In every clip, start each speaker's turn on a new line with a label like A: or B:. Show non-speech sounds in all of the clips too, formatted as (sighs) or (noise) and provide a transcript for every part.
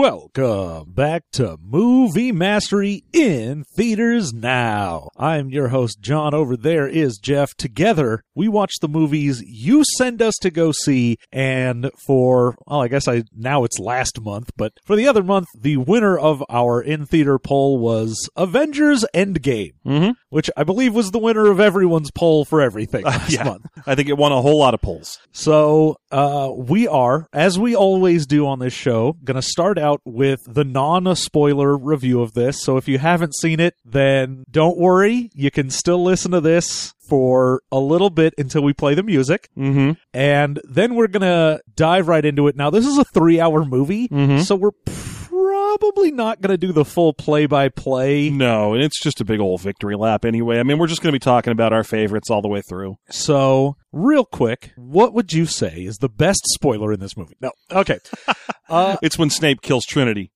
A: Welcome back to Movie Mastery in Theaters Now. I'm your host, John. Over there is Jeff. Together, we watch the movies you send us to go see. And for, well, I guess I now it's last month, but for the other month, the winner of our in theater poll was Avengers Endgame,
B: Mhm.
A: which I believe was the winner of everyone's poll for everything last
B: yeah.
A: month.
B: I think it won a whole lot of polls.
A: So uh, we are, as we always do on this show, going to start out with the non-spoiler review of this. So if you haven't seen it, then don't worry, you can still listen to this for a little bit until we play the music,
B: Mm-hmm.
A: and then we're going to dive right into it. Now this is a three-hour movie,
B: Mhm.
A: so we're probably not going to do the full play-by-play.
B: No, and it's just a big old victory lap anyway. I mean, we're just going to be talking about our favorites all the way through.
A: So, real quick, what would you say is the best spoiler in this movie? No, okay. uh,
B: It's when Snape kills
A: (laughs)
B: Trinity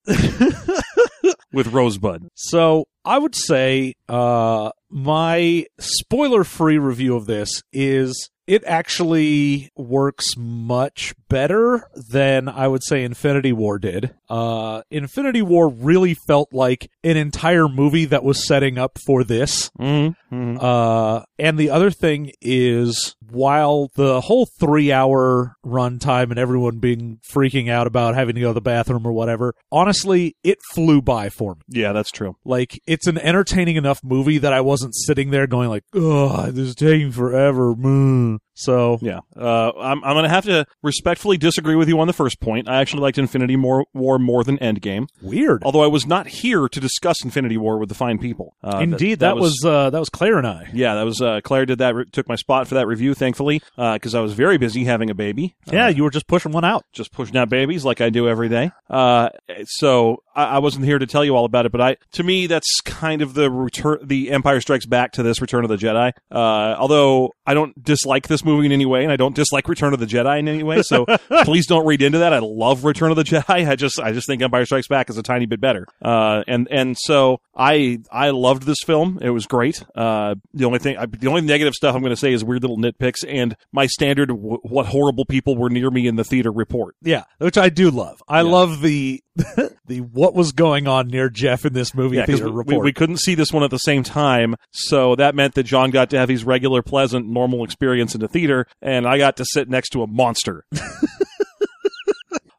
B: with Rosebud.
A: So I would say uh, my spoiler free review of this is it actually works much better than I would say Infinity War did. Uh, Infinity War really felt like an entire movie that was setting up for this.
B: Mm-hmm.
A: Uh, and the other thing is, while the whole three hour runtime and everyone being freaking out about having to go to the bathroom or whatever, honestly, it flew by for me.
B: Yeah, that's true.
A: Like it's an entertaining enough movie that I wasn't sitting there going like, "Ugh, this is taking forever." mm." So
B: Yeah, uh, I'm, I'm going to have to respectfully disagree with you on the first point. I actually liked Infinity More, War more than Endgame,
A: weird.
B: although I was not here to discuss Infinity War with the fine people. Uh, that-
A: Indeed, that, was, uh, that was Claire and I.
B: Yeah, that was uh, Claire did that. Re- took my spot for that review, thankfully, because I was very busy having a baby.
A: Yeah,
B: Uh,
A: you were just pushing one out.
B: just pushing out babies like I do every day. Uh, so I, I wasn't here to tell you all about it, but I, to me, that's kind of the return, the Empire Strikes Back to this Return of the Jedi. Uh, although I don't dislike this movie in any way, and I don't dislike Return of the Jedi in any way, so please don't read into that. I love Return of the Jedi. I just, I just think Empire Strikes Back is a tiny bit better. Uh, and and so I, I loved this film. It was great. Uh, the only thing, I, the only negative stuff I'm going to say is weird little nitpicks and my standard w- what horrible people were near me in the theater report.
A: Yeah, which I do love. I
B: Yeah.
A: love the (laughs) the what was going on near Jeff in this movie
B: Yeah, 'cause
A: theater
B: we- we,
A: report.
B: we couldn't see this one at the same time, so that meant that John got to have his regular, pleasant, normal experience in the theater, and I got to sit next to a monster.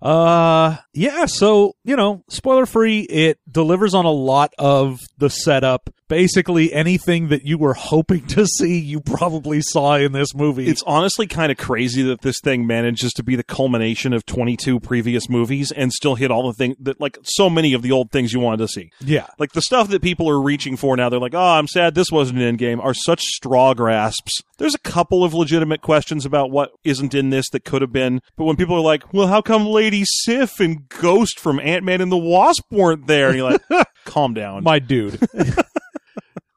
A: Uh, yeah. So you know, spoiler free, it delivers on a lot of the setup. Basically, anything that you were hoping to see, you probably saw in this movie.
B: It's honestly kind of crazy that this thing manages to be the culmination of 22 previous movies and still hit all the things that, like, so many of the old things you wanted to see.
A: yeah,
B: Like the stuff that people are reaching for now, they're like, "Oh, I'm sad this wasn't an endgame." Are such straw grasps. There's a couple of legitimate questions about what isn't in this that could have been, but when people are like, "Well, how come Lady Sif and Ghost from Ant Man and the Wasp weren't there?" And you're like, "Calm down."
A: my dude.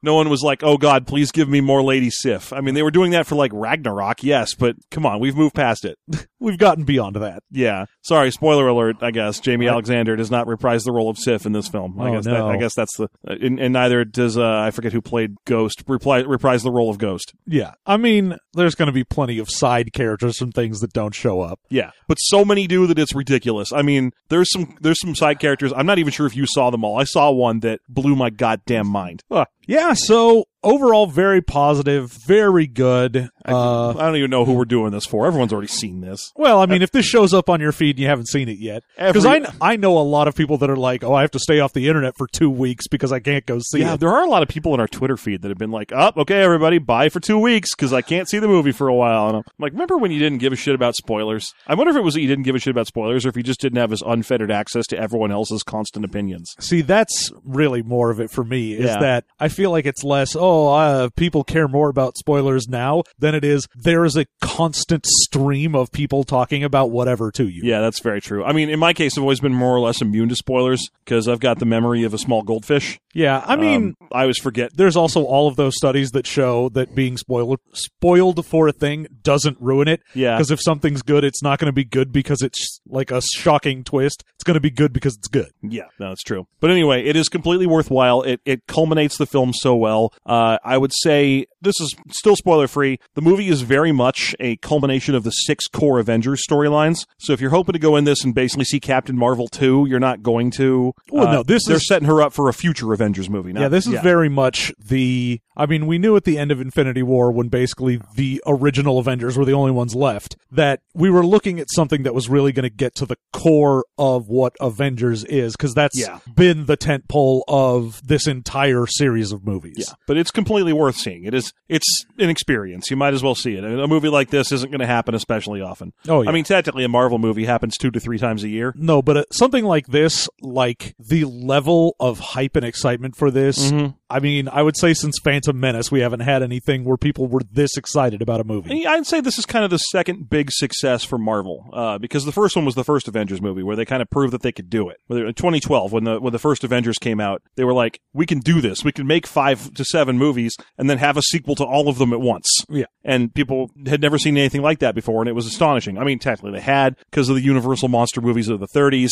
B: no one was like, "Oh God, please give me more Lady Sif." I mean, they were doing that for like Ragnarok, yes, but come on, we've moved past it.
A: We've gotten beyond that.
B: Yeah, sorry, spoiler alert. I guess Jamie Alexander does not reprise the role of Sif in this film. I
A: Oh,
B: guess
A: no.
B: that, I guess that's the and, and neither does uh, I forget who played Ghost reply, reprise the role of Ghost.
A: Yeah, I mean, there's going to be plenty of side characters from things that don't show up.
B: Yeah, but so many do that it's ridiculous. I mean, there's some there's some side characters. I'm not even sure if you saw them all. I saw one that blew my goddamn mind. Ugh.
A: Yeah. So overall, very positive, very good. Uh,
B: I don't even know who we're doing this for. Everyone's already seen this.
A: Well, I mean, if this shows up on your feed and you haven't seen it yet, because I,
B: Every-
A: I know a lot of people that are like, oh, I have to stay off the internet for two weeks because I can't go see
B: Yeah,
A: it.
B: there are a lot of people in our Twitter feed that have been like, "Up, okay, everybody, bye for two weeks because I can't see the movie for a while." And I'm like, "Remember when you didn't give a shit about spoilers?" I wonder if it was that you didn't give a shit about spoilers, or if you just didn't have as unfettered access to everyone else's constant opinions.
A: See, that's really more of it for me is
B: Yeah.
A: that I feel like it's less, oh, uh, people care more about spoilers now than it is there is a constant stream of people talking about whatever to you.
B: Yeah, that's very true. I mean, in my case, I've always been more or less immune to spoilers because I've got the memory of a small goldfish.
A: Yeah, I mean,
B: Um, I always forget.
A: there's also all of those studies that show that being spoiled spoiled for a thing doesn't ruin it. (laughs)
B: Yeah.
A: Because if something's good, it's not going to be good because it's like a shocking twist. It's going to be good because it's good.
B: Yeah, no, it's true. But anyway, it is completely worthwhile. It it culminates the film so well. Uh, I would say this is still spoiler free. The movie is very much a culmination of the six core Avengers storylines. So if you're hoping to go in this and basically see Captain Marvel 2, you're not going to. Uh,
A: Well, no, this
B: they're
A: is-
B: setting her up for a future Avengers movie. Not,
A: Yeah, this is very much the. I mean, we knew at the end of Infinity War when basically the original Avengers were the only ones left that we were looking at something that was really going to get to the core of what Avengers is because that's
B: Yeah.
A: been the tent pole of this entire series of movies.
B: Yeah, but it's completely worth seeing. It is. It's an experience. You might as well see it. I mean, a movie like this isn't going to happen especially often.
A: Oh, yeah.
B: I mean, technically, a Marvel movie happens two to three times a year.
A: No, but uh, something like this, like the level of hype and excitement for this.
B: Mm-hmm.
A: I mean, I would say since Phantom Menace, we haven't had anything where people were this excited about a movie.
B: And I'd say this is kind of the second big success for Marvel, uh, because the first one was the first Avengers movie where they kind of proved that they could do it. Whether- In 2012, when the when the first Avengers came out, they were like, "We can do this. We can make five to seven movies and then have a sequel to all of them at once."
A: Yeah.
B: and people had never seen anything like that before, and it was astonishing. I mean, technically they had because of the Universal monster movies of the 30s,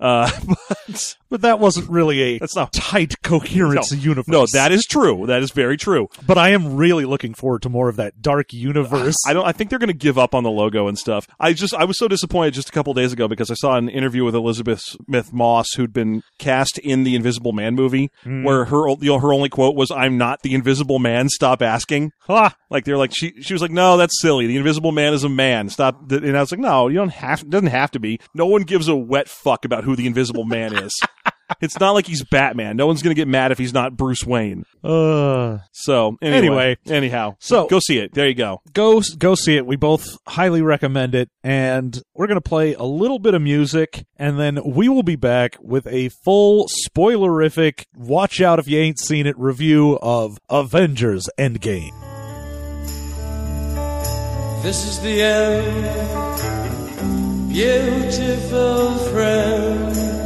B: uh, (laughs) but
A: But that wasn't really a
B: that's not.
A: tight coherence universe.
B: No, that is true. That is very true.
A: But I am really looking forward to more of that dark universe.
B: I don't. I think they're going to give up on the logo and stuff. I just. I was so disappointed just a couple days ago because I saw an interview with Elizabeth Smith Moss, who'd been cast in the Invisible Man movie,
A: Hmm.
B: where her o- you know, her only quote was, "I'm not the Invisible Man. Stop asking."
A: Ha!
B: Like they're like she. She was like, "No, that's silly. The Invisible Man is a man. Stop." th-" And I was like, "No, you don't have. Doesn't have to be. No one gives a wet fuck about who the Invisible Man
A: (laughs)
B: is." It's not like he's Batman. No one's going to get mad if he's not Bruce Wayne.
A: Uh,
B: So,
A: Anyway.
B: anyway, anyhow.
A: So-
B: go see it. There you go.
A: go go see it. We both highly recommend it, and we're gonna play a little bit of music, and then we will be back with a full spoilerific. Watch out if you ain't seen it review of Avengers Endgame.
C: This is the end, beautiful friend.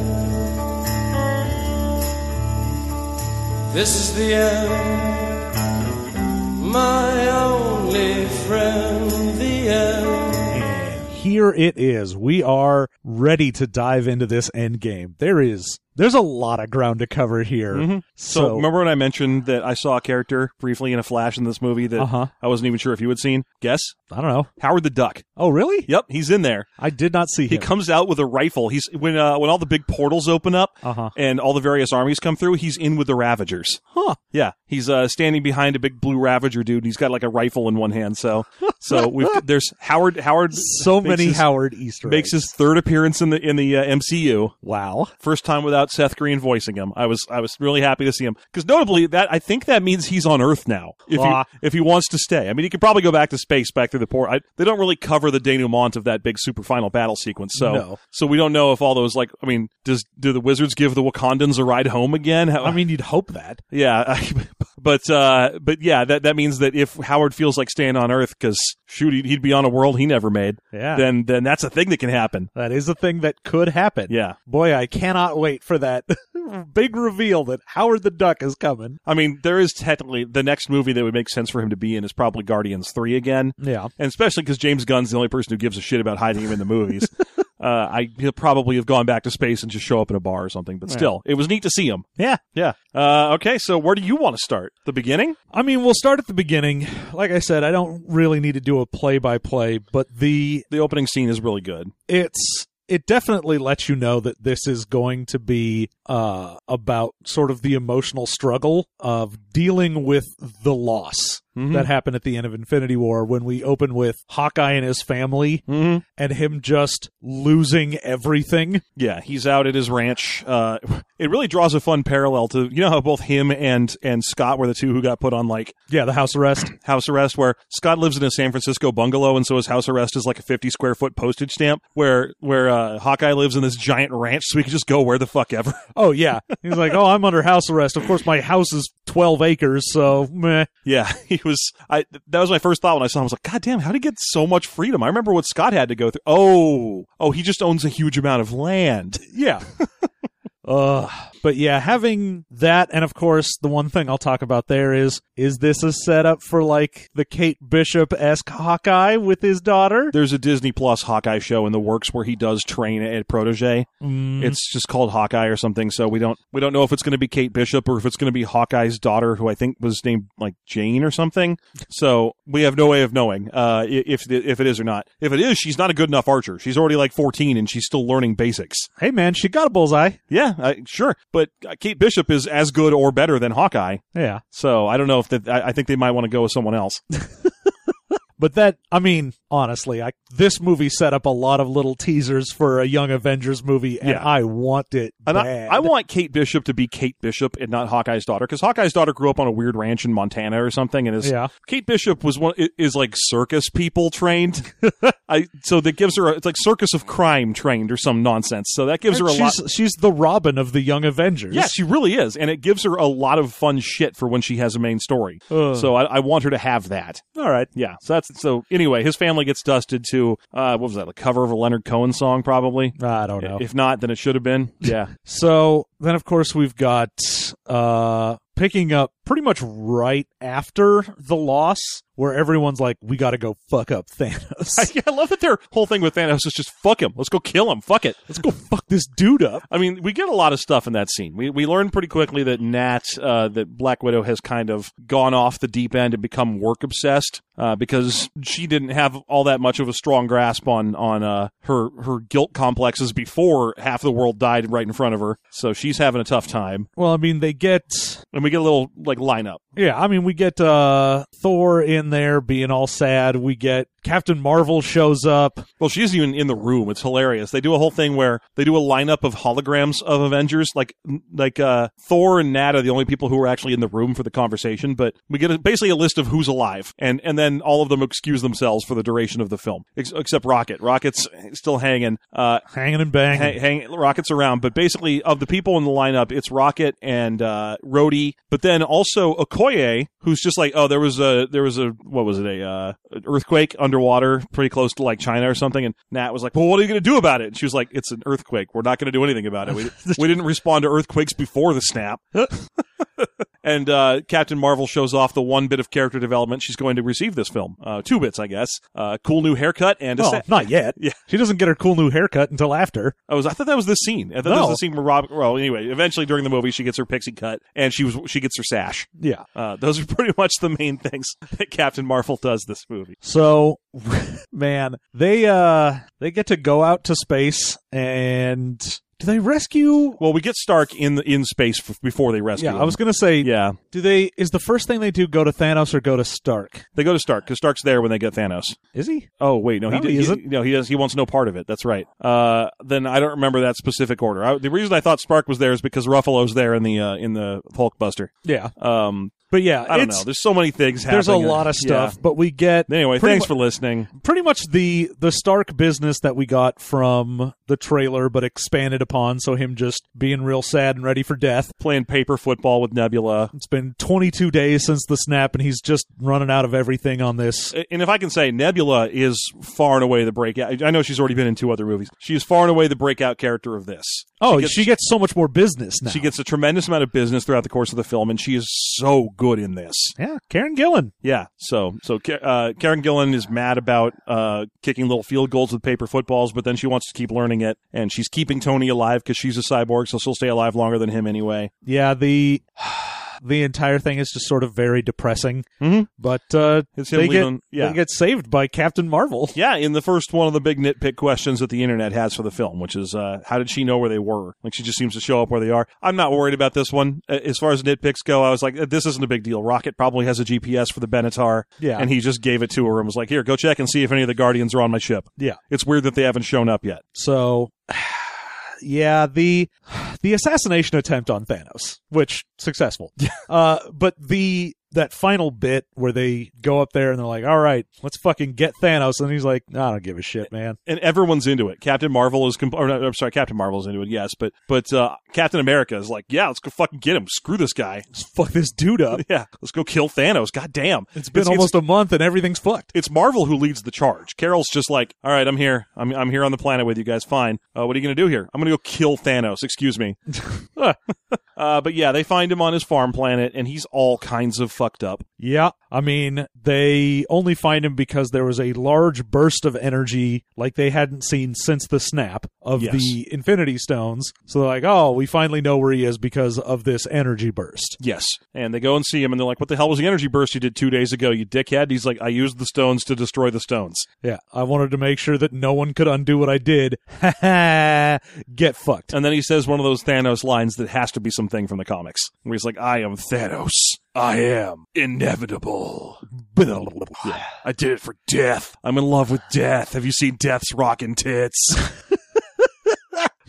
C: This is the end, my only friend, the end.
A: And here it is. We are ready to dive into this Endgame. There is there's a lot of ground to cover here.
B: Mm-hmm. So, remember when I mentioned that I saw a character briefly in a flash in this movie that
A: Uh-huh.
B: I wasn't even sure if you had seen? Guess
A: I don't know.
B: Howard the Duck.
A: Oh, really?
B: Yep, he's in there.
A: I did not see
B: He
A: him.
B: comes out with a rifle. He's when uh, when all the big portals open up
A: Uh-huh.
B: and all the various armies come through. He's in with the Ravagers.
A: Huh.
B: Yeah, he's uh, standing behind a big blue Ravager dude. And he's got like a rifle in one hand. So
A: (laughs)
B: so we've, there's Howard. Howard
A: so
B: (laughs) makes
A: many
B: his-
A: Howard Easter
B: makes
A: eggs.
B: his third appearance in the in the uh, MCU.
A: wow.
B: First time without Seth Green voicing him. I was I was really happy to see him because notably that I think that means he's on Earth now. If
A: Ah.
B: he if he wants to stay, I mean he could probably go back to space back through the port. I, they don't really cover the denouement of that big super final battle sequence, so
A: No.
B: so we don't know if all those like I mean does do the wizards give the Wakandans a ride home again? (laughs) How,
A: I mean, you'd hope that.
B: yeah, I- (laughs) but uh, but yeah, that that means that if Howard feels like staying on Earth because shoot he'd, he'd be on a world he never made,
A: Yeah.
B: then then that's a thing that can happen.
A: That is a thing that could happen.
B: Yeah.
A: Boy, I cannot wait for that (laughs) big reveal that Howard the Duck is coming.
B: I mean, there is technically the next movie that would make sense for him to be in is probably Guardians 3 again.
A: Yeah.
B: And especially because James Gunn's the only person who gives a shit about hiding him in the (laughs) movies. uh, I, he'll probably have gone back to space and just show up in a bar or something, but still, it was neat to see him.
A: Yeah.
B: Yeah. Uh, okay, so where do you want to start? The beginning?
A: I mean, we'll start at the beginning. Like I said, I don't really need to do a play by play, but the
B: The opening scene is really good.
A: it's it definitely lets you know that this is going to be uh, about sort of the emotional struggle of dealing with the loss
B: Mhm.
A: that happened at the end of Infinity War when we open with Hawkeye and his family
B: Mm-hmm.
A: and him just losing everything.
B: Yeah, he's out at his ranch. Uh, it really draws a fun parallel to you know how both him and and Scott were the two who got put on like
A: Yeah, the house arrest.
B: house arrest where Scott lives in a San Francisco bungalow and so his house arrest is like a 50 square foot postage stamp where where uh, Hawkeye lives in this giant ranch so he can just go where the fuck ever. (laughs)
A: Oh yeah, he's like, oh, I'm under house arrest. Of course, my house is 12 acres, so meh.
B: yeah, he was I that was my first thought when I saw him I was like god damn how did he get so much freedom? I remember what Scott had to go through. (laughs) Oh, oh, he just owns a huge amount of land.
A: Yeah. Ugh. But yeah, having that, and of course, the one thing I'll talk about there is is this a setup for like the Kate Bishop esque Hawkeye with his daughter?
B: There's a Disney Plus Hawkeye show in the works where he does train at Protege.
A: Mm,
B: It's just called Hawkeye or something, so we don't we don't know if it's going to be Kate Bishop or if it's going to be Hawkeye's daughter, who I think was named like Jane or something. So we have no way of knowing uh, i- if if it is or not. If it is, she's not a good enough archer. She's already like 14 and she's still learning basics.
A: hey man, she got a bullseye.
B: Yeah, I, sure, but uh, Kate Bishop is as good or better than Hawkeye.
A: Yeah,
B: So I don't know if that. I, I think they might want to go with someone else.
A: but that I mean, honestly, I this movie set up a lot of little teasers for a Young Avengers movie, and
B: Yeah.
A: I want it.
B: And I,
A: bad.
B: I want Kate Bishop to be Kate Bishop and not Hawkeye's daughter, because Hawkeye's daughter grew up on a weird ranch in Montana or something, and is
A: Yeah.
B: Kate Bishop was one i- is like circus people (laughs) trained. I so that gives her a, it's like circus of crime trained or some nonsense. So that gives her a lot.
A: she's, she's the Robin of the Young Avengers.
B: Yeah, she really is, and it gives her a lot of fun shit for when she has a main story.
A: Ugh.
B: So I, I want her to have that.
A: All right.
B: Yeah. So that's so. Anyway, his family gets dusted to uh, what was that? The cover of a Leonard Cohen song, probably.
A: I don't know.
B: If not, then it should have (laughs) been. Yeah.
A: So then, of course, we've got uh, picking up pretty much right after the loss, where everyone's like, "We got to go fuck up Thanos. (laughs)
B: I, I love that their whole thing with Thanos is just fuck him. Let's go kill him. Fuck it.
A: Let's go fuck this dude up."
B: I mean, we get a lot of stuff in that scene. We we learn pretty quickly that Nat, uh, that Black Widow has kind of gone off the deep end and become work obsessed uh, because she didn't have all that much of a strong grasp on on uh, her her guilt complexes before half the world died right in front of her. So she's having a tough time.
A: Well, I mean, they get
B: And we get a little like lineup.
A: yeah. I mean, we get uh, Thor in there being all sad. We get Captain Marvel shows up.
B: Well, she isn't even in the room. It's hilarious. They do a whole thing where they do a lineup of holograms of Avengers, like like uh, Thor and Nat are the only people who are actually in the room for the conversation. But we get a, basically a list of who's alive, and and then all of them excuse themselves for the duration of the film, ex- except Rocket. Rocket's still hanging. Uh,
A: Hanging and banging.
B: hang, hang rockets around. But basically, of the people in the lineup, it's Rocket and uh, Rhodey, but then also Okoye, who's just like, oh, there was a there was a what was it a uh, an earthquake underwater, pretty close to like China or something. And Nat was like, well, what are you going to do about it? And she was like, it's an earthquake. We're not going to do anything about it.
A: (laughs)
B: We, we didn't respond to earthquakes before the snap. And uh, Captain Marvel shows off the one bit of character development she's going to receive this film. Uh, two bits, I guess. Uh, cool new haircut and a
A: Well,
B: sa-
A: not yet. (laughs)
B: Yeah.
A: She doesn't get her cool new haircut until after.
B: I was. I thought that was the scene. I thought that
A: No.
B: was the scene where Rob. Well, anyway, eventually during the movie, she gets her pixie cut and she was she gets her sash.
A: Yeah.
B: Uh, those are (laughs) pretty much the main things that Captain Marvel does this movie.
A: So, (laughs) man, they uh they get to go out to space and do they rescue?
B: Well, we get Stark in in space f- before they rescue.
A: Yeah, I
B: him.
A: was gonna say,
B: Yeah,
A: do they? Is the first thing they do go to Thanos or go to Stark?
B: they go to Stark because Stark's there when they get Thanos.
A: Is he?
B: Oh wait, no, he,
A: No,
B: did,
A: he
B: he-
A: isn't.
B: no, he does. He wants no part of it. That's right. Uh, then I don't remember that specific order. I, the reason I thought Stark was there is because Ruffalo's there in the uh, in the Hulkbuster.
A: Yeah,
B: Um,
A: but yeah,
B: I don't
A: it's-
B: know. There's so many things.
A: There's a
B: happening.
A: lot of stuff,
B: Yeah.
A: but we get
B: Anyway,
A: pretty
B: thanks
A: mu-
B: for listening.
A: pretty much the the Stark business that we got from the trailer, but expanded upon. So him just being real sad and ready for death.
B: playing paper football with Nebula.
A: It's been 22 days since the snap, and he's just running out of everything on this.
B: And if I can say, Nebula is far and away the breakout. I know she's already been in two other movies. She is far and away the breakout character of this.
A: Oh, she
B: gets-
A: gets, so much more business now.
B: She gets a tremendous amount of business throughout the course of the film, and she is so good in this.
A: Yeah, Karen Gillan.
B: Yeah. So, so Ka- uh, Karen Gillan is mad about uh, kicking little field goals with paper footballs, but then she wants to keep learning it, and she's keeping Tony alive because she's a cyborg, so she'll stay alive longer than him anyway.
A: Yeah, the (sighs) the entire thing is just sort of very depressing.
B: Mhm.
A: But uh,
B: It's him
A: they get
B: leaving- yeah.
A: they get saved by Captain Marvel.
B: Yeah, in the first one of the big nitpick questions that the internet has for the film, which is uh, how did she know where they were? Like she just seems to show up where they are. I'm not worried about this one Uh, as far as nitpicks go. I was like, uh, this isn't a big deal. Rocket probably has a GPS for the Benatar,
A: Yeah.
B: and he just gave it to her and was like, here, go check and see if any of the Guardians are on my ship.
A: Yeah.
B: It's weird that they haven't shown up yet.
A: So (sighs) yeah, the (sighs) (laughs) the assassination attempt on Thanos, which successful. uh, but the that final bit where they go up there and they're like, all right, let's fucking get Thanos. And he's like, I don't give a shit, man.
B: and everyone's into it. Captain Marvel is, comp- or no, I'm sorry, Captain Marvel's into it, yes, but but uh, Captain America is like, yeah, let's go fucking get him. Screw this guy. (laughs)
A: Let's fuck this dude up.
B: Yeah, let's go kill Thanos. God damn,
A: It's been almost a month and everything's
B: (laughs)
A: fucked.
B: It's Marvel who leads the charge. Carol's just like, all right, I'm here. I'm, I'm here on the planet with you guys. Fine. Uh, what are you going to do here? I'm going to go kill Thanos. Excuse me. uh, but yeah, they find him on his farm planet, and he's all kinds of fucked up.
A: Yeah. I mean, they only find him because there was a large burst of energy like they hadn't seen since the snap of
B: Yes.
A: the Infinity Stones. So they're like, oh, we finally know where he is because of this energy burst.
B: Yes. And they go and see him, and they're like, what the hell was the energy burst you did two days ago, you dickhead? And he's like, I used the stones to destroy the stones.
A: Yeah. I wanted to make sure that no one could undo what I did. (laughs) Ha ha. Get fucked.
B: And then he says one of those Thanos lines that has to be something from the comics, where he's like, I am Thanos. I am inevitable. Yeah. I did it for death. I'm in love with death. Have you seen death's rockin' tits?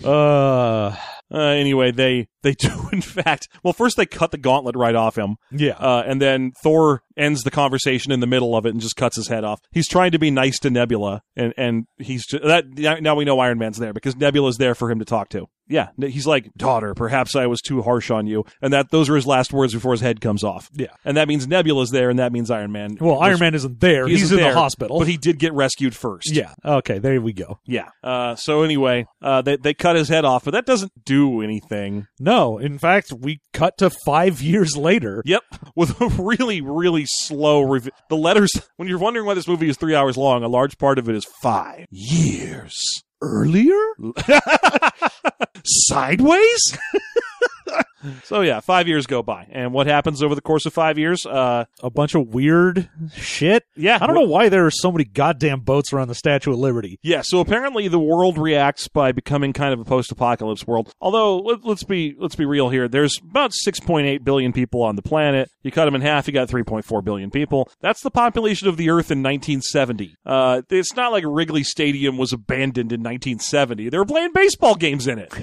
A: Uh,
B: (laughs) (laughs) uh, anyway, they, they do, (laughs) in fact. Well, first they cut the gauntlet right off him.
A: yeah.
B: Uh, and then Thor ends the conversation in the middle of it and just cuts his head off. He's trying to be nice to Nebula, and and he's just, that now we know Iron Man's there because Nebula's there for him to talk to. Yeah, he's like, daughter, perhaps I was too harsh on you, and that those are his last words before his head comes off.
A: Yeah.
B: and that means Nebula's there, and that means Iron Man.
A: well, Iron Man isn't there.
B: he
A: He's
B: isn't
A: in
B: there,
A: the hospital.
B: but he did get rescued first.
A: yeah. Okay. There we go.
B: yeah. Uh, so anyway, uh, they they cut his head off, but that doesn't do anything.
A: No. In fact, we cut to five years later.
B: Yep, with a really, really slow review. The letters. When you're wondering why this movie is three hours long, a large part of it is five years
A: Earlier?
B: sideways. so yeah, five years go by, and what happens over the course of five years? Uh,
A: A bunch of weird shit.
B: yeah,
A: I don't know why there are so many goddamn boats around the Statue of Liberty.
B: Yeah, so apparently the world reacts by becoming kind of a post-apocalypse world. Although let, let's be let's be real here. There's about 6.8 billion people on the planet. You cut them in half, you got 3.4 billion people. That's the population of the Earth in 1970. Uh, it's not like Wrigley Stadium was abandoned in 1970. They were playing baseball games in it.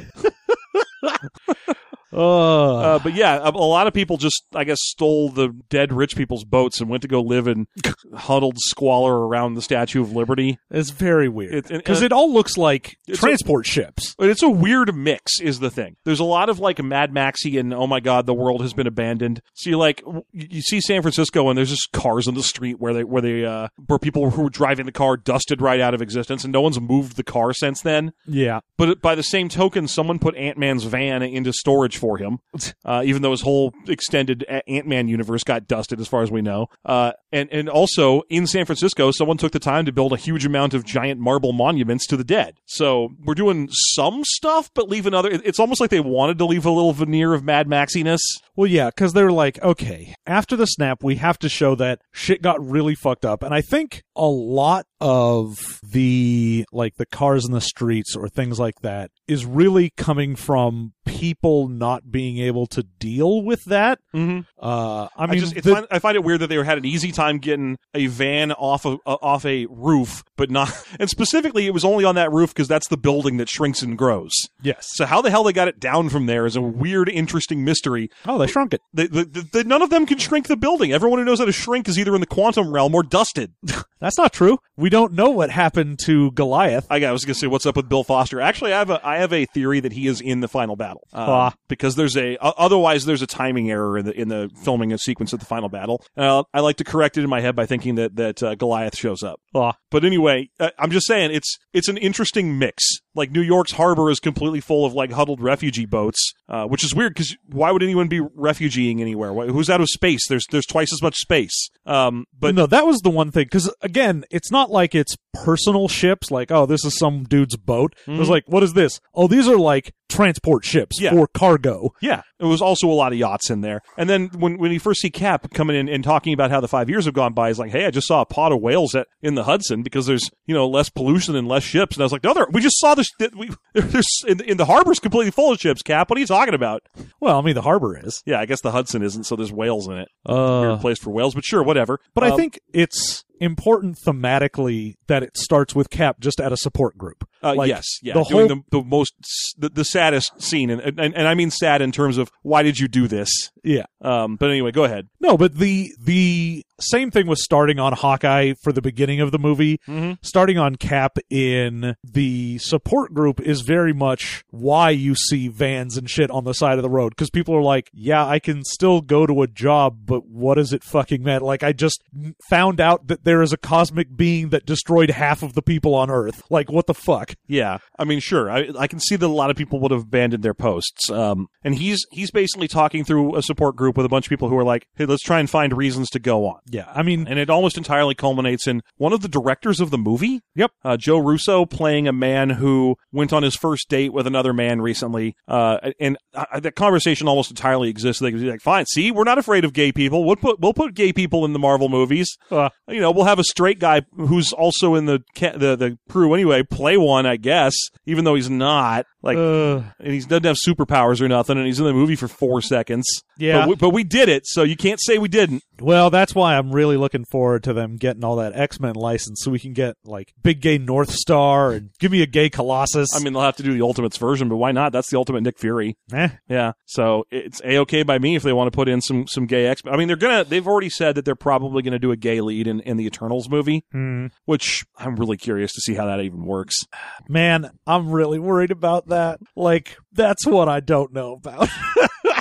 A: Uh,
B: Uh, but yeah, a, a lot of people just, I guess, stole the dead rich people's boats and went to go live in huddled squalor around the Statue of Liberty.
A: it's very weird
B: It- and-
A: because it, all looks like
B: It's a-
A: transport ships.
B: But it's a weird mix, is the thing. There's a lot of like Mad Maxy and oh my god, the world has been abandoned. See, like w- you see San Francisco, and there's just cars on the street where they where they uh, where people who were driving the car dusted right out of existence, and no one's moved the car since then.
A: Yeah,
B: But by the same token, someone put Ant Man's van into storage for him, uh, even though his whole extended Ant Man universe got dusted, as far as we know. Uh, and and also in San Francisco, someone took the time to build a huge amount of giant marble monuments to the dead. So we're doing some stuff, but leaving other. it- It's almost like they wanted to leave a little veneer of Mad Maxiness.
A: well, yeah, because they're like, okay, after the snap, we have to show that shit got really fucked up, and I think a lot of the like the cars in the streets or things like that is really coming from people not being able to deal with that.
B: Mm-hmm.
A: Uh, I
B: I,
A: mean,
B: just it
A: the-
B: find, I find it weird that they had an easy time getting a van off of uh, off a roof, but not. (laughs) And specifically, it was only on that roof because that's the building that shrinks and grows.
A: yes.
B: So how the hell they got it down from there is a weird, interesting mystery.
A: Oh, they shrunk it.
B: They, the, the, the, none of them can shrink the building. Everyone who knows how to shrink is either in the quantum realm or dusted.
A: That's not true. We don't know what happened to (laughs) Goliath.
B: I, I was going to say, what's up with Bill Foster? Actually, I have a I have a theory that he is in the final battle Um,
A: Ah.
B: because there's a o- otherwise there's a timing error in the in the filming of sequence of the final battle. Uh, I like to correct it in my head by thinking that that uh, Goliath shows up.
A: Ah.
B: But anyway, uh, I'm just saying it's it's an interesting mix. Like New York's harbor is completely full of like huddled refugee boats, uh, which is weird because why would anyone be refugeeing anywhere? Why, who's out of space? There's there's twice as much space. Um, but
A: no, that was the one thing because again, it's not like it's personal ships. Like, oh, this is some dude's boat. It was like, what is this? Oh, these are like transport ships
B: Mm-hmm. Yeah.
A: for cargo.
B: Yeah, there was also a lot of yachts in there. And then when when you first see Cap coming in and talking about how the five years have gone by, he's like, "Hey, I just saw a pod of whales at, in the Hudson because there's you know less pollution and less ships." And I was like, "No, there, we just saw this. That we (laughs) there's in, in the harbor's completely full of ships, Cap. What are you talking about?"
A: Well, I mean, the harbor is.
B: Yeah, I guess the Hudson isn't, so there's whales in it.
A: Uh,
B: Weird place for whales, but sure, whatever.
A: but
B: Um,
A: I think it's important thematically that it starts with Cap just at a support group.
B: Uh,
A: Like,
B: yes, yeah,
A: the
B: doing
A: whole-
B: the, the most s- the, the saddest scene, and, and and I mean sad in terms of why did you do this?
A: Yeah.
B: Um, but anyway, go ahead.
A: No, but the the same thing was starting on Hawkeye for the beginning of the movie.
B: Mhm.
A: Starting on Cap in the support group is very much why you see vans and shit on the side of the road because people are like, "Yeah, I can still go to a job, but what does it fucking matter?" Like, I just found out that there is a cosmic being that destroyed half of the people on Earth. Like, what the fuck?
B: Yeah, I mean, sure, I, I can see that a lot of people would have abandoned their posts. Um, and he's he's basically talking through a support group with a bunch of people who are like, hey, let's try and find reasons to go on.
A: Yeah, I mean,
B: And it almost entirely culminates in one of the directors of the movie.
A: Yep.
B: Uh, Joe Russo playing a man who went on his first date with another man recently. Uh, and uh, that conversation almost entirely exists. They could be like, fine, see, we're not afraid of gay people. We'll put, we'll put gay people in the Marvel movies.
A: Uh.
B: you know, we'll have a straight guy who's also in the, ca- the, the crew anyway, play one, I guess, even though he's not. Like,
A: uh,
B: and he doesn't have superpowers or nothing, and he's in the movie for four seconds.
A: Yeah.
B: But we, but we did it, so you can't say we didn't.
A: Well, that's why I'm really looking forward to them getting all that X Men license so we can get like big gay North Star and give me a gay Colossus.
B: I mean, they'll have to do the Ultimates version, but why not? That's the Ultimate Nick Fury.
A: Eh,
B: Yeah, so it's a okay by me if they want to put in some some gay X. I mean, they're gonna. They've already said that they're probably gonna do a gay lead in in the Eternals movie,
A: hmm.
B: which I'm really curious to see how that even works. (laughs)
A: man, I'm really worried about that. Like, that's what I don't know about.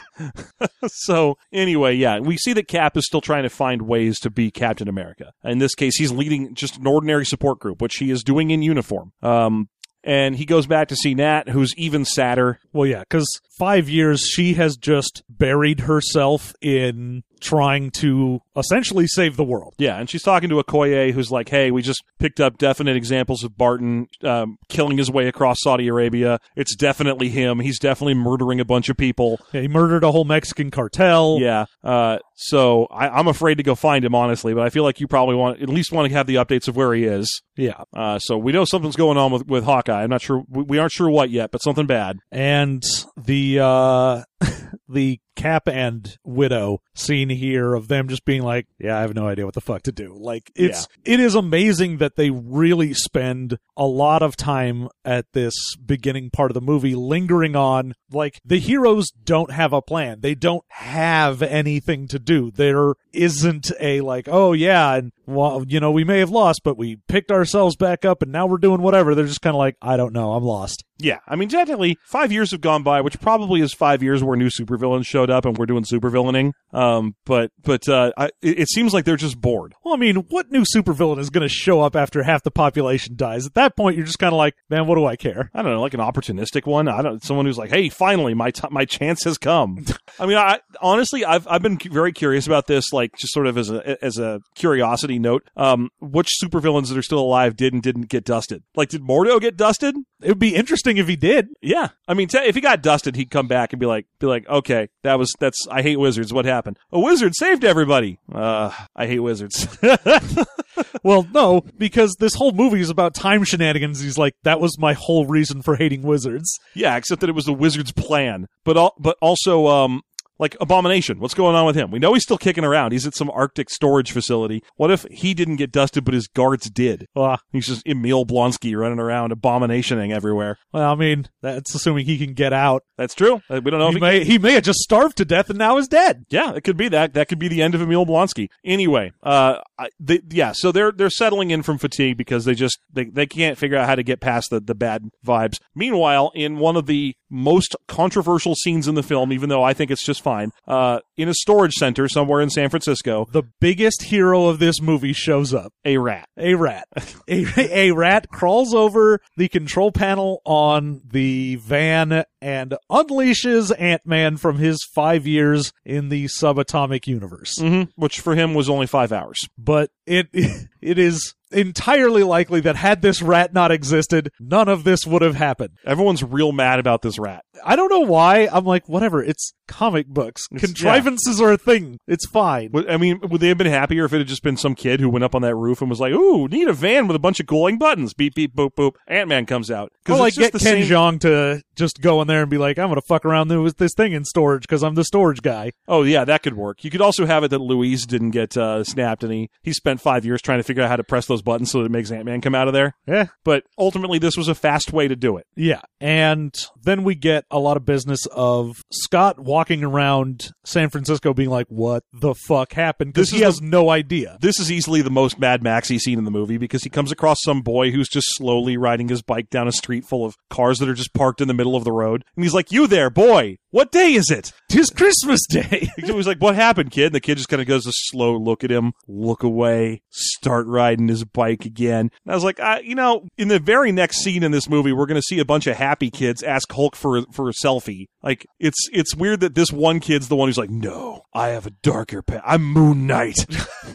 A: (laughs)
B: so anyway, yeah, we see that Cap is still trying to find ways to be Captain America. In this case, he's leading just an ordinary support group, which he is doing in uniform. Um, and he goes back to see Nat, who's even sadder.
A: well, yeah, because five years she has just buried herself in trying to essentially save the world.
B: Yeah, and she's talking to Okoye, who's like, "Hey, we just picked up definite examples of Barton um, killing his way across Saudi Arabia. It's definitely him. He's definitely murdering a bunch of people.
A: Yeah, he murdered a whole Mexican cartel.
B: Yeah. Uh, so I, I'm afraid to go find him, honestly. But I feel like you probably want at least want to have the updates of where he is.
A: yeah.
B: Uh, so we know something's going on with, with Hawkeye. I'm not sure. We, we aren't sure what yet, but something bad.
A: and the uh (laughs) the cap and widow scene here of them just being like yeah i have no idea what the fuck to do like it's it is amazing that they really spend a lot of time at this beginning part of the movie lingering on like the heroes don't have a plan they don't have anything to do there isn't a like oh yeah and well you know we may have lost but we picked ourselves back up and now we're doing whatever they're just kind of like i don't know i'm lost
B: Yeah. I mean, technically, five years have gone by, which probably is five years where new supervillains showed up and we're doing supervillaining. Um, but, but, uh, I, it, it seems like they're just bored.
A: Well, I mean, what new supervillain is going to show up after half the population dies? At that point, you're just kind of like, man, what do I care?
B: I don't know, like an opportunistic one. I don't, someone who's like, Hey, finally, my, t- my chance has come. I mean, I honestly, I've, I've been cu- very curious about this, like just sort of as a, as a curiosity note. Um, which supervillains that are still alive did and didn't get dusted? Like, did Mordo get dusted?
A: It would be interesting if he did. (laughs)
B: Yeah, I mean, te- if he got dusted, he'd come back and be like, be like, okay, that was that's I hate wizards. What happened? A wizard saved everybody. Uh, I hate wizards. (laughs)
A: Well, no, because this whole movie is about time shenanigans. He's like, that was my whole reason for hating wizards.
B: yeah, except that it was the wizard's plan. But all, but also, um, like abomination. What's going on with him? We know he's still kicking around. He's at some Arctic storage facility. What if he didn't get dusted, but his guards did?
A: Ah,
B: He's just Emil Blonsky running around, abominationing everywhere.
A: well, I mean, that's assuming he can get out.
B: That's true. Uh, We don't know if
A: He
B: he
A: may, he may have just starved to death and now is dead.
B: Yeah, it could be that. That could be the end of Emil Blonsky. Anyway, uh, I, they, yeah, so they're they're settling in from fatigue because they just they, they can't figure out how to get past the the bad vibes. Meanwhile, in one of the most controversial scenes in the film, even though I think it's just fine, uh, in a storage center somewhere in San Francisco,
A: The biggest hero of this movie shows up.
B: a rat.
A: a rat. A, a rat crawls over the control panel on the van and unleashes Ant Man from his five years in the subatomic universe.
B: hmm Which for him was only five hours.
A: But it (laughs) it is entirely likely that had this rat not existed, none of this would have happened.
B: Everyone's real mad about this rat.
A: I don't know why. I'm like, whatever. It's comic books.
B: It's-
A: Contrivances are a thing. It's fine.
B: Would- I mean, would they have been happier if it had just been some kid who went up on that roof and was like, "Ooh, need a van with a bunch of glowing buttons." Beep beep boop boop. Ant Man comes out
A: Or
B: it's
A: like
B: just
A: get
B: the
A: Ken
B: same-
A: Jeong to just go in there and be like, I'm gonna fuck around with this thing in storage because I'm the storage guy.
B: Oh yeah, that could work. You could also have it that Luis didn't get uh, snapped, and he he spent five years trying to figure out how to press those buttons so that it makes Ant Man come out of there.
A: Yeah.
B: But ultimately, this was a fast way to do it.
A: Yeah. And then we get a lot of business of Scott walking around San Francisco being like, what the fuck happened? Because
B: This
A: he
B: is the-
A: has no (laughs) idea.
B: This is easily the most Mad Maxy scene in the movie because he comes across some boy who's just slowly riding his bike down a street full of cars that are just parked in the middle of the road. And he's like, You there, boy, what day is it?
A: Tis Christmas Day.
B: He was like, "What happened, kid?" And the kid just kind of goes a slow look at him, look away, start riding his bike again. And I was like, I, "You know, in the very next scene in this movie, we're going to see a bunch of happy kids ask Hulk for for a selfie. Like, it's it's weird that this one kid's the one who's like, "No, I have a darker path. I'm Moon Knight."
A: (laughs)
B: (laughs)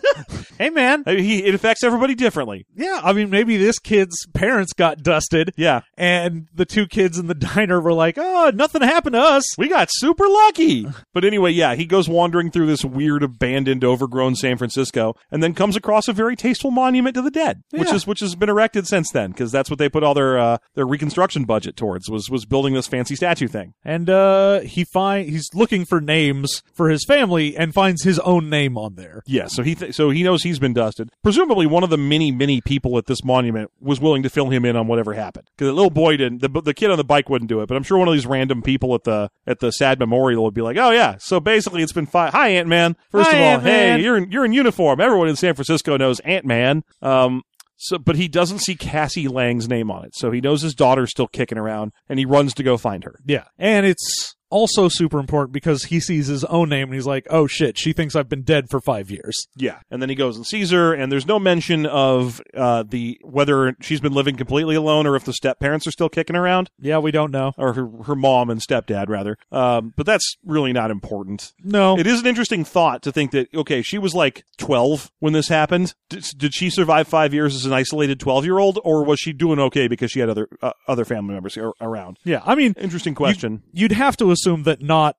A: hey, man.
B: I mean, he it affects everybody differently.
A: Yeah. I mean, maybe this kid's parents got dusted.
B: Yeah,
A: And the two kids in the (laughs) diner were like, oh, nothing happened to us.
B: we got super lucky. But anyway, yeah, he goes wandering through this weird, abandoned, overgrown San Francisco, and then comes across a very tasteful monument to the dead, which
A: Yeah.
B: is which has been erected since then, because that's what they put all their uh, their reconstruction budget towards was was building this fancy statue thing.
A: And uh, he find he's looking for names for his family and finds his own name on there.
B: Yeah, so he th- so he knows he's been dusted. Presumably, one of the many many people at this monument was willing to fill him in on whatever happened. Because the little boy didn't, the, the kid on the bike wouldn't do it. But I'm sure one of these random people at the at the sad memorial would be like, "Oh yeah, so basically it's been five. Hi Ant Man. First
A: Hi,
B: of all,
A: Ant-Man.
B: hey, you're in, you're in uniform. Everyone in San Francisco knows Ant Man. Um, so, but he doesn't see Cassie Lang's name on it, so he knows his daughter's still kicking around, and he runs to go find her.
A: Yeah. And it's also super important because he sees his own name and he's like, oh shit, she thinks I've been dead for five years.
B: Yeah, and then he goes and sees her, and there's no mention of uh, the whether she's been living completely alone or if the step parents are still kicking around,
A: Yeah, we don't know.
B: or her, her mom and stepdad rather. Um, but that's really not important.
A: No.
B: It is an interesting thought to think that okay, she was like 12 when this happened. Did, did she survive five years as an isolated 12 year old, or was she doing okay because she had other uh, other family members ar- around?
A: yeah, I mean,
B: Interesting question.
A: you'd have to assume that not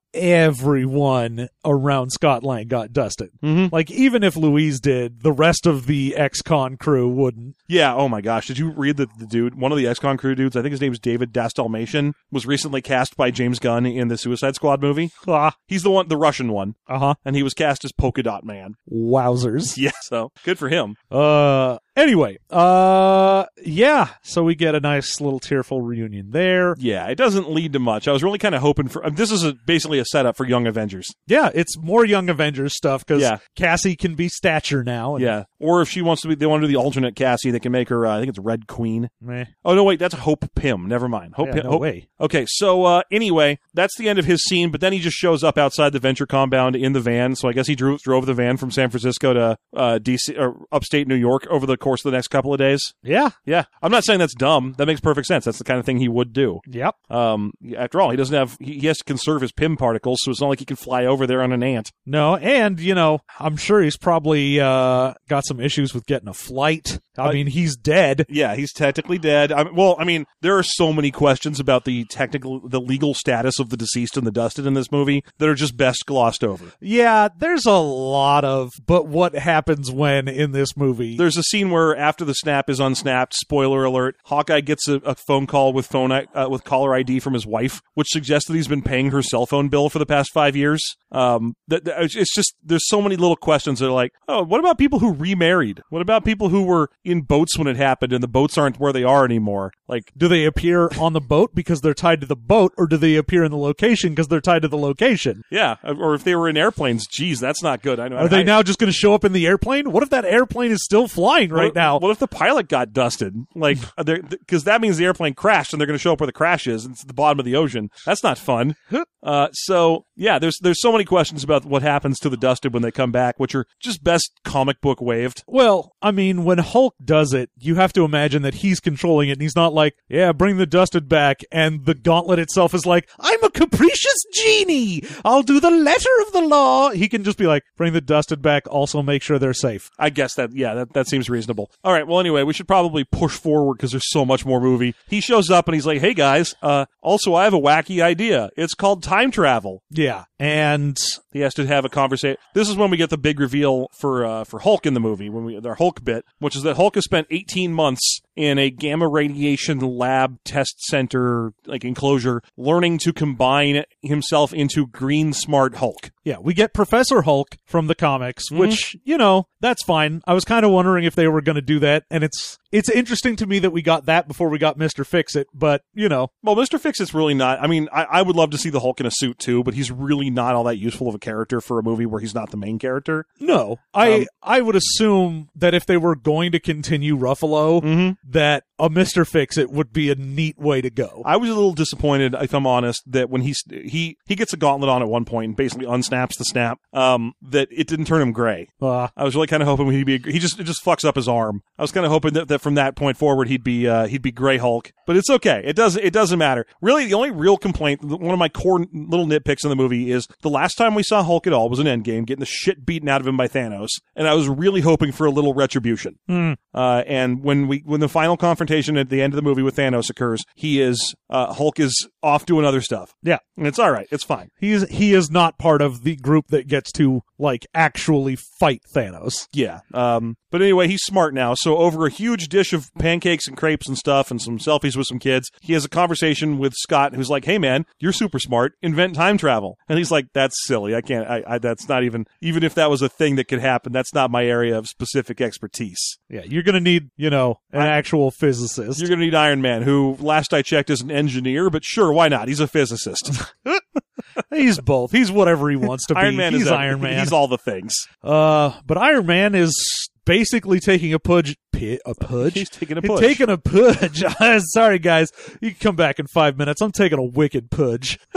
A: everyone around Scott Lang got dusted.
B: Mhm.
A: Like, even if Louise did, the rest of the ex-con crew wouldn't.
B: Yeah. Oh my gosh. Did you read that the dude, one of the XCon crew dudes, I think his name's David Dastalmatian, was recently cast by James Gunn in the Suicide Squad movie?
A: Ah,
B: He's the one, the Russian one,
A: uh-huh.
B: and he was cast as Polka Dot Man. (laughs)
A: Wowzers.
B: Yeah. So good for him.
A: Uh, anyway, uh, yeah. So we get a nice little tearful reunion there.
B: Yeah. It doesn't lead to much. I was really kind of hoping for. This is a, basically a setup for Young Avengers.
A: Yeah, it's more Young Avengers stuff because
B: Yeah.
A: Cassie can be stature now. And,
B: Yeah. Or if she wants to be, they want to do the alternate Cassie. They can make her. Uh, I think it's Red Queen.
A: Meh.
B: Oh no, wait. That's Hope Pym. Never mind. Hope.
A: Yeah,
B: Pym,
A: no
B: Hope,
A: way.
B: Okay, so uh, anyway, that's the end of his scene. But then he just shows up outside the venture compound in the van. So I guess he drew, drove the van from San Francisco to uh, DC or upstate New York over the course of the next couple of days.
A: Yeah.
B: Yeah, I'm not saying that's dumb. That makes perfect sense. That's the kind of thing he would do.
A: Yep.
B: Um, after all, he doesn't have he, he has to conserve his pim particles, so it's not like he can fly over there on an ant.
A: No, and you know, I'm sure he's probably uh, got some issues with getting a flight. I
B: Uh,
A: mean, he's dead.
B: Yeah, he's technically dead. I, well, I mean, there are so many questions about the technical, the legal status of the deceased and the dusted in this movie that are just best glossed over.
A: Yeah, there's a lot of but what happens when in this movie.
B: There's a scene where after the snap is unsnapped, spoiler alert, Hawkeye gets a, a phone call with phone I- uh, with caller ID from his wife, which suggests that he's been paying her cell phone bill for the past five years. Um, that, that- it's it's just there's so many little questions that are like, oh, what about people who remarried? What about people who were in boats when it happened and the boats aren't where they are anymore? Like,
A: do they appear on the boat because they're tied to the boat, or do they appear in the location because they're tied to the location?
B: yeah, or if they were in airplanes, geez, that's not good. I know.
A: Are they now just going to show up in the airplane? What if that airplane is still flying right
B: what,
A: now?
B: What if the pilot got dusted?
A: (laughs)
B: Like, because that means the airplane crashed, and they're going to show up where the crash is. And it's at the bottom of the ocean. That's not fun. uh, so yeah, there's there's so many questions about what happens to the dusted when they come back, which are just best comic book waved.
A: Well, I mean, when Hulk does it, you have to imagine that he's controlling it and he's not like, yeah, bring the dusted back. And the gauntlet itself is like, I'm a capricious genie. I'll do the letter of the law. He can just be like, bring the dusted back. Also make sure they're safe.
B: I guess that yeah, that, that seems reasonable. All right, well anyway, we should probably push forward because there's so much more movie. He shows up and he's like, "Hey guys, uh, also I have a wacky idea. It's called time travel."
A: Yeah. And
B: He has to have a conversation. This is when we get the big reveal for uh, for Hulk in the movie, when we their Hulk bit, which is that Hulk has spent 18 months in a gamma radiation lab test center like enclosure, learning to combine himself into Green Smart Hulk.
A: Yeah, we get Professor Hulk from the comics, which, you know, that's fine. I was kind of wondering if they were going to do that and it's it's interesting to me that we got that before we got Mr. Fix It, but, you know,
B: Well, Mister Fix is really not. I mean, I, I would love to see the Hulk in a suit too, but he's really not all that useful of a character for a movie where he's not the main character.
A: no. I
B: Um,
A: I would assume that if they were going to continue Ruffalo,
B: Mm-hmm.
A: that a Mr. Fix It would be a neat way to go.
B: I was a little disappointed, if I'm honest, that when he he he gets a gauntlet on at one point and basically unsnaps the snap, um, that it didn't turn him gray.
A: Uh,
B: I was really kind of hoping he'd be he just it just fucks up his arm. I was kind of hoping that, that from that point forward he'd be uh, he'd be Gray Hulk, but it's okay. It doesn't it doesn't matter. Really, the only real complaint, one of my core little nitpicks in the movie is the last time we saw Hulk at all was in Endgame, getting the shit beaten out of him by Thanos, and I was really hoping for a little retribution.
A: Hmm.
B: Uh, and when we when the final confrontation at the end of the movie with Thanos occurs, he is uh, Hulk is off doing other stuff.
A: Yeah.
B: and it's all right. It's fine.
A: He is he is not part of the group that gets to like actually fight Thanos.
B: Yeah. Um, but anyway, he's smart now. So over a huge dish of pancakes and crepes and stuff and some selfies with some kids, he has a conversation with Scott who's like, Hey man, you're super smart. Invent time travel. And he's like, that's silly. I can't, I, I that's not even, even if that was a thing that could happen, that's not my area of specific expertise.
A: Yeah, you're gonna need you know an actual physicist.
B: You're going to need Iron Man, who last I checked is an engineer, but sure, why not? He's a (laughs) physicist.
A: (laughs) He's both. He's whatever he wants to be.
B: Iron Man
A: he's
B: is a-
A: Iron Man.
B: He's all the things.
A: uh, but Iron Man is basically taking a pudge. Pi- a pudge.
B: He's taking a
A: He's
B: push.
A: taking a (laughs) pudge. Sorry guys, you can come back in five minutes. I'm taking a wicked pudge. (laughs)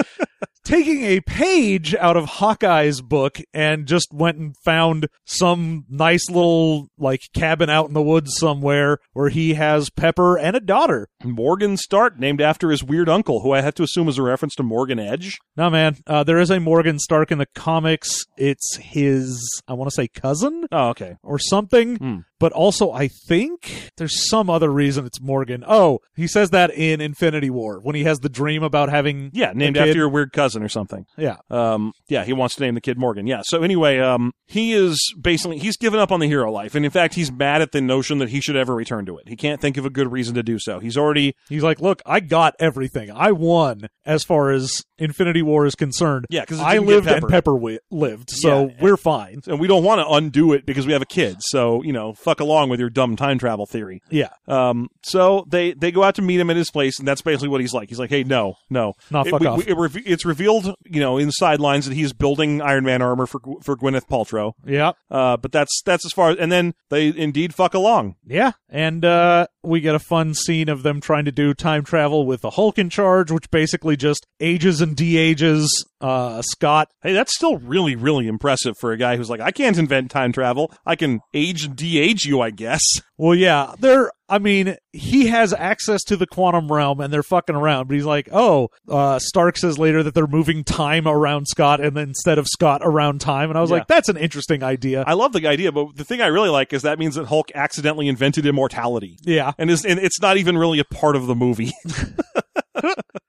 A: taking a page out of Hawkeye's book and just went and found some nice little like cabin out in the woods somewhere where he has Pepper and a daughter.
B: Morgan Stark, named after his weird uncle, who I have to assume is a reference to Morgan Edge.
A: No man, uh, there is a Morgan Stark in the comics. It's his, I want to say cousin
B: Oh, okay.
A: or something,
B: Hmm.
A: but also I think there's some other reason it's Morgan. Oh, he says that in Infinity War when he has the dream about having
B: Yeah, named
A: kid.
B: after your weird cousin or something.
A: yeah.
B: Um, yeah, he wants to name the kid Morgan. Yeah. So anyway, um, he is basically he's given up on the hero life, and in fact, he's mad at the notion that he should ever return to it. He can't think of a good reason to do so. He's already
A: He's like, look, I got everything. I won as far as Infinity War is concerned.
B: yeah, because
A: I lived and Pepper wi- lived, so
B: Yeah.
A: we're fine.
B: and we don't want to undo it because we have a kid. So you know, fuck along with your dumb time travel theory.
A: Yeah,
B: Um, so they they go out to meet him at his place, and that's basically what he's like. He's like, "Hey, no, no,
A: Nah,
B: It-
A: fuck
B: we-
A: off.
B: we- it reve- it's revealed, you know, in sidelines that he's building Iron Man armor for Gw- for Gwyneth Paltrow.
A: yeah,
B: Uh, but that's that's as far. as And then they indeed fuck along.
A: yeah. And uh, we get a fun scene of them trying to do time travel with the Hulk in charge, which basically just ages and de-ages uh, Scott.
B: Hey, that's still really really impressive for a guy who's like, I can't invent time travel. I can age and de-age you, I guess.
A: Well, yeah, they're. I mean, he has access to the quantum realm, and they're fucking around. But he's like, "Oh." Uh, Stark says later that they're moving time around Scott, and then instead of Scott around time. And I was
B: Yeah.
A: like, "That's an interesting idea."
B: I love the idea, but the thing I really like is that means that Hulk accidentally invented immortality.
A: yeah.
B: And, is, and it's not even really a part of the movie. (laughs)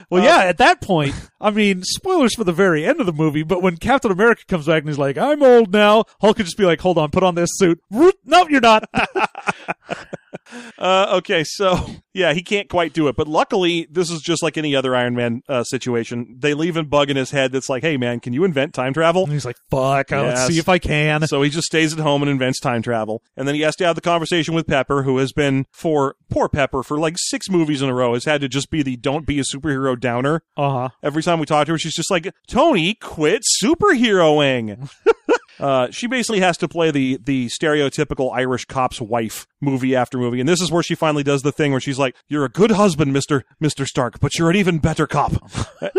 A: Well,
B: Uh,
A: yeah, at that point, I mean, spoilers for the very end of the movie, but when Captain America comes back and he's like, I'm old now, Hulk could just be like, hold on, put on this suit. Root- No, you're (laughs) not.
B: Uh, okay, so yeah, he can't quite do it, but luckily this is just like any other Iron Man uh, situation. They leave a bug in his head that's like, "Hey, man, can you invent time travel?"
A: and he's like, fuck, uh, let's
B: Yes.
A: see if I can.
B: (laughs) So he just stays at home and invents time travel, and then he has to have the conversation with Pepper, who has been for poor Pepper for like six movies in a row has had to just be the "don't be a superhero" downer.
A: Uh huh.
B: Every time we talk to her, she's just like, "Tony, quit superheroing." (laughs) Uh, she basically has to play the the stereotypical Irish cop's wife movie after movie, and this is where she finally does the thing where she's like, "You're a good husband, Mister Mister Stark, but you're an even better cop." (laughs)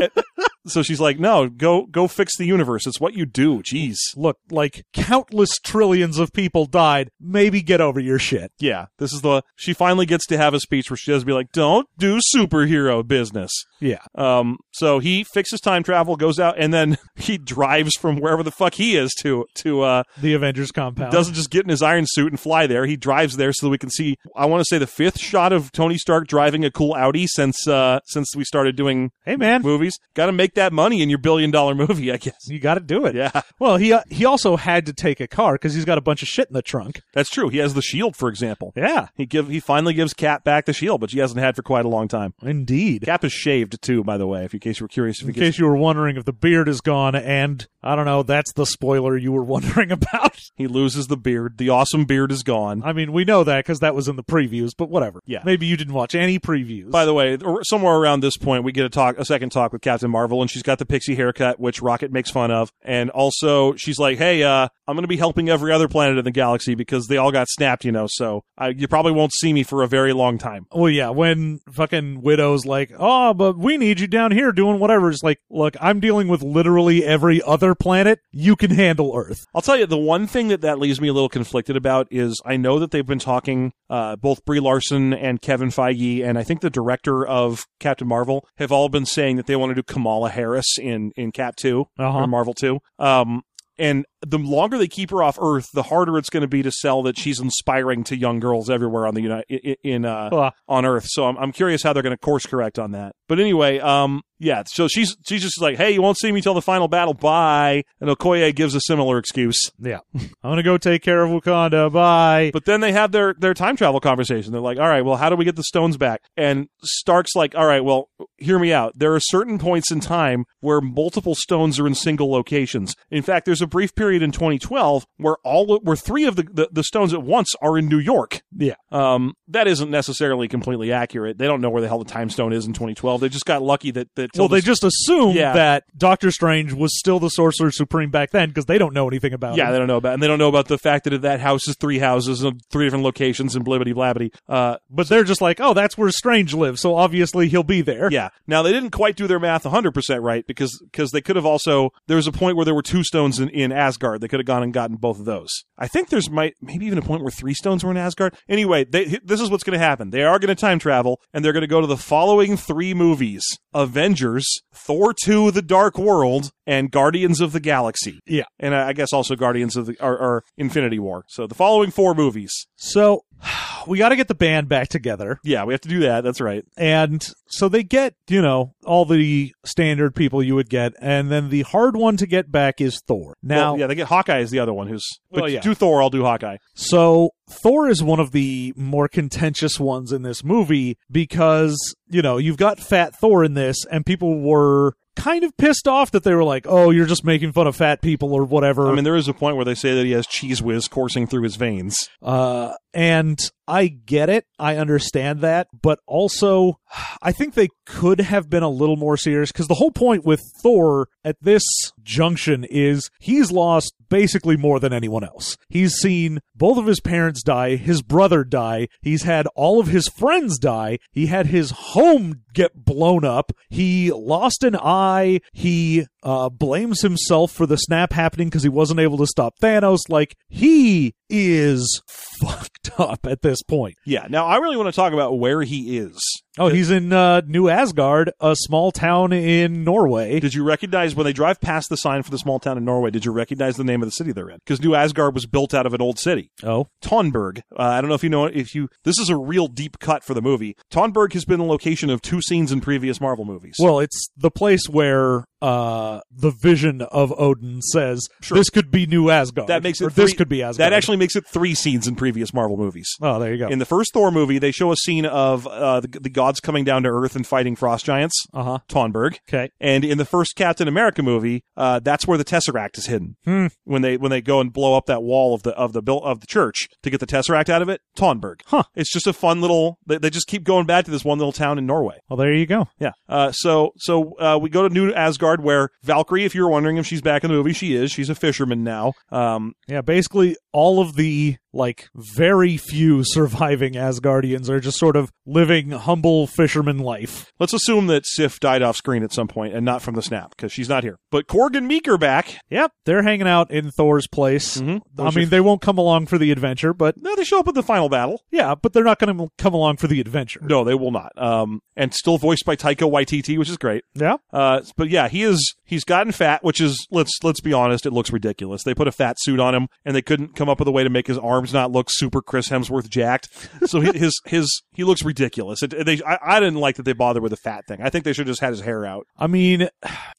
B: so she's like, "No, go go fix the universe. It's what you do." Jeez,
A: Look, like, countless trillions of people died. Maybe get over your shit.
B: yeah, this is the she finally gets to have a speech where she does be like, "Don't do superhero business."
A: Yeah.
B: Um, so he fixes time travel, goes out, and then (laughs) he drives from wherever the fuck he is to to uh
A: The Avengers compound.
B: doesn't just get in his iron suit and fly there. He drives there so that we can see. I want to say the fifth shot of Tony Stark driving a cool Audi since uh since we started doing (laughs)
A: hey, man.
B: movies. Got to make make that money in your billion dollar movie, I guess.
A: You got to do it.
B: Yeah.
A: Well, he uh, he also had to take a car because he's got a bunch of shit in the trunk.
B: That's true. He has the shield, for example.
A: Yeah,
B: He give he finally gives Cap back the shield, but she hasn't had for quite a long time.
A: indeed.
B: Cap is shaved too, by the way, if in case you were curious if he
A: In
B: gets,
A: case you were wondering if the beard is gone, and I don't know, that's the spoiler you were (laughs) wondering about.
B: he loses the beard. The awesome beard is gone.
A: I mean, we know that because that was in the previews, but whatever.
B: Yeah.
A: Maybe you didn't watch any previews.
B: By the way, or somewhere around this point, we get a talk, a second talk with Captain Marvel, and she's got the pixie haircut, which Rocket makes fun of, and also she's like, "Hey, uh, I'm going to be helping every other planet in the galaxy because they all got snapped, you know. So I, you probably won't see me for a very long time."
A: well, yeah, when fucking Widow's like, oh, but we need you down here doing whatever. It's like, look, I'm dealing with literally every other planet. You can handle Earth.
B: I'll tell you the one thing that that leaves me a little conflicted about is I know that they've been talking uh, both Brie Larson and Kevin Feige and I think the director of Captain Marvel have all been saying that they want to do Kamala Harris in in Cap 2
A: Uh-huh.
B: or Marvel 2. Um and the longer they keep her off Earth, the harder it's going to be to sell that she's inspiring to young girls everywhere on the uni- i- i- in uh,
A: Ugh.
B: on Earth. So I'm, I'm curious how they're going to course correct on that. But anyway, um, yeah. So she's she's just like, hey, you won't see me till the final battle. Bye. And Okoye gives a similar excuse.
A: Yeah. (laughs) I'm going to go take care of Wakanda. Bye.
B: But then they have their their time travel conversation. They're like, all right, well, how do we get the stones back? And Stark's like, all right, well, hear me out. There are certain points in time where multiple stones are in single locations. In fact, there's a brief period in 2012 where all where three of the the, the stones at once are in New York.
A: yeah.
B: Um, that isn't necessarily completely accurate. They don't know where the hell the time stone is in 2012. They just got lucky that that.
A: Well, they
B: Tilda's-
A: just assume
B: Yeah.
A: that Doctor Strange was still the Sorcerer Supreme back then because they don't know anything about
B: Yeah,
A: him.
B: they don't know about, and they don't know about the fact that that house is three houses and three different locations and blibbity blabbity. Uh,
A: But they're just like, oh, that's where Strange lives, so obviously he'll be there.
B: Yeah. Now they didn't quite do their math 100% right because because they could have also there was a point where there were two stones in, in Asgard. They could have gone and gotten both of those. I think there's might maybe even a point where three stones were in Asgard. Anyway, they, this is what's going to happen. They are going to time travel and they're going to go to the following three movies: Avengers, Thor 2: The Dark World, and Guardians of the Galaxy.
A: Yeah.
B: And I I guess also Guardians of the or, or Infinity War. So the following four movies.
A: So (sighs) we got to get the band back together.
B: Yeah, we have to do that. That's right.
A: And so they get, you know, all the standard people you would get. And then the hard one to get back is Thor. Now,
B: Well, yeah, they get Hawkeye is the other one who's. But
A: Well, yeah.
B: do Thor, I'll do Hawkeye.
A: so Thor is one of the more contentious ones in this movie because, you know, you've got Fat Thor in this, and people were kind of pissed off that they were like, oh, you're just making fun of fat people or whatever.
B: I mean, there is a point where they say that he has cheese whiz coursing through his veins.
A: Uh, and I get it. I understand that. But also, I think they could have been a little more serious because the whole point with Thor at this junction is he's lost basically more than anyone else. He's seen both of his parents die, his brother die, he's had all of his friends die, he had his home get blown up, he lost an eye, he uh, blames himself for the snap happening because he wasn't able to stop Thanos. Like, he is fucked (laughs) up at this point.
B: Yeah. Now, I really want to talk about where he is.
A: Oh, he's in uh, New Asgard, a small town in Norway.
B: Did you recognize when they drive past the sign for the small town in Norway? Did you recognize the name of the city they're in? Because New Asgard was built out of an old city.
A: Oh,
B: Tonberg. Uh, I don't know if you know if you. This is a real deep cut for the movie. Tonberg has been the location of two scenes in previous Marvel movies.
A: well, it's the place where uh, the vision of Odin says
B: Sure.
A: this could be New Asgard.
B: that makes it.
A: or this
B: three-
A: could be Asgard.
B: That actually makes it three scenes in previous Marvel movies.
A: Oh, there you go.
B: In the first Thor movie, they show a scene of uh, the, the gods coming down to Earth and fighting frost giants.
A: Uh huh.
B: Tonberg.
A: Okay.
B: And in the first Captain America movie, uh, that's where the Tesseract is hidden.
A: Hmm.
B: When they when they go and blow up that wall of the of the built of the church to get the Tesseract out of it, Tonberg.
A: Huh.
B: It's just a fun little. They, they just keep going back to this one little town in Norway.
A: Well, there you go.
B: Yeah. Uh, so so uh, we go to New Asgard where Valkyrie. If you're wondering if she's back in the movie, she is. She's a fisherman now. Um,
A: Yeah, basically all of the like very few (laughs) surviving Asgardians are just sort of living humble fisherman life.
B: let's assume that Sif died off screen at some point and not from the snap because she's not here. But Korg and Meek are back.
A: Yep, they're hanging out in Thor's place.
B: Mhm.
A: Mm-hmm. I mean, they won't come along for the adventure, but
B: No, they show up at the final battle.
A: yeah, but they're not going to come along for the adventure.
B: No, they will not. Um, and still voiced by Taika Waititi, which is great.
A: Yeah.
B: Uh, but yeah, he is he's gotten fat, which is let's let's be honest, it looks ridiculous. They put a fat suit on him, and they couldn't come up with a way to make his arm arms not look super Chris Hemsworth jacked. So hi- his his he (laughs) looks ridiculous. It, they I, I didn't like that they bothered with the fat thing. I think they should just had his hair out
A: I mean,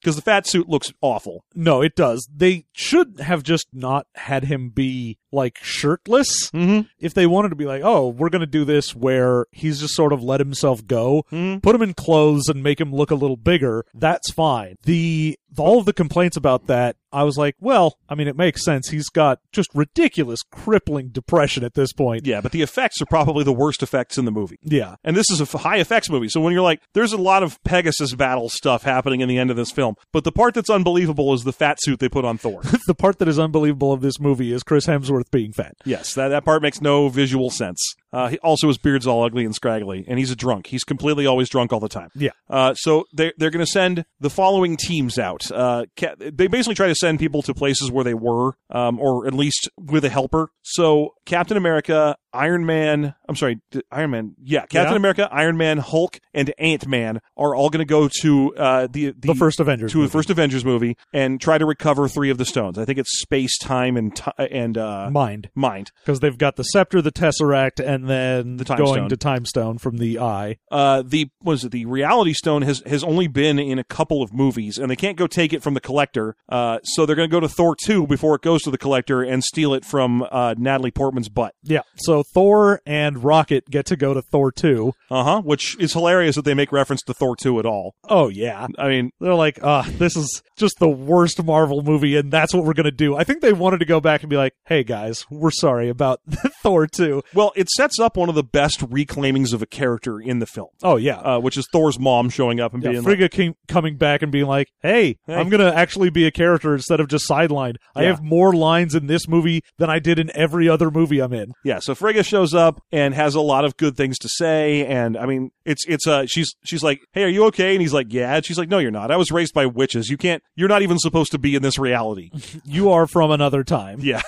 B: because the fat suit looks awful.
A: no, it does. They should have just not had him be like shirtless.
B: Mm-hmm.
A: If they wanted to be like, oh, we're going to do this where he's just sort of let himself go,
B: Mhm.
A: put him in clothes and make him look a little bigger, that's fine. The all of the complaints about that, I was like, well, I mean, it makes sense. He's got just ridiculous, crippling depression at this point.
B: Yeah, but the effects are probably the worst effects in the movie.
A: Yeah. (laughs)
B: And this is a f- high effects movie. So when you're like, there's a lot of Pegasus battle stuff happening in the end of this film. But the part that's unbelievable is the fat suit they put on Thor.
A: the part that is unbelievable of this movie is Chris Hemsworth being fat.
B: yes, that, that part makes no visual sense. Uh, he, also, his beard's all ugly and scraggly, and he's a drunk. He's completely always drunk all the time.
A: Yeah.
B: Uh, so they're, they're going to send the following teams out. Uh, ca- they basically try to send people to places where they were, um, or at least with a helper. So Captain America, Iron Man, I'm sorry, d- Iron Man, yeah, Captain
A: Yeah.
B: America, Iron Man, Hulk, and Ant Man are all going to go to uh, the,
A: The, first Avengers.
B: to
A: movie.
B: the first Avengers movie and try to recover three of the stones. I think it's space, time, and ti and uh,
A: mind
B: mind.
A: because they've got the scepter, the tesseract, and then
B: The Time
A: going
B: Stone.
A: to Time Stone from the Eye.
B: Uh, the was it the Reality Stone has has only been in a couple of movies, and they can't go take it from the Collector. Uh, so they're going to go to Thor two before it goes to the Collector and steal it from uh, Natalie Portman's butt.
A: Yeah. So Thor and Rocket get to go to Thor two.
B: Uh huh. Which is hilarious that they make reference to Thor two at all.
A: Oh yeah.
B: I mean,
A: They're like, uh, this is just the worst Marvel movie, and that's what we're gonna do. I think they wanted to go back and be like, "Hey guys, we're sorry about (laughs) Thor 2.
B: well, it sets up one of the best reclaimings of a character in the film,
A: Oh yeah,
B: uh, which is Thor's mom showing up and
A: Yeah,
B: being like,
A: Frigga came, coming back and being like, hey,
B: Hey.
A: I'm going to actually be a character instead of just sidelined. I
B: Yeah.
A: have more lines in this movie than I did in every other movie I'm in.
B: Yeah, so Frigga shows up and has a lot of good things to say, and I mean, it's it's uh she's she's like, hey, are you okay? And he's like, yeah. And she's like, no, you're not. I was raised by witches. You can't. You're not even supposed to be in
A: (laughs)
B: this reality.
A: You are from another time. (laughs)
B: yeah.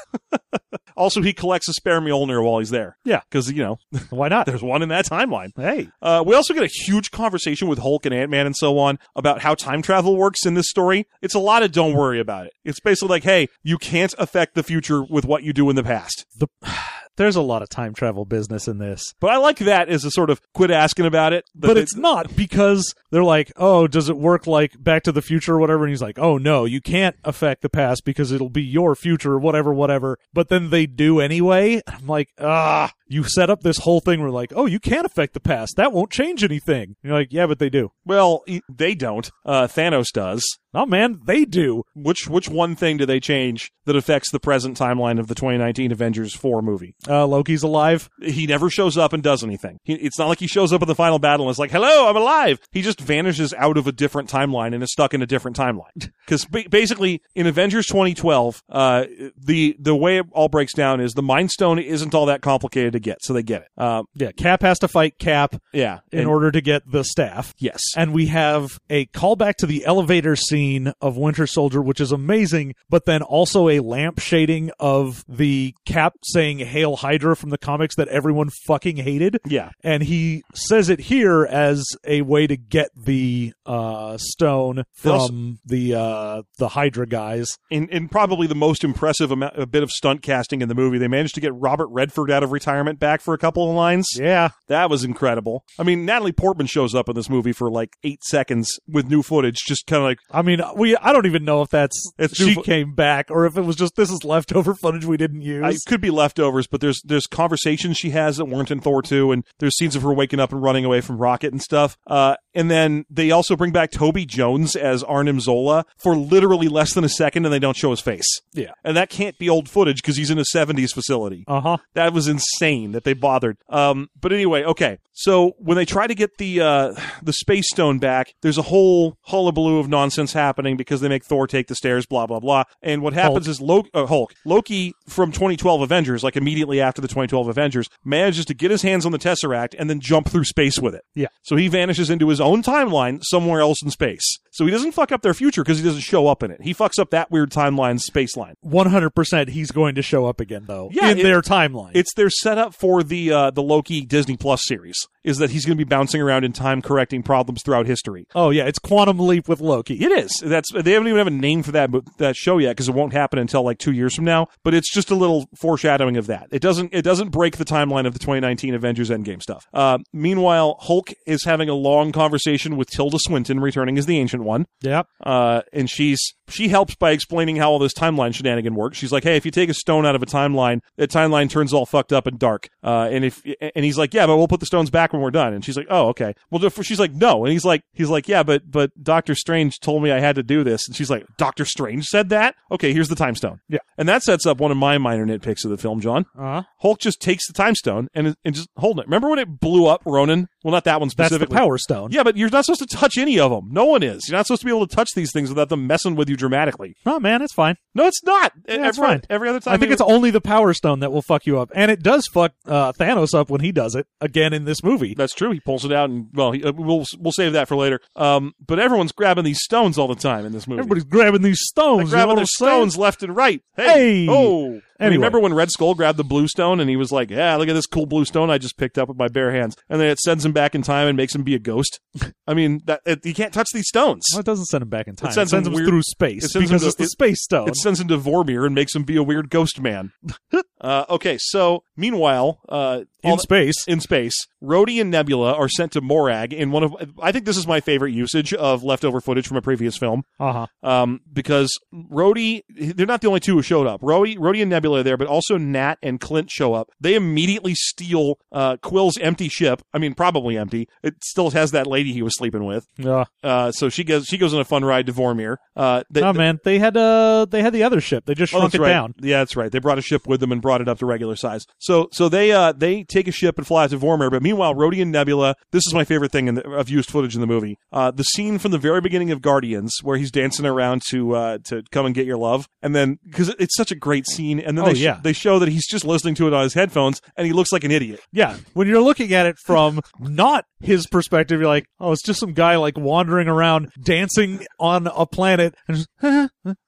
B: also, he collects a spare Mjolnir while he's there.
A: Yeah.
B: because you know
A: Why
B: (laughs)
A: not?
B: there's one in that timeline.
A: Hey.
B: Uh, we also get a huge conversation with Hulk and Ant Man and so on about how time travel works in this story. It's a lot of don't worry about it. It's basically like, hey, you can't affect the future with what you do in the past.
A: There's a lot of time travel business in this.
B: But I like that as a sort of quit asking about it. that
A: But
B: they-
A: it's not because they're like, oh, does it work like Back to the Future or whatever? And he's like, oh, no, you can't affect the past because it'll be your future or whatever, whatever. But then they do anyway. I'm like, ah, you set up this whole thing where like, oh, you can't affect the past. That won't change anything. you're like, yeah, but they do.
B: Well, e- they don't. Uh, Thanos does.
A: Oh man, they do.
B: Which which one thing do they change that affects the present timeline of the 2019 Avengers 4 movie?
A: Uh, Loki's alive.
B: He never shows up and does anything. He, it's not like he shows up in the final battle and is like, "Hello, I'm alive." He just vanishes out of a different timeline and is stuck in a different timeline. Because ba- basically, in Avengers 2012, uh, the the way it all breaks down is the Mind Stone isn't all that complicated to get, so they get it. Uh,
A: Yeah, Cap has to fight Cap
B: yeah.
A: in
B: And-
A: order to get the staff.
B: yes.
A: And we have a callback to the elevator scene of Winter Soldier, which is amazing, but then also a lamp shading of the Cap saying Hail Hydra from the comics that everyone fucking hated.
B: yeah.
A: And he says it here as a way to get the uh, stone
B: They
A: from
B: also-
A: the uh, the Hydra guys.
B: in, in probably the most impressive amount, a bit of stunt casting in the movie. They managed to get Robert Redford out of retirement back for a couple of lines.
A: Yeah.
B: That was incredible. I mean, Natalie Portman shows up in this movie for like eight seconds with new footage, just kind of like,
A: I mean, we I don't even know if that's
B: It's
A: she
B: new fo-
A: came back or if it was just this is leftover footage we didn't use.
B: I, it could be leftovers, but there's there's conversations she has that weren't in Thor 2, and there's scenes of her waking up and running away from Rocket and stuff. Uh, and then they also bring back Toby Jones as Arnim Zola for literally less than a second, and they don't show his face.
A: yeah.
B: And that can't be old footage because he's in a 70s facility.
A: Uh-huh.
B: That was insane that they bothered. Um, but anyway, okay. So when they try to get the uh, the space stone back, there's a whole hullabaloo of nonsense happening because they make Thor take the stairs, blah blah blah. And what happens is Loki, uh, Hulk, Loki from 2012 Avengers, like immediately after the 2012 Avengers, manages to get his hands on the tesseract and then jump through space with it.
A: Yeah.
B: So he vanishes into his own timeline somewhere else in space. So he doesn't fuck up their future because he doesn't show up in it. He fucks up that weird timeline space line.
A: 100% he's going to show up again though
B: Yeah,
A: in
B: it-
A: their timeline.
B: It's their setup for the uh, the Loki Disney Plus series. is that he's going to be bouncing around in time correcting problems throughout history.
A: Oh yeah, it's Quantum Leap with Loki.
B: It is. That's they haven't even have a name for that mo- that show yet because it won't happen until like two years from now. But it's just a little foreshadowing of that. It doesn't it doesn't break the timeline of the 2019 Avengers Endgame stuff. Uh, meanwhile, Hulk is having a long conversation with Tilda Swinton, returning as the Ancient One
A: Yep.
B: uh, and she's she helps by explaining how all this timeline shenanigan works. She's like, "Hey, if you take a stone out of a timeline, the timeline turns all fucked up and dark." Uh, and if and he's like, "Yeah, but we'll put the stones back when we're done." And she's like, "Oh, okay." Well, if- she's like, "No," and he's like, "He's like, yeah, but but Doctor Strange told me I had to do this," and she's like, "Doctor Strange said that? Okay, here's the time stone."
A: Yeah.
B: and that sets up one of my minor nitpicks of the film, John.
A: Uh-huh.
B: Hulk just takes the time stone and and just holding it. Remember when it blew up Ronan? Well, not that one
A: That's the
B: specifically.
A: Power Stone.
B: Yeah, but you're not supposed to touch any of them. No one is. You're not supposed to be able to touch these things without them messing with you dramatically.
A: Oh man, it's fine.
B: No, it's not.
A: that's
B: every,
A: fine.
B: Every other time,
A: I think
B: it-
A: it's only the Power Stone that will fuck you up, and it does fuck uh, Thanos up when he does it again in this movie.
B: that's true. He pulls it out, and well, he, uh, we'll we'll save that for later. Um, but everyone's grabbing these stones all the time in this movie.
A: Everybody's grabbing these
B: They're
A: stones. you know
B: grabbing
A: what
B: their
A: I'm saying?
B: stones left and right. Hey,
A: Hey!
B: oh. I mean,
A: Anyway.
B: Remember when Red Skull grabbed the blue stone and he was like, "Yeah, look at this cool blue stone I just picked up with my bare hands," and then it sends him back in time and makes him be
A: (laughs)
B: a ghost. I mean, that it, you can't touch these stones.
A: Well, it doesn't send him back in time. It
B: sends
A: sends,
B: him
A: him
B: weird-
A: through space
B: it sends him
A: because
B: to-
A: it's the
B: it-
A: space stone.
B: It sends him to Vormir and makes him be a weird ghost man. (laughs) uh, okay, so meanwhile, uh, all
A: in
B: the-
A: space.
B: in space, Rhodey and Nebula are sent to Morag in one of. I think this is my favorite usage of leftover footage from a previous film
A: Uh huh.
B: um, because Rhodey, they're not the only two who showed up. Rhodey, Rhodey and Nebula are there, but also Nat and Clint show up. They immediately steal uh, Quill's empty ship. I mean, probably empty. It still has that lady he was sleeping with.
A: Yeah.
B: Uh, so she goes. She goes on a fun ride to Vormir. Uh, they,
A: oh man, they had uh they had the other ship. They just
B: Oh,
A: shrunk
B: that's
A: it
B: right.
A: down.
B: Yeah, that's right. They brought a ship with them and brought it up to regular size. So so they uh they take a ship and fly out to Vormir. But meanwhile, Rhodey and Nebula. This is my favorite thing in the, of used footage in the movie. Uh, the scene from the very beginning of Guardians where he's dancing around to uh to come and get your love, and then because it's such a great scene, and then
A: Oh,
B: they, sh-
A: yeah.
B: they show that he's just listening to it on his headphones, and he looks like an idiot.
A: Yeah. When you're looking at it from not his perspective, you're like, oh, it's just some guy like wandering around dancing on a planet and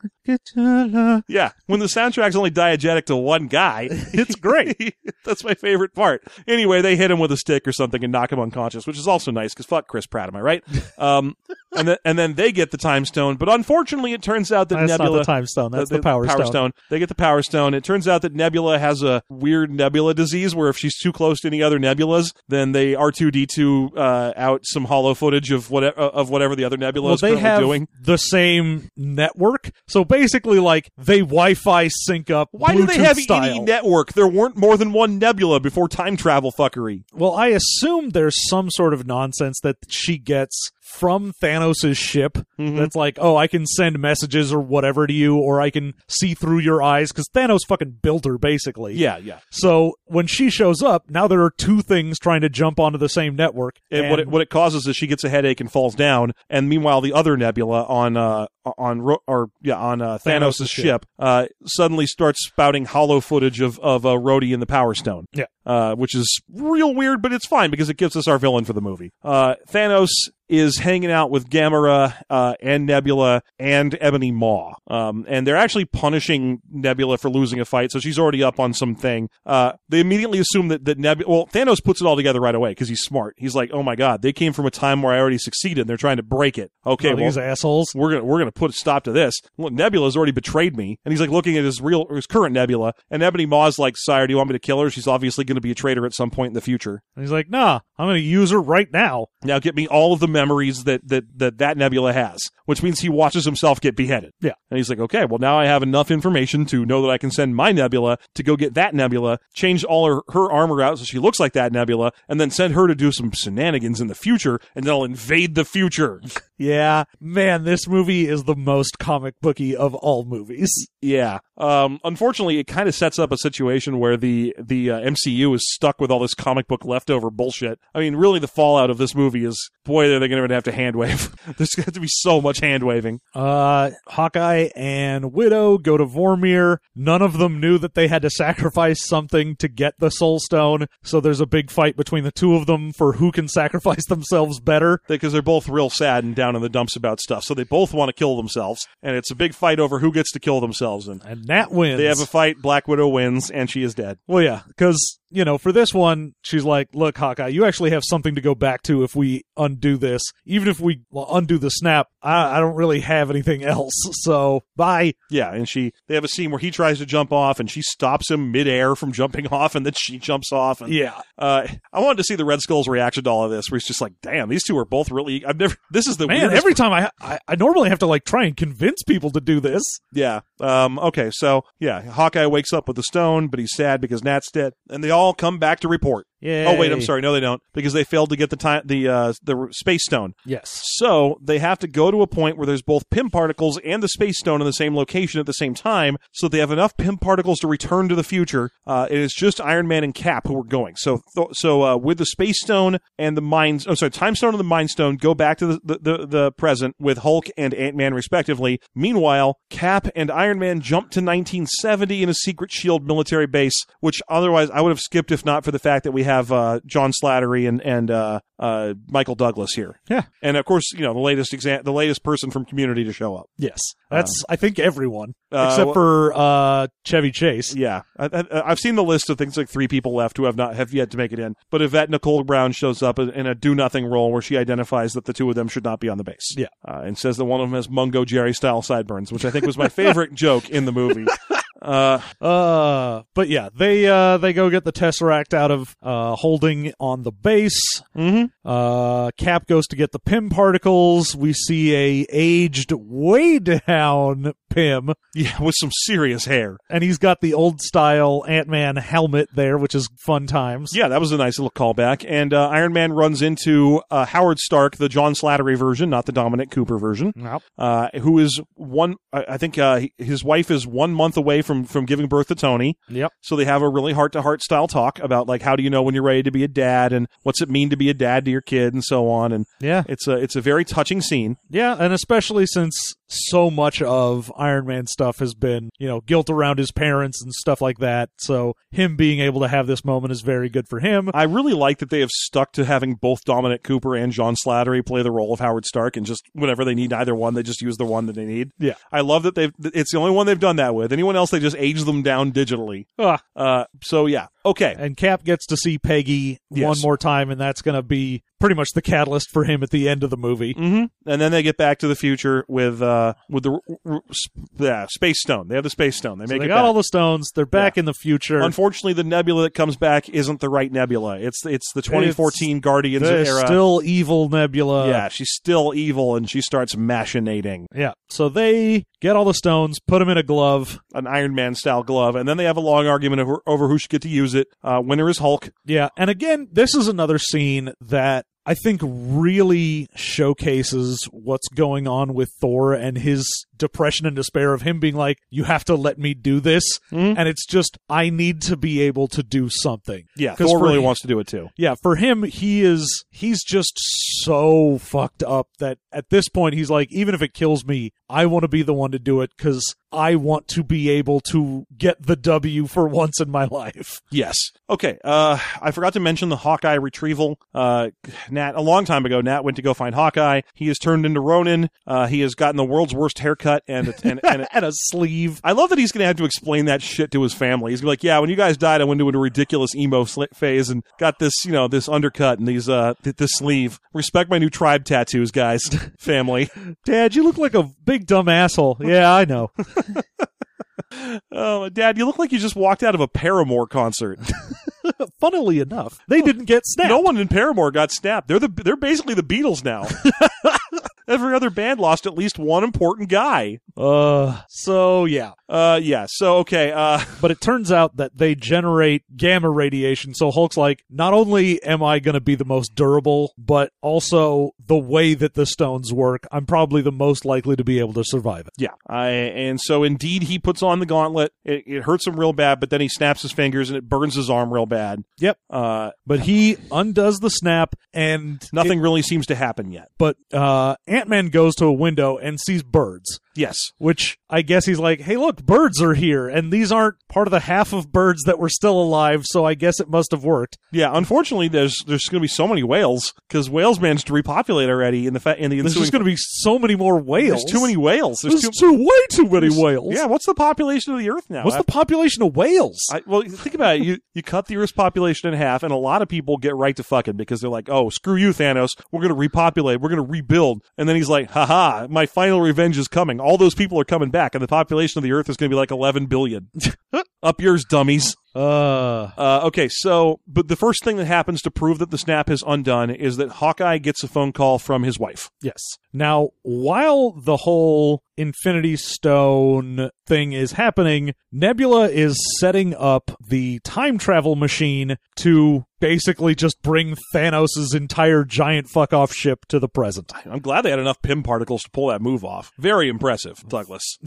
A: (laughs) just,
B: Yeah, when the soundtrack's only diegetic to one guy,
A: (laughs)
B: it's great. That's my favorite part. Anyway, they hit him with a stick or something and knock him unconscious, which is also nice because fuck Chris Pratt, am
A: (laughs)
B: I right? Um, and then and then they get the time stone, but unfortunately, it turns out that
A: That's
B: Nebula.
A: not the time stone. That's the, power, stone.
B: They get the power stone. It turns out that Nebula has a weird nebula disease where if she's too close to any other nebulas, then they R two D two uh, out some hollow footage of what of whatever the other nebula
A: Well,
B: is
A: they
B: currently
A: have
B: doing.
A: the same network, so basically, like they Wi-Fi sync up.
B: Why do they
A: Bluetooth
B: have
A: style.
B: any network? There weren't more than one nebula before time travel fuckery.
A: Well, I assume there's some sort of nonsense that she gets from Thanos' ship
B: Mm-hmm.
A: that's like, oh, I can send messages or whatever to you, or I can see through your eyes, because Thanos fucking built her, basically.
B: Yeah, yeah.
A: So when she shows up, now there are two things trying to jump onto the same network.
B: And, what it, what it causes is she gets a headache and falls down, and meanwhile the other nebula on uh on Ro- or yeah on uh, Thanos'
A: Thanos'
B: ship,
A: ship.
B: uh suddenly starts spouting hollow footage of of uh, Rhodey and the Power Stone.
A: Yeah.
B: uh, which is real weird, but it's fine because it gives us our villain for the movie. Uh, Thanos is hanging out with Gamora uh, and Nebula and Ebony Maw, um, and they're actually punishing Nebula for losing a fight, so she's already up on something. Uh, they immediately assume that that Nebula. Well, Thanos puts it all together right away because he's smart. He's like, "Oh my god, they came from a time where I already succeeded, and they're trying to break it." Okay,
A: all
B: well,
A: these assholes.
B: we're gonna we're gonna put a stop to this. Look, Nebula's already betrayed me, and he's like looking at his real his current Nebula, and Ebony Maw's like, "Sire, do you want me to kill her? She's obviously gonna be a traitor at some point in the future."
A: And he's like, nah, I'm going to use her right now.
B: Now get me all of the memories that that that that Nebula has, which means he watches himself get beheaded.
A: Yeah.
B: and he's like, "Okay, well now I have enough information to know that I can send my Nebula to go get that Nebula, change all her her armor out so she looks like that Nebula, and then send her to do some shenanigans in the future, and then I'll invade the future."
A: Yeah, man, this movie is the most comic booky of all movies.
B: Yeah. Um, unfortunately, it kind of sets up a situation where the the uh, MCU is stuck with all this comic book leftover bullshit. I mean, really, the fallout of this movie is boy, are they going to have to hand wave. (laughs) There's going to be so much hand waving.
A: Uh, Hawkeye and Widow go to Vormir. None of them knew that they had to sacrifice something to get the Soul Stone, so there's a big fight between the two of them for who can (laughs) sacrifice themselves better.
B: Because they're both real sad and down in the dumps about stuff, so they both want to kill themselves, and it's a big fight over who gets to kill themselves. And
A: And Nat wins.
B: they have a fight. Black Widow wins, and she is dead.
A: well, yeah, because you know, for this one, she's like, look, Hawkeye, you actually have something to go back to if we undo this. Even if we well, undo the snap, I, I don't really have anything else. (laughs) So bye.
B: Yeah, and she they have a scene where he tries to jump off, and she stops him midair from jumping (laughs) off, and then she jumps off. And
A: Yeah.
B: uh, I wanted to see the Red Skull's reaction to all of this, where he's just like, "Damn, these two are both really." I've never. (laughs) This is the
A: Man,
B: weirdest-
A: every time I, I I normally have to like try and convince people to do this.
B: Yeah. Um, okay. So yeah, Hawkeye wakes up with the stone, but he's sad because Nat's dead, and they all come back to report.
A: Yeah.
B: Oh wait, I'm sorry. No, they don't because they failed to get the time the uh, the space stone.
A: Yes.
B: So they have to go to a point where there's both Pym particles and the space stone in the same location at the same time, so they have enough Pym particles to return to the future. Uh, and it's just Iron Man and Cap who are going. So th- so uh, with the space stone and the mind, oh sorry, time stone and the mind stone go back to the the, the, the present with Hulk and Ant Man respectively. Meanwhile, Cap and Iron Man jump to 1970 in a secret Shield E military base, which otherwise I would have skipped if not for the fact that we have uh, John Slattery and and uh, uh, Michael Douglas here.
A: Yeah.
B: And of course, you know, the latest exa- the latest person from community to show up.
A: Yes. That's I think everyone
B: Uh,
A: except
B: wh-
A: for uh Chevy Chase.
B: Yeah. I, I, I've seen the list of things like three people left who have not have yet to make it in. But Yvette Nicole Brown shows up in in a do nothing role where she identifies that the two of them should not be on the base.
A: Yeah.
B: Uh, and says that one of them has Mungo Jerry style sideburns, which I think was my favorite (laughs) joke in the movie. Uh,
A: Uh but yeah, they uh they go get the Tesseract out of uh holding on the base.
B: mm-hmm.
A: Uh Cap goes to get the Pym particles. We see a aged way down Pym
B: Yeah, with some serious hair.
A: and he's got the old style Ant-Man helmet there, which is fun times.
B: Yeah, that was a nice little callback. And uh, Iron Man runs into uh, Howard Stark, the John Slattery version, not the Dominic Cooper version.
A: Yep.
B: uh, who is one. I I think uh, he- his wife is one month away from from giving birth to Tony.
A: Yep.
B: So they have a really heart to heart style talk about like how do you know when you're ready to be a dad and what's it mean to be a dad to your kid and so on. And
A: Yeah.
B: it's a it's a very touching scene.
A: Yeah, and especially since so much of Iron Man stuff has been, you know, guilt around his parents and stuff like that. So him being able to have this moment is very good for him.
B: I really like that they have stuck to having both Dominic Cooper and John Slattery play the role of Howard Stark, and just whenever they need either one, they just use the one that they need.
A: Yeah.
B: I love that they've. It's the only one they've done that with. Anyone else, they just age them down digitally.
A: Ah.
B: Uh, so yeah, okay.
A: And Cap gets to see Peggy
B: Yes.
A: one more time, and that's going to be pretty much the catalyst for him at the end of the movie.
B: hmm And then they get back to the future with uh with the r- r- sp- yeah, space stone. They have the space stone. They
A: So
B: make
A: they
B: it
A: got
B: back.
A: all the stones. They're back in the future.
B: Unfortunately, the nebula that comes back isn't the right nebula. It's it's the 2014 Guardians
A: There's
B: era.
A: still uh, evil Nebula.
B: yeah, she's still evil, and she starts machinating
A: Yeah. So they get all the stones, put them in a glove.
B: an Iron Man style glove, and then they have a long argument over, over who should get to use it. Uh, winner is Hulk.
A: Yeah. And again, this is another scene that I think really showcases what's going on with Thor and his depression and despair of him being like, you have to let me do this.
B: Mhm.
A: And it's just, I need to be able to do something.
B: Yeah,
A: 'Cause
B: Thor
A: for
B: really
A: him-
B: wants to do it too.
A: Yeah, for him, he is, he's just so fucked up that at this point, he's like, even if it kills me, I want to be the one to do it because I want to be able to get the W for once in my (laughs) life.
B: Yes. Okay. Uh, I forgot to mention the Hawkeye retrieval. Uh, Nat, a long time ago, Nat went to go find Hawkeye. He has turned into Ronin. Uh, he has gotten the world's worst haircut and, and, and
A: And a sleeve.
B: (laughs) I love that he's going to have to explain that shit to his family. He's gonna be like, "Yeah, when you guys died, I went into a ridiculous emo sl- phase and got this, you know, this undercut and these, uh, th- this sleeve. Respect my new tribe tattoos, guys. (laughs) family.
A: Dad, you look like a big dumb asshole. Yeah, I know. (laughs)
B: Oh, Dad, you look like you just walked out of a Paramore concert.
A: Funnily enough, they didn't get snapped.
B: No one in Paramore got snapped. They're the they're basically the
A: (laughs)
B: Beatles now. Every other band lost at least one important guy.
A: Uh, so yeah.
B: Uh, yeah. So okay. Uh,
A: But it turns out that they generate gamma radiation. So Hulk's like, not only am I going to be the most durable, but also the way that the stones work, I'm probably the most likely to be able to survive it.
B: yeah. I and so indeed he puts on the gauntlet. It, it hurts him real bad, but then he snaps his fingers and it burns his arm real bad.
A: Yep.
B: Uh,
A: But he undoes the snap and
B: nothing really seems to happen yet.
A: but uh, Ant Man goes to a window and sees birds.
B: Yes.
A: Which I guess he's like, hey, look, birds are here, and these aren't part of the half of birds that were still alive, so I guess it must have worked.
B: Yeah. Unfortunately, there's there's going to be so many whales because whales managed to repopulate already in the fa- in the
A: There's
B: ensuing.
A: just going to be so many more whales.
B: there's too many whales. There's,
A: There's,
B: too,
A: too, way too many whales.
B: Yeah. What's the population of the Earth now?
A: What's the population of whales?
B: I, well, think about it. You you cut the Earth's population in half, and a lot of people get right to fucking because they're like, "Oh, screw you, Thanos. We're going to repopulate. We're going to rebuild." And then he's like, "Haha, my final revenge is coming. All those people are coming back, and the population of the Earth is going to be like 11 billion. (laughs) Up yours, dummies."
A: uh,
B: Uh, okay, so but the first thing that happens to prove that the snap is undone is that Hawkeye gets a phone call from his wife.
A: yes. Now, while the whole Infinity Stone thing is happening, Nebula is setting up the time travel machine to basically just bring Thanos' entire giant fuck off ship to the present.
B: I'm glad they had enough Pym particles to pull that move off. Very impressive, Douglas.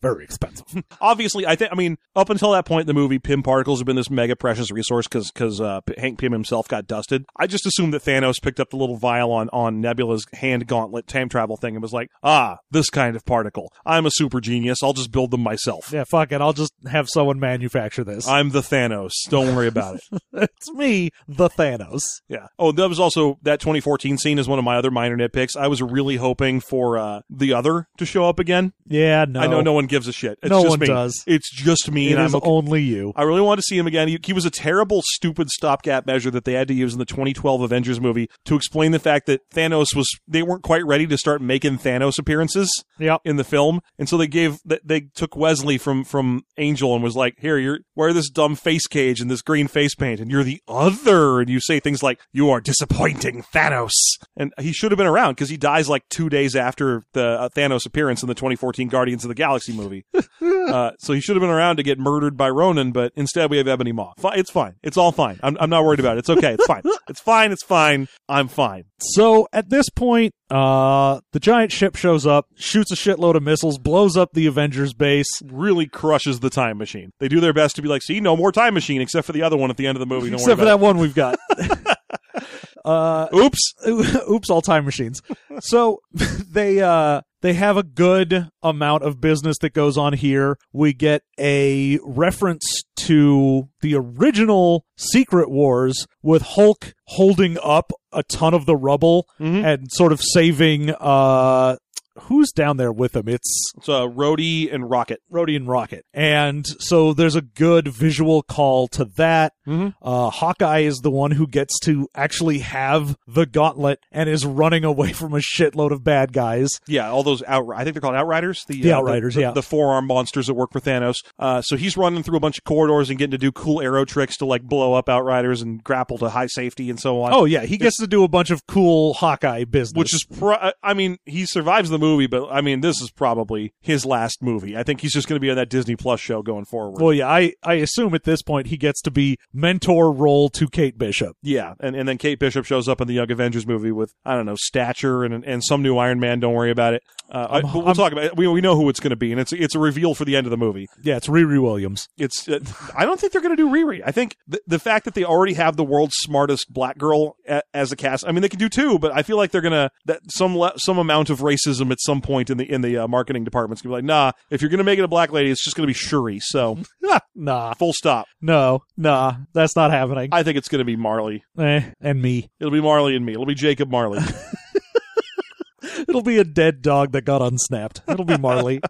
A: Very expensive.
B: obviously, I think. I mean, up until that point in the movie, Pym particles have been this mega precious resource because uh, P- Hank Pym himself got dusted. I just assumed that Thanos picked up the little vial on on Nebula's hand gauntlet time travel thing and was like, "Ah, this kind of particle. I'm a super genius. I'll just build them myself.
A: yeah, fuck it. I'll just have someone manufacture this.
B: I'm the Thanos. Don't worry about it."
A: (laughs) it's me, the Thanos.
B: Yeah. Oh, that was also that 2014 scene is one of my other minor nitpicks. I was really hoping for uh, the other to show up again.
A: Yeah, no.
B: I know no one gives a shit. It's
A: No
B: just
A: one
B: me.
A: does.
B: It's just me,
A: It
B: and
A: is
B: I'm okay.
A: only you.
B: I really want to see him again. He, he was a terrible, stupid stopgap measure that they had to use in the 2012 Avengers movie to explain the fact that Thanos was they weren't quite ready to start making Thanos appearances
A: Yep.
B: in the film, and so they gave they, they took Wesley from from Angel and was like, "Here, you're wear this dumb face cage and this green face paint, and you're the other." And you say things like, "You are disappointing, Thanos," and he should have been around because he dies like two days after the uh, Thanos appearance in the 2014 Guardians of the Galaxy movie. uh, so he should have been around to get murdered by Ronan, but instead we have Ebony Maw. Fi- It's fine. It's all fine. I'm, I'm not worried about it. It's okay. It's fine. It's fine. It's fine. I'm fine.
A: So at this point, uh, the giant ship shows up, shoots a shitload of missiles, blows up the Avengers base.
B: really crushes the time machine. They do their best to be like, see, no more time machine, except for the other one at the end of the movie. Don't
A: Except for
B: worry
A: that one we've got.
B: (laughs)
A: (laughs) uh,
B: about it. Oops.
A: (laughs) oops, all time machines. So (laughs) they uh they have a good amount of business that goes on here. We get a reference to the original Secret Wars with Hulk holding up a ton of the rubble
B: Mhm.
A: and sort of saving uh who's down there with him? It's
B: It's uh, Rhodey and Rocket.
A: Rodian Rocket. And so there's a good visual call to that.
B: Mhm.
A: Uh, Hawkeye is the one who gets to actually have the gauntlet and is running away from a shitload of bad guys.
B: Yeah, all those out. I think they're called Outriders. The, uh,
A: The Outriders,
B: the,
A: yeah.
B: The forearm monsters that work for Thanos. Uh, so he's running through a bunch of corridors and getting to do cool arrow tricks to like blow up Outriders and grapple to high safety and so on.
A: Oh, yeah. He gets to do a bunch of cool Hawkeye business.
B: Which is, pro- I mean, he survives the movie, but I mean, this is probably his last movie. I think he's just going to be on that Disney Plus show going forward.
A: Well, yeah, I, I assume at this point he gets to be mentor role to Kate Bishop.
B: Yeah, and, and then Kate Bishop shows up in the Young Avengers movie with I don't know stature and and some new Iron Man. Don't worry about it. Uh, I- but we'll
A: I'm-
B: talk about it. We we know who it's going to be, and it's it's a reveal for the end of the movie.
A: Yeah, it's Riri Williams.
B: It's uh, I don't think they're going to do Riri. I think the, the fact that they already have the world's smartest black girl a, as a cast. I mean, they can do two, but I feel like they're going to that some le- some amount of racism at some point in the in the uh, marketing department's going to be like, nah, if you're going to make it a black lady, it's just going to be Shuri. So
A: Nah,
B: full stop.
A: no, nah, that's not happening.
B: I think it's going to be Marley.
A: eh, and me.
B: It'll be Marley and me. It'll be Jacob Marley.
A: It'll be a dead dog that got unsnapped. It'll be (laughs) Marley.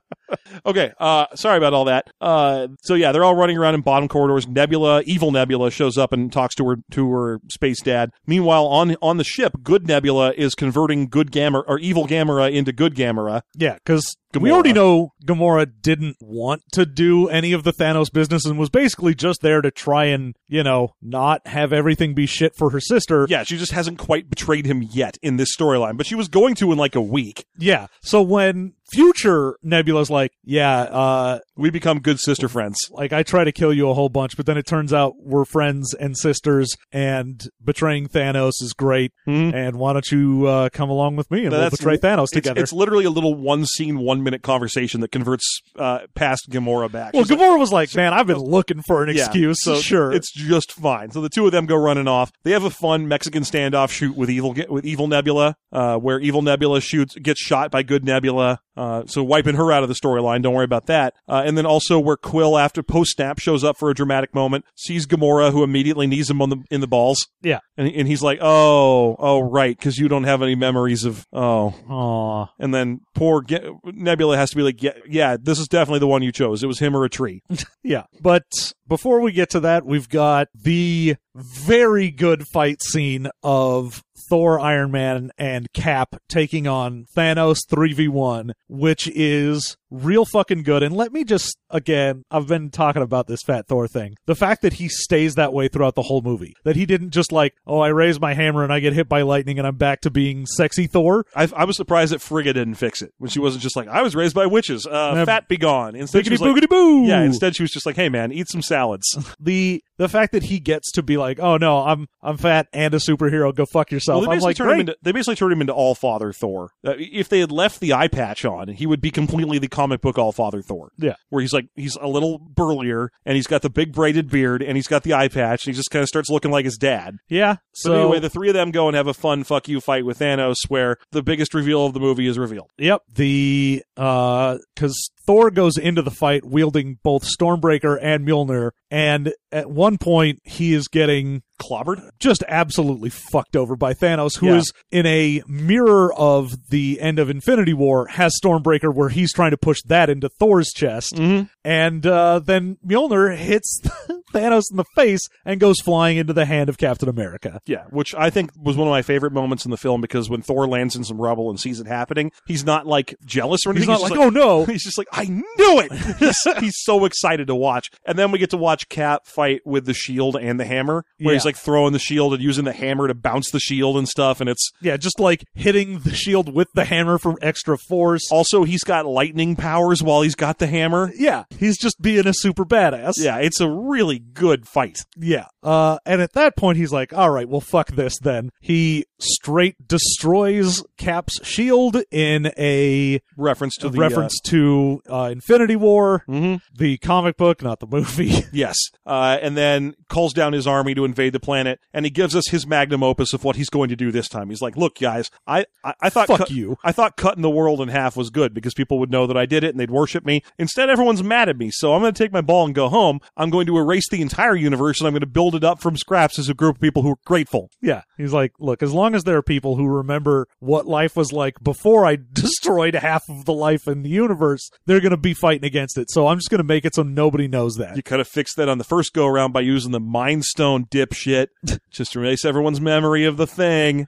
B: Okay, uh, sorry about all that. Uh, so yeah, they're all running around in bottom corridors. Nebula, evil Nebula, shows up and talks to her to her space dad. Meanwhile, on on the ship, good Nebula is converting good Gamma or evil Gamma into good Gamma.
A: Yeah, because we
B: Gamora.
A: already know Gamora didn't want to do any of the Thanos business and was basically just there to try and, you know, not have everything be shit for her sister.
B: Yeah, she just hasn't quite betrayed him yet in this storyline, but she was going to in like a week.
A: Yeah. So when future Nebula's like, yeah, uh,
B: We become good sister friends.
A: like I try to kill you a whole bunch, but then it turns out we're friends and sisters and betraying Thanos is great.
B: Hmm.
A: And why don't you, uh, come along with me and we'll
B: That's-
A: betray Thanos
B: It's,
A: together?
B: it's literally a little one scene, one minute conversation that converts uh, past Gamora back.
A: well,
B: She's like,
A: Gamora was like, man, I've been looking for an
B: Yeah,
A: excuse.
B: So
A: sure.
B: it's just fine. So the two of them go running off. They have a fun Mexican standoff shoot with evil with evil Nebula, uh, where evil Nebula shoots gets shot by good Nebula. Uh, so wiping her out of the storyline. Don't worry about that. Uh, and then also where Quill, after post snap, shows up for a dramatic moment, sees Gamora, who immediately knees him on the in the balls.
A: Yeah.
B: and, and he's like, "Oh, oh, right, because you don't have any memories of oh."
A: Aw.
B: And then poor Ge- Nebula has to be like, "Yeah, yeah, this is definitely the one you chose. It was him or a tree."
A: Yeah. But before we get to that, we've got the very good fight scene of Thor, Iron Man, and Cap taking on Thanos 3v1, which is real fucking good. And let me just, again, I've been talking about this Fat Thor thing. The fact that he stays that way throughout the whole movie, that he didn't just like, oh, I raise my hammer and I get hit by lightning and I'm back to being sexy Thor.
B: I, I was surprised that Frigga didn't fix it when she wasn't just like, "I was raised by witches. Uh,
A: Yeah.
B: fat be gone." Instead, she
A: Biggity
B: was like,
A: boogity boo!
B: yeah. Instead, she was just like, "Hey, man, eat some salads."
A: the the fact that he gets to be like, oh no, I'm I'm fat and a superhero. Go fuck yourself.
B: Well, they
A: I'm
B: basically
A: like,
B: turned him
A: great.
B: into they basically turned him into All Father Thor. Uh, if they had left the eye patch on, he would be completely the comic book All Father Thor.
A: Yeah.
B: where he's like he's a little burlier and he's got the big braided beard and he's got the eye patch and he just kind of starts looking like his dad.
A: yeah.
B: So,
A: So
B: anyway, the three of them go and have a fun fuck you fight with Thanos, where the biggest reveal of the movie is revealed.
A: yep. The uh, because Thor goes into the fight wielding both Stormbreaker and Mjolnir, and at one point he is getting
B: Clobbered.
A: just absolutely fucked over by Thanos, who is
B: Yeah.
A: in a mirror of the end of Infinity War, has Stormbreaker where he's trying to push that into Thor's chest.
B: Mm-hmm.
A: And uh, then Mjolnir hits (laughs) Thanos in the face and goes flying into the hand of Captain America.
B: Yeah, which I think was one of my favorite moments in the film because when Thor lands in some rubble and sees it happening, he's not like jealous or
A: He's
B: anything.
A: not
B: just
A: like, oh
B: (laughs)
A: no.
B: He's just like, I knew it. (laughs) He's, he's so excited to watch. And then we get to watch Cap fight with the shield and the hammer, where he's
A: Yeah.
B: like throwing the shield and using the hammer to bounce the shield and stuff. And it's
A: Yeah, just like hitting the shield with the hammer for extra force.
B: also, he's got lightning powers while he's got the hammer.
A: Yeah, he's just being a super badass.
B: Yeah, it's a really good fight.
A: Yeah. Uh, and at that point, he's like, all right, well, fuck this then. He straight destroys Cap's shield in a
B: Reference to the uh,
A: reference to uh, Infinity War,
B: Mhm.
A: the comic book, not the movie. (laughs)
B: Yes. Uh, and then calls down his army to invade the planet, and he gives us his magnum opus of what he's going to do this time. He's like, "Look, guys, I I, I thought
A: Fuck
B: cut-
A: you.
B: I thought cutting the world in half was good because people would know that I did it and they'd worship me. Instead, everyone's mad at me, so I'm going to take my ball and go home. I'm going to erase the entire universe and I'm going to build it up from scraps as a group of people who are grateful."
A: Yeah. He's like, look, as long as there are people who remember what life was like before I (laughs) destroyed half of the life in the universe, they're going to be fighting against it. So I'm just going to make it so nobody knows that.
B: You could have fixed that on the first go around by using the Mind Stone, dipshit. (laughs) Just erase everyone's memory of the thing.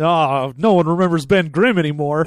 A: Ah, no one remembers Ben Grimm
B: (laughs)
A: anymore.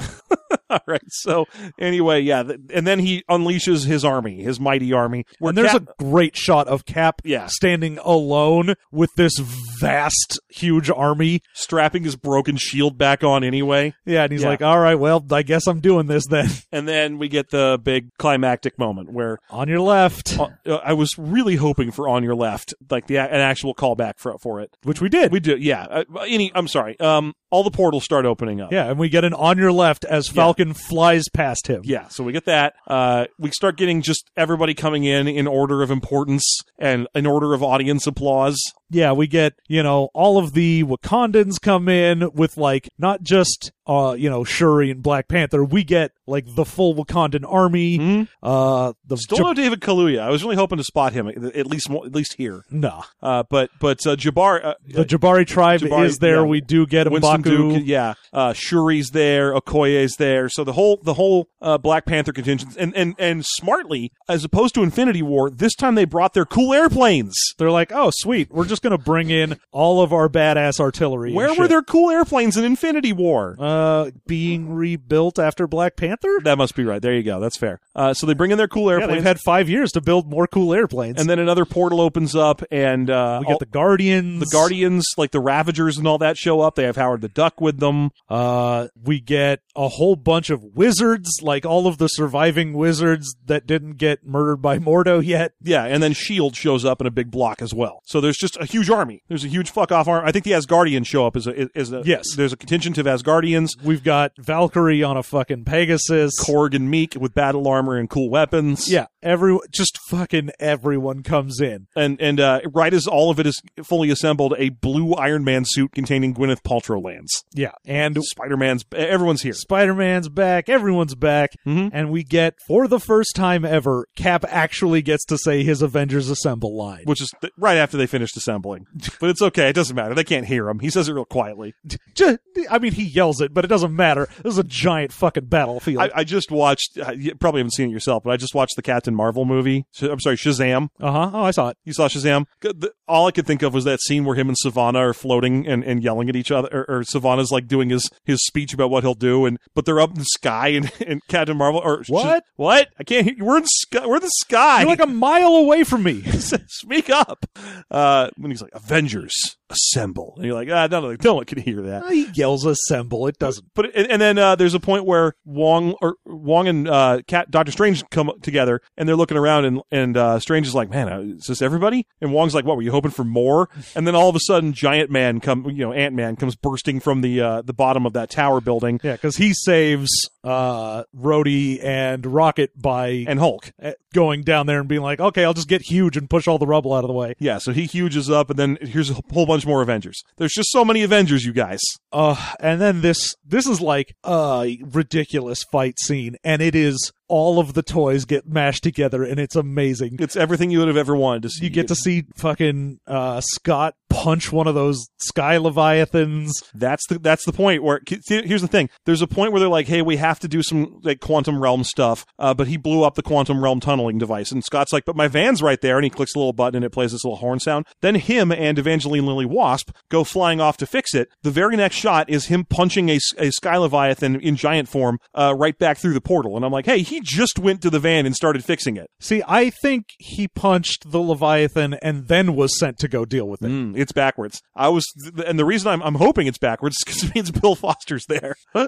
B: All right. So anyway, yeah, th- and then he unleashes his army, his mighty army. Where
A: And there's
B: Cap-
A: a great shot of Cap
B: Yeah.
A: standing alone with this vast, huge army.
B: strapping his broken shield back on anyway,
A: Yeah. And he's
B: Yeah.
A: like, all right, well, I guess I'm doing this then. (laughs)
B: and then we get the big climactic moment where
A: On your left,
B: uh, I was really hoping for on your left, like the a- an actual callback for for it.
A: which we did.
B: We do, yeah. Uh, any, I'm sorry. Um, all the portals start opening up.
A: yeah. And we get an on your left as Falcon flies past him.
B: Yeah, so we get that. Uh, we start getting just everybody coming in in order of importance and in order of audience applause.
A: yeah, we get, you know, all of the Wakandans come in with like not just uh, you know, Shuri and Black Panther. We get like the full Wakandan army.
B: Hmm?
A: Uh the
B: Still no David Kaluuya. I was really hoping to spot him at at least mo- at least here.
A: Jab- nah.
B: Uh, but but uh, Jabbar, uh,
A: The Jabari tribe
B: Jabari-
A: is there.
B: yeah.
A: We do get
B: Winston Duke,
A: Mbaku.
B: yeah, uh, Shuri's there, Okoye's there. So the whole the whole uh, Black Panther contingent, and and and smartly, as opposed to Infinity War, this time they brought their cool airplanes.
A: They're like, oh sweet, we're just gonna bring in all of our badass artillery. and
B: Where were
A: shit."
B: their cool airplanes in Infinity War?
A: uh being rebuilt after Black Panther?
B: That must be right. There you go. That's fair. Uh, so they bring in their cool
A: Yeah, they've
B: airplanes,
A: had five years to build more cool airplanes.
B: and then another portal opens up, and uh,
A: we
B: all-
A: get the Guardians.
B: the Guardians, like the Ravagers and all that, show up. They have Howard the Duck with them.
A: Uh, we get a whole bunch of wizards, like all of the surviving wizards that didn't get murdered by Mordo yet.
B: Yeah, and then Shield E shows up in a big block as well. So there's just a huge army. There's a huge fuck off army. I think the Asgardians show up as a as a
A: Yes.
B: There's a contingent of Asgardians,
A: We've got Valkyrie on a fucking Pegasus.
B: Korg and Meek with battle armor and cool weapons.
A: yeah, Every just fucking everyone comes in.
B: and and uh, right as all of it is fully assembled, a blue Iron Man suit containing Gwyneth Paltrow lands.
A: Yeah, and
B: Spider Man's everyone's here.
A: Spider Man's back. Everyone's back,
B: Mhm.
A: and we get for the first time ever, Cap actually gets to say his Avengers Assemble line.
B: Which is th- right after they finished assembling, but it's okay. It doesn't matter. They can't hear him. He says it real quietly.
A: Ju- I mean, he yells it, but it doesn't matter. This is a giant fucking battlefield.
B: I, I just watched. Uh, you probably haven't seen it yourself, but I just watched the Captain Marvel movie. Sh- I'm sorry, Shazam.
A: uh huh. Oh, I saw it.
B: You saw Shazam. G- the- All I could think of was that scene where him and Savannah are floating and, and yelling at each other, or, or Savannah's like doing his, his speech about what he'll do, and but they're up in the sky, and, and Captain Marvel or Sh-
A: What?
B: what? I can't hear. you. We're in sky. We're in the sky.
A: You're like a mile away from me.
B: (laughs) Speak up. Uh, when he's like, Avengers, assemble. And you're like, ah, no, no, no one can hear that.
A: he yells Assemble. It doesn't.
B: But and, and then uh, there's a point where Wong or Wong and uh, Cat Doctor Strange come together and they're looking around and and uh, Strange is like, man, uh, is this everybody? And Wong's like, what were you hoping
A: (laughs)
B: for more? And then all of a sudden, Giant Man come, you know, Ant Man comes bursting from the uh, the bottom of that tower building
A: Yeah, because he saves uh Rhodey and Rocket by
B: and Hulk.
A: uh, going down there and being like, okay, I'll just get huge and push all the rubble out of the way.
B: Yeah, so he huges up, and then here's a whole bunch more Avengers. There's just so many Avengers, you guys.
A: Uh, and then this this is like a ridiculous fight scene, and it is all of the toys get mashed together, and it's amazing.
B: It's everything you would have ever wanted to see.
A: You get to see fucking uh, Scott punch one of those sky leviathans.
B: That's the that's the point where see, here's the thing. There's a point where they're like, "Hey, we have to do some like quantum realm stuff," uh, but he blew up the quantum realm tunneling device, and Scott's like, "But my van's right there," and he clicks a little button and it plays this little horn sound. Then him and Evangeline Lily Wasp go flying off to fix it. The very next shot is him punching a, s- a sky leviathan in giant form uh, right back through the portal, and I'm like, "Hey, he just went to the van and started fixing it.
A: See, I think he punched the leviathan and then was sent to go deal with it.
B: Mm, it's backwards." I was, and the reason I'm I'm hoping it's backwards because it means Bill Foster's there.
A: (laughs)
B: (laughs)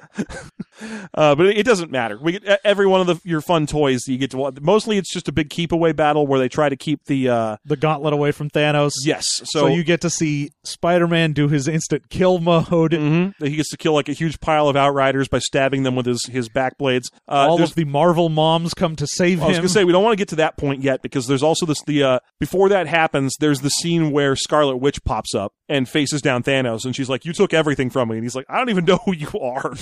B: Uh, but it, it doesn't matter. We get, e, every one of the, your fun toys that you get to watch. Mostly, it's just a big keep away battle where they try to keep the. Uh,
A: The gauntlet away from Thanos.
B: yes, so,
A: So, you get to see Spider-Man do his instant kill mode.
B: Mhm. he gets to kill like a huge pile of outriders by stabbing them with his his back blades. Uh,
A: All
B: there's-
A: of the Marvel moms come to save
B: I was
A: him. (laughs)
B: gonna say we don't want to get to that point yet because there's also this the uh, before that happens there's the scene where Scarlet Witch pops up and faces down Thanos and she's like you took everything from me and he's like I don't even know who you are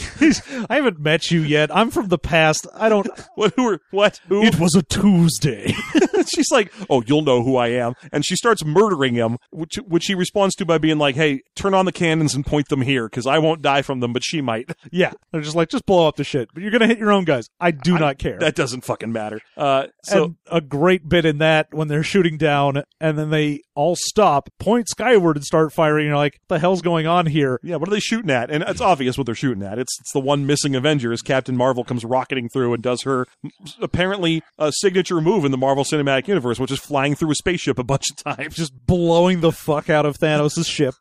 A: I haven't met you yet. I'm from the past. I
B: (laughs)
A: don't.
B: what who are what who (laughs)
A: it was a Tuesday.
B: she's like, "Oh, you'll know who I am," and she starts murdering him, which which he responds to by being like, "Hey, turn on the cannons and point them here, because I won't die from them, but she might.
A: (laughs)
B: (laughs)
A: yeah, they're just like, just blow up the shit. But you're gonna hit your own guys. I do not care.
B: That doesn't fucking matter." Uh, so
A: and a great bit in that when they're shooting down, and then they all stop, point skyward, and start firing. And you're like, what the hell's going on
B: (laughs)
A: here?
B: yeah, what are they shooting at? And it's obvious what they're shooting at. It's it's the one missing Avenger as Captain Marvel comes rocketing through and does her m- apparently a signature move in the Marvel Cinematic Universe, which is flying through a spaceship a bunch of times.
A: Just blowing the fuck out of Thanos' ship.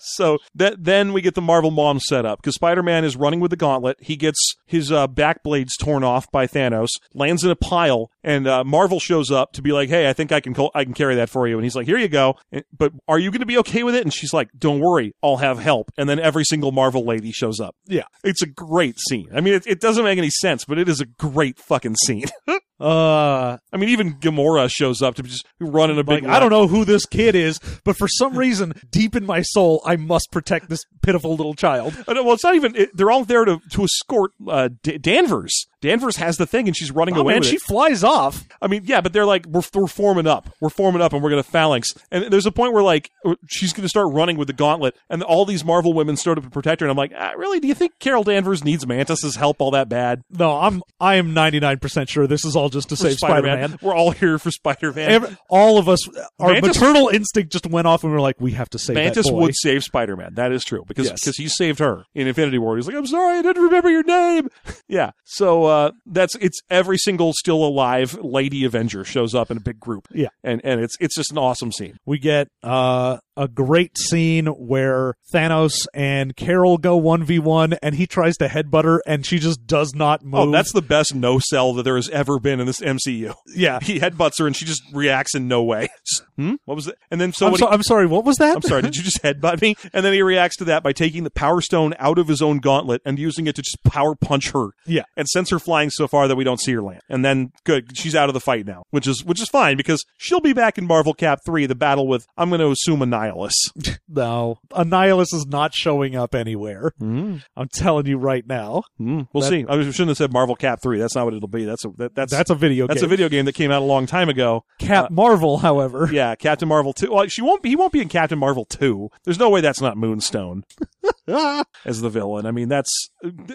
B: so that then we get the Marvel Mom setup because Spider Man is running with the gauntlet. He gets his uh, back blades torn off by Thanos, lands in a pile, and uh, Marvel shows up to be like, "Hey, I think I can col- I can carry that for you." And he's like, "Here you go." And- but are you going to be okay with it? And she's like, "Don't worry, I'll have help." And then every single Marvel lady shows up.
A: Yeah.
B: It's a great scene. I mean, it, it doesn't make any sense, but it is a great fucking scene. (laughs)
A: Uh,
B: I mean, even Gamora shows up to just run in a big.
A: like, I don't know who this kid is, but for some reason, deep in my soul, I must protect this pitiful little child.
B: Uh, no, Well, it's not even. It, they're all there to to escort uh, D- Danvers. Danvers has the thing, and she's running
A: Oh
B: away.
A: man,
B: with
A: she
B: it.
A: flies off.
B: I mean, yeah, but they're like, we're, we're forming up, we're forming up, and we're gonna phalanx. And there's a point where like uh, she's gonna start running with the gauntlet, and all these Marvel women start up to protect her. And I'm like, ah, really? Do you think Carol Danvers needs Mantis's help all that bad?
A: No, I'm I am 99% sure this is all just to
B: For
A: save Spider-Man.
B: We're all here for Spider Man.
A: Every- all of us, our
B: Mantis-
A: maternal instinct just went off, and we were like, "We have to save
B: Mantis
A: that boy."
B: would save Spider Man. That is true because
A: Yes.
B: because he saved her in Infinity War. He's like, I'm sorry, I didn't remember your name. (laughs) yeah. So uh, that's it's every single still alive Lady Avenger shows up in a big group.
A: Yeah.
B: and and it's it's just an awesome scene.
A: We get uh, a great scene where Thanos and Carol go one v one, and he tries to headbutt her, and she just does not move.
B: Oh, that's the best no sell that there has ever been in this MCU.
A: yeah.
B: (laughs) he headbutts her and she just reacts in no way. hmm? What was that? And then so
A: I'm,
B: when
A: so-
B: he-
A: I'm sorry. What was that?
B: I'm sorry, did you just headbutt me? And then he reacts to that by taking the power stone out of his own gauntlet and using it to just power punch her.
A: Yeah.
B: And sends her her flying so far that we don't see her land. And then good, she's out of the fight now, which is which is fine because she'll be back in Marvel Cap three, the battle with I'm going to assume
A: (laughs)
B: Annihilus.
A: No, Annihilus is not showing up anywhere.
B: Mm.
A: I'm telling you right now.
B: Hmm, We'll
A: That-
B: see. I shouldn't have said Marvel Cap three. That's not what it'll be. That's a, that, that's
A: That's a Uh, video
B: that's
A: game.
B: a video game that came out a long time ago.
A: Cap Marvel, (laughs) however.
B: Yeah, Captain Marvel two. Well, she won't. He won't be in Captain Marvel two. There's no way that's not Moonstone as the villain. I mean, that's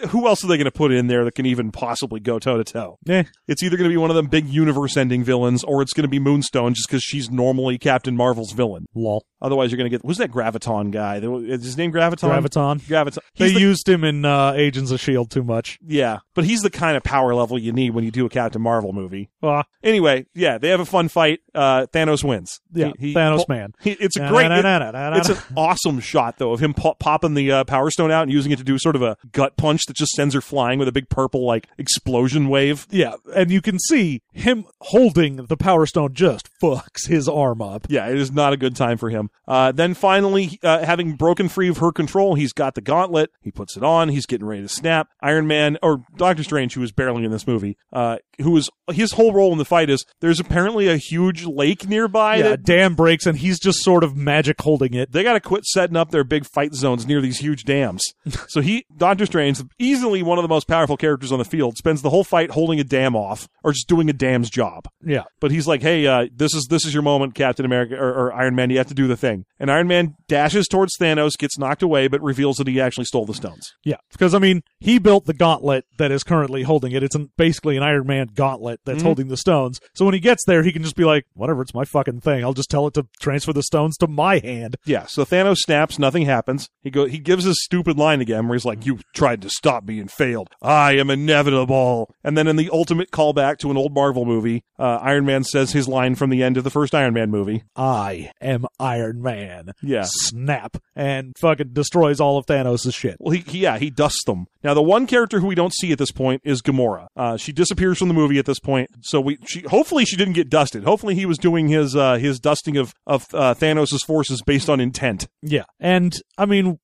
B: who else are they going to put in there that can even possibly go toe to toe?
A: Eh.
B: It's either going to be one of them big universe-ending villains, or it's going to be Moonstone, just because she's normally Captain Marvel's villain.
A: Lol.
B: Otherwise, you're going to get who's that Graviton guy? Is his name Graviton?
A: Graviton.
B: Graviton.
A: They
B: He's the-
A: used him in uh, Agents of S.H.I.E.L.D. too much.
B: yeah, but he's the kind of power level you need when you do a Captain Marvel movie.
A: Ah,
B: Anyway, yeah, they have a fun fight. Uh, Thanos wins.
A: yeah,
B: He- he-
A: Thanos Man.
B: He- It's a great.
A: Na-na-na-na-na-na-na.
B: It's an awesome shot, though, of him pop- popping the uh, power stone out and using it to do sort of a gut punch that just sends her flying with a big purple like explosion wave.
A: yeah, and you can see him holding the Power Stone just fucks his arm up.
B: Yeah, it is not a good time for him. Uh, then finally, uh, having broken free of her control, he's got the gauntlet. He puts it on. He's getting ready to snap. Iron Man or Doctor Strange, who is barely in this movie, uh, who is his whole role in the fight is there's apparently a huge lake nearby
A: Yeah,
B: that
A: dam breaks and he's just sort of magic holding it.
B: they got to quit setting up their big fight zones near these huge dams. so he, Doctor Strange, easily one of the most powerful characters on the field, spends the whole fight holding a dam off or just doing a dam's job.
A: Yeah,
B: But he's like, "Hey, uh, this is this is your moment, Captain America or, or Iron Man. You have to do the thing." And Iron Man dashes towards Thanos, gets knocked away, but reveals that he actually stole the stones.
A: yeah. Because I mean, he built the gauntlet that is currently holding it. It's an, basically an Iron Man gauntlet that's
B: Mm-hmm.
A: holding the stones. So when he gets there, he can just be like, "Whatever, it's my fucking thing. I'll just tell it to transfer the stones to my hand."
B: Yeah. So Thanos snaps. Nothing happens. He go. He gives his stupid line again, where he's like, "You tried to stop me and failed. I am inevitable." And then in the ultimate callback to an old Marvel movie, uh, Iron Man says his line from the end of the first Iron Man movie.
A: I am Iron Man.
B: Yeah.
A: Snap and fucking destroys all of Thanos' shit.
B: Well, he, he yeah he dusts them. Now the one character who we don't see at this point is Gamora. Uh, she disappears from the movie at this point. So we she hopefully she didn't get dusted. Hopefully he was doing his uh, his dusting of of uh, Thanos' forces based on intent.
A: Yeah. And I mean,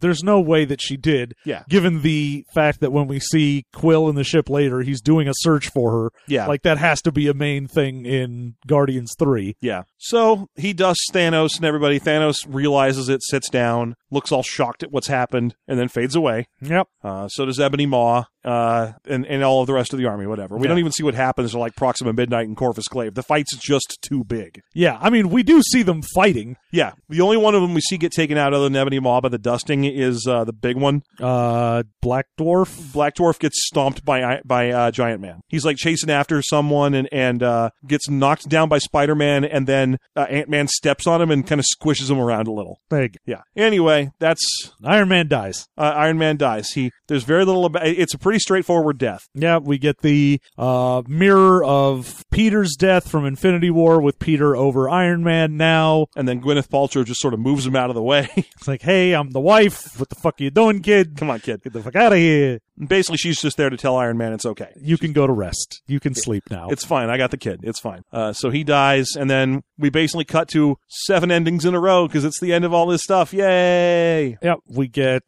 A: there's no way that she did.
B: Yeah.
A: Given the fact that when we see Quill in the ship later, he's doing a search for her.
B: Yeah.
A: Like that has to be a main thing in Guardians 3.
B: Yeah. So he dusts Thanos and everybody. Thanos realizes it, sits down, looks all shocked at what's happened, and then fades away.
A: Yep.
B: Uh, so does Ebony Maw uh, and, and all of the rest of the army, whatever. We
A: Yeah.
B: don't even see what happens to like Proxima Midnight and Corvus Glaive. The fight's just too big.
A: Yeah. I mean, we do see them fighting.
B: Yeah. The only one of them we see get taken out other than Ebony Maw by the dusting is uh, the big one.
A: Uh, Black Dwarf.
B: Black Dwarf gets stomped by by uh, Giant Man. He's like chasing after someone and and uh, gets knocked down by Spider Man, and then uh, Ant Man steps on him and kind of squishes him around a little.
A: Like,
B: Yeah. Anyway, that's
A: Iron Man dies.
B: uh, Iron Man dies. He there's very little. About, it's a pretty straightforward death.
A: Yeah, we get the uh, mirror of Peter's death from Infinity War with Peter over Iron Man now.
B: And then Gwyneth Paltrow just sort of moves him out of the way. (laughs)
A: It's like, hey, I'm the wife. What the fuck are you doing, kid?
B: Come on, kid.
A: Get the fuck out of here.
B: Basically, she's just there to tell Iron Man it's okay.
A: You can go to rest. You can sleep now.
B: It's fine. I got the kid. It's fine. Uh, so he dies, and then we basically cut to seven endings in a row because it's the end of all this stuff. Yay!
A: yeah, we get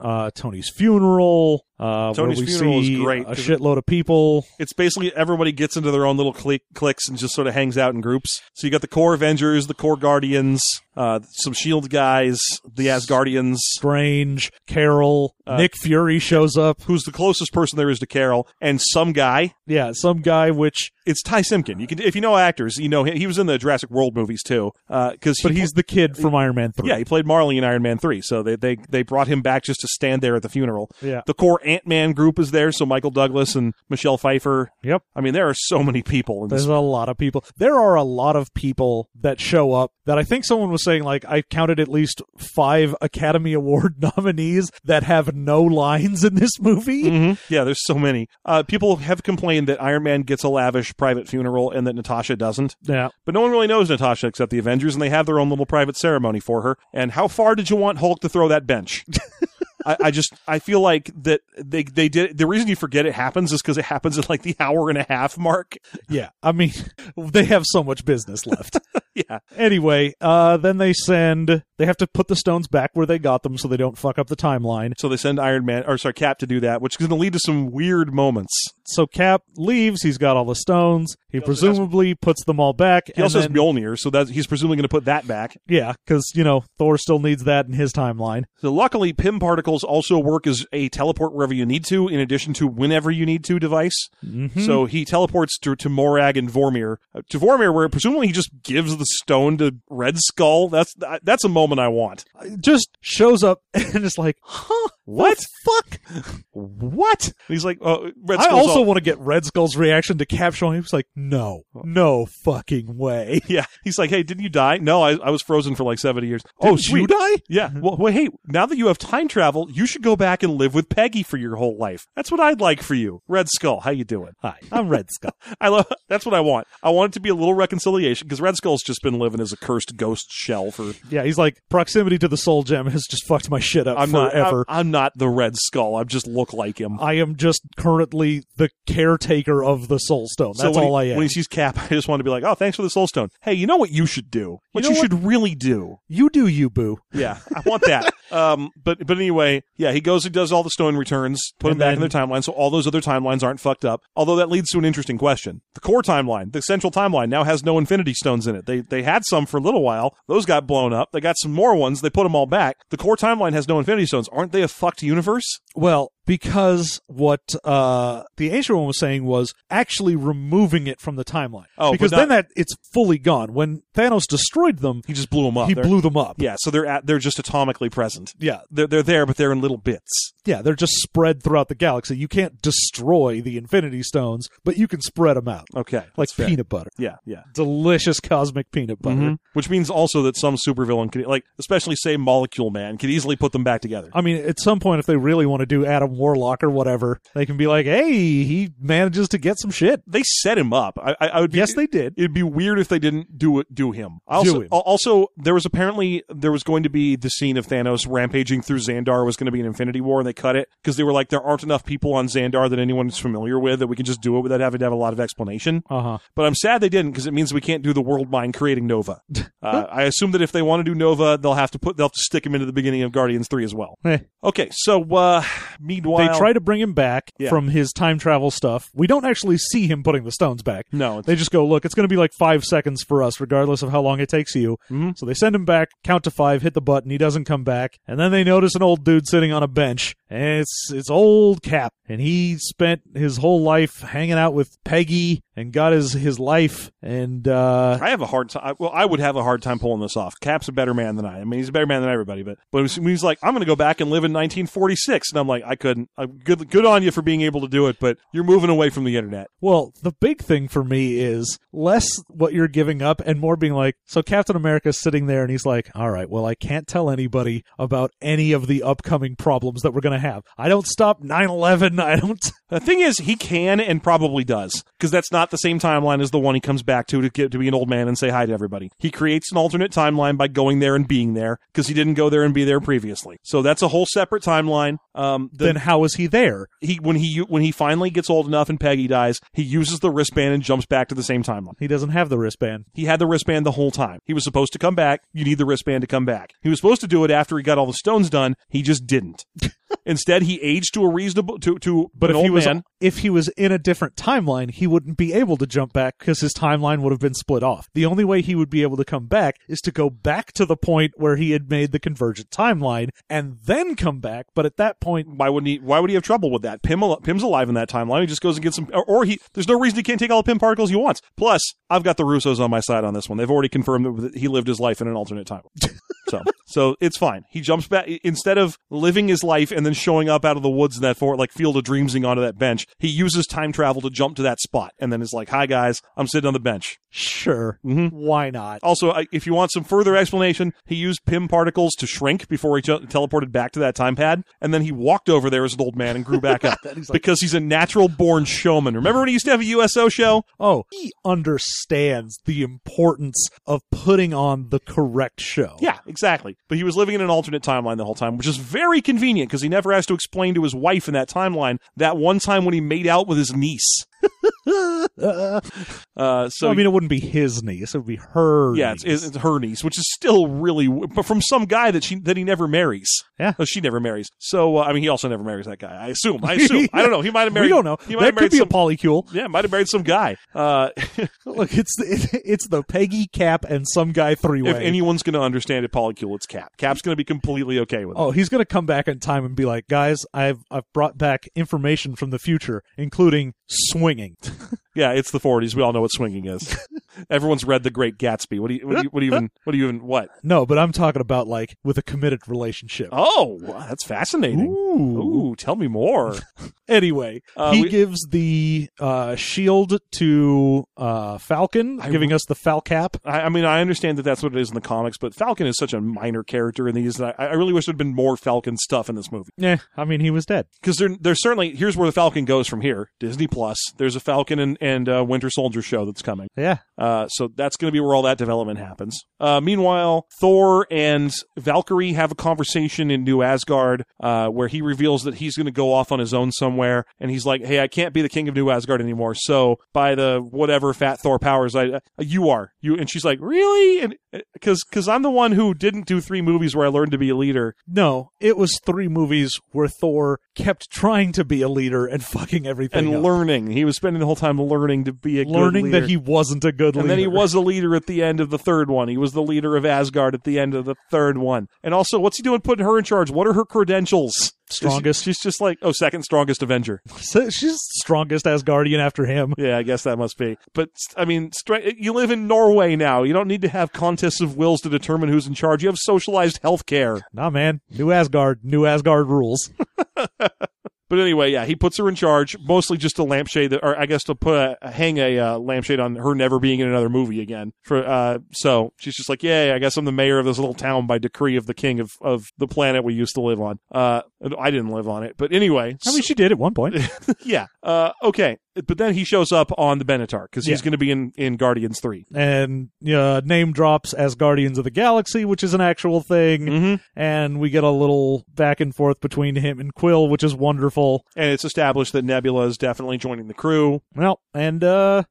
A: uh, Tony's funeral. Uh,
B: Tony's
A: where we
B: funeral is
A: see
B: great,
A: A
B: 'cause-
A: shitload of people.
B: It's basically everybody gets into their own little clique cliques and just sort of hangs out in groups. So you got the core Avengers, the core Guardians, uh, some Shield guys, the Asgardians.
A: Strange, Carol,
B: Uh,
A: Nick Fury shows up.
B: Who's the closest person there is to Carol, and some guy
A: Yeah, some guy which,
B: it's Ty Simpkin. You can, if you know actors, you know he, he was in the Jurassic World movies too. uh, Because
A: but he's the kid from Iron Man three.
B: yeah, he played Marley in Iron Man three. So they they they brought him back just to stand there at the funeral.
A: Yeah.
B: the core Ant Man group is there. So Michael Douglas and Michelle Pfeiffer.
A: Yep.
B: I mean, there are so many people in this.
A: There's a lot of people. There are a lot of people that show up that I think someone was saying like I counted at least five Academy Award (laughs) nominees that have no lines in this movie.
B: Mhm. Yeah, there's so many. Uh, people have complained that Iron Man gets a lavish private funeral and that Natasha doesn't.
A: Yeah.
B: But no one really knows Natasha except the Avengers, and they have their own little private ceremony for her. And how far did you want Hulk to throw that bench? I, I just I feel like that they they did the reason you forget it happens is because it happens at like the hour and a half mark. (laughs)
A: Yeah. I (laughs) mean, they have so much business left.
B: Yeah,
A: anyway, uh, then they send They have to put the stones back where they got them so they don't fuck up the timeline.
B: So they send Iron Man, or sorry, Cap to do that, which is going to lead to some weird moments.
A: So Cap leaves. He's got all the stones. He presumably puts them all back.
B: He also has Mjolnir, so that he's presumably going to put that back.
A: yeah, because you know Thor still needs that in his timeline.
B: So luckily, PIM particles also work as a teleport wherever you need to, in addition to whenever you need to device.
A: Mm-hmm.
B: So he teleports to, to Morag and Vormir. Uh, to Vormir, where presumably he just gives the stone to Red Skull. That's I- that's a moment I want.
A: Just shows up (laughs) and is like, huh?
B: What?
A: Fuck! What?
B: And he's like, oh, Red
A: I
B: Skull's
A: also
B: all- (laughs)
A: want to get Red Skull's reaction to Cap showing. He was like, no, no fucking way.
B: yeah. He's like, hey, didn't you die? No, I, I was frozen for like seventy years. oh,
A: Didn't
B: sweet.
A: you die? Mm-hmm.
B: Yeah. Well, well, hey, now that you have time travel, you should go back and live with Peggy for your whole life. That's what I'd like for you. Red Skull, how you doing?
A: Hi, (laughs) I'm Red Skull.
B: I love that's what I want. I want it to be a little reconciliation because Red Skull's just been living as a cursed ghost shell for
A: yeah, he's like, proximity to the Soul Gem has just fucked my shit up
B: I'm not
A: forever.
B: I'm, I'm not the Red Skull. I just look like him.
A: I am just currently the caretaker of the Soul Stone. That's
B: so when
A: all
B: he,
A: I am.
B: When he sees Cap, (laughs) I just want to be like, "Oh, thanks for the Soul Stone." Hey, you know what you should do? What
A: know
B: you,
A: what-
B: should really do?
A: you do you, boo.
B: Yeah, I want that. um, but but anyway, yeah, he goes and does all the stone returns, put them
A: And
B: back in
A: then-
B: their timeline, so all those other timelines aren't fucked up. Although that leads to an interesting question: the core timeline, the central timeline, now has no Infinity Stones in it. They they had some for a little while; those got blown up. They got some more ones. They put them all back. The core timeline has no Infinity Stones. Aren't they a fucked universe?
A: Well, because what uh, the ancient one was saying was actually removing it from the timeline.
B: Oh, but
A: because
B: not-
A: then that it's fully gone. When Thanos destroyed them,
B: He just blew them up.
A: he
B: They're-
A: blew them up.
B: Yeah, so they're at, they're just atomically present.
A: yeah,
B: They're they're there, but they're in little bits.
A: yeah, they're just spread throughout the galaxy. You can't destroy the Infinity Stones, but you can spread them out
B: Okay,
A: like
B: Oh, that's fair.
A: peanut butter.
B: Yeah, yeah.
A: Delicious cosmic peanut butter.
B: Mhm. Which means also that some supervillain could, like, especially say Molecule Man, could easily put them back together.
A: I mean, at some point, if they really want to do Adam Warlock or whatever, they can be like, "Hey, he manages to get some shit."
B: They set him up. I, I, I would. Be,
A: Yes, they did.
B: It'd be weird if they didn't do it, do him. I Also,
A: him.
B: al- also, there was apparently there was going to be the scene of Thanos rampaging through Xandar was going to be an Infinity War, and they cut it because they were like, there aren't enough people on Xandar that anyone is familiar with that we can just do it without having to have a lot of explanation.
A: Uh huh.
B: But I'm sad they didn't because it means we can't do the world mind
A: (laughs)
B: creating Nova. Uh, I assume that if they want to do Nova, they'll have to put they'll have to stick him into the beginning of Guardians Three as well.
A: Eh.
B: Okay, so uh,
A: They
B: meanwhile,
A: try to bring him back
B: Yeah.
A: from his time travel stuff. We don't actually see him putting the stones back.
B: no,
A: They just go, look, it's going to be like five seconds for us, regardless of how long it takes you.
B: Mhm.
A: So they send him back, count to five, hit the button, he doesn't come back, and then they notice an old dude sitting on a bench, and it's it's old Cap, and he spent his whole life hanging out with Peggy and got his his life, and uh,
B: I have a hard time. Well, I would have a hard time pulling this off. Cap's a better man than I. I mean, he's a better man than everybody. But but when he's like, I'm going to go back and live in 1946, and I'm like, I couldn't. I, good good on you for being able to do it, but you're moving away from the internet.
A: well, the big thing for me is less what you're giving up and more being like, so Captain America's sitting there and he's like, all right, well, I can't tell anybody about any of the upcoming problems that we're going to have. I don't stop 9/11. (laughs) I don't.
B: The thing is, he can and probably does because that's not the same timeline as the one he comes back to to get to be an old man and say hi to everybody. He creates an alternate timeline by going there and being there because he didn't go there and be there previously. So that's a whole separate timeline. Um, the-
A: then how is he there?
B: he when he u- when he finally gets old enough and Peggy dies, he uses the wristband and jumps back to the same timeline.
A: He doesn't have the wristband.
B: He had the wristband the whole time. He was supposed to come back. You need the wristband to come back. He was supposed to do it after he got all the stones done. He
A: (laughs)
B: just didn't. Instead, he aged to a reasonable to to
A: But
B: an
A: if he
B: old
A: was
B: man.
A: if he was in a different timeline, he wouldn't be able to jump back because his timeline would have been split off. The only way he would be able to come back is to go back to the point where he had made the convergent timeline and then come back. But at that point,
B: why wouldn't he? Why would he have trouble with that? Pim, al- Pim's alive in that timeline. He just goes and gets some, or, or he. There's no reason he can't take all the Pim particles he wants. Plus, I've got the Russos on my side on this one. They've already confirmed that he lived his life in an alternate timeline. so, so it's fine. He jumps back instead of living his life and then showing up out of the woods in that for like field of dreamsing onto that bench. He uses time travel to jump to that spot and then is like, "Hi guys, I'm sitting on the bench."
A: sure,
B: Mhm.
A: why not?
B: Also, I- if you want some further explanation, he used Pym particles to shrink before he te- teleported back to that time pad, and then he walked over there as an old man and grew back up because he's a natural born showman. Remember when he used to have a USO show?
A: Oh, he understands the importance of putting on the correct show.
B: Yeah, exactly. But he was living in an alternate timeline the whole time, which is very convenient because he never has to explain to his wife in that timeline that one time when he made out with his niece. Uh, so
A: I mean, it wouldn't be his niece; it would be her.
B: yeah,
A: niece.
B: it's, it's her niece, which is still really, w- but from some guy that she that he never marries.
A: Yeah.
B: Oh, she never marries. So uh, I mean, he also never marries that guy. I assume.
A: (laughs)
B: I assume. I don't know. He might have married.
A: we don't know.
B: He might
A: That
B: have
A: could
B: married
A: be
B: some.
A: a polycule.
B: (laughs) yeah, might have married some guy. Uh, (laughs) if
A: Look, it's (laughs) the, it's the Peggy Cap and some guy three way.
B: anyone's going to understand it, polycule, it's Cap. Cap's going to be completely okay with it.
A: Oh, he's gonna come back in time and be like, guys, I've I've brought back information from the future, including swinging. (laughs)
B: Yeah, it's the 40s. We all know what swinging is. Everyone's read The Great Gatsby. What do you? What do you? What do you even? What do you even? What?
A: No, but I'm talking about like with a committed relationship.
B: Oh, wow, that's fascinating.
A: Ooh.
B: Ooh, tell me more.
A: Anyway,
B: Uh,
A: he
B: we-
A: gives the uh, shield to uh, Falcon,
B: I-
A: giving us the Falcap.
B: I, I mean, I understand that that's what it is in the comics, but Falcon is such a minor character in these. That I, I really wish there'd been more Falcon stuff in this movie
A: Yeah, I mean he was dead.
B: because there, there's certainly here's where the Falcon goes from here. Disney Plus. There's a Falcon and, and uh, Winter Soldier show that's coming.
A: Yeah,
B: Uh, so that's going to be where all that development happens. Uh, meanwhile, Thor and Valkyrie have a conversation in New Asgard uh, where he reveals that he's going to go off on his own somewhere. And he's like, hey, I can't be the king of New Asgard anymore. So by the whatever fat Thor powers, I uh, you are. you. And she's like, really? And Because I'm the one who didn't do three movies where I learned to be a leader.
A: no, it was three movies where Thor kept trying to be a leader and fucking everything
B: And
A: up.
B: learning. He was spending the whole time learning to be a good
A: learning
B: leader.
A: that he wasn't a good
B: And
A: leader.
B: then he was a leader at the end of the third one. He was the leader of Asgard at the end of the third one. And also, what's he doing putting her in charge? What are her credentials?
A: Strongest.
B: Is she- she's just like, oh, second strongest Avenger.
A: (laughs) So she's strongest Asgardian after him.
B: Yeah, I guess that must be. But, I mean, stre- you live in Norway now. You don't need to have contests of wills to determine who's in charge. You have socialized health care.
A: Nah, man, new Asgard, new Asgard
B: (laughs)
A: rules.
B: But anyway, yeah, he puts her in charge, mostly just to lampshade, or I guess to put a, hang a uh, lampshade on her never being in another movie again. For uh, so she's just like, yeah, I guess I'm the mayor of this little town by decree of the king of, of the planet we used to live on. Uh, I didn't live on it, but anyway,
A: I mean, she did at one point. (laughs)
B: yeah, uh, okay. But then he shows up on the Benatar because he's
A: Yeah.
B: going to be in in Guardians 3
A: and uh, name drops as Guardians of the Galaxy, which is an actual thing.
B: Mm-hmm.
A: And we get a little back and forth between him and Quill, which is wonderful.
B: And it's established that Nebula is definitely joining the crew.
A: Well, and uh,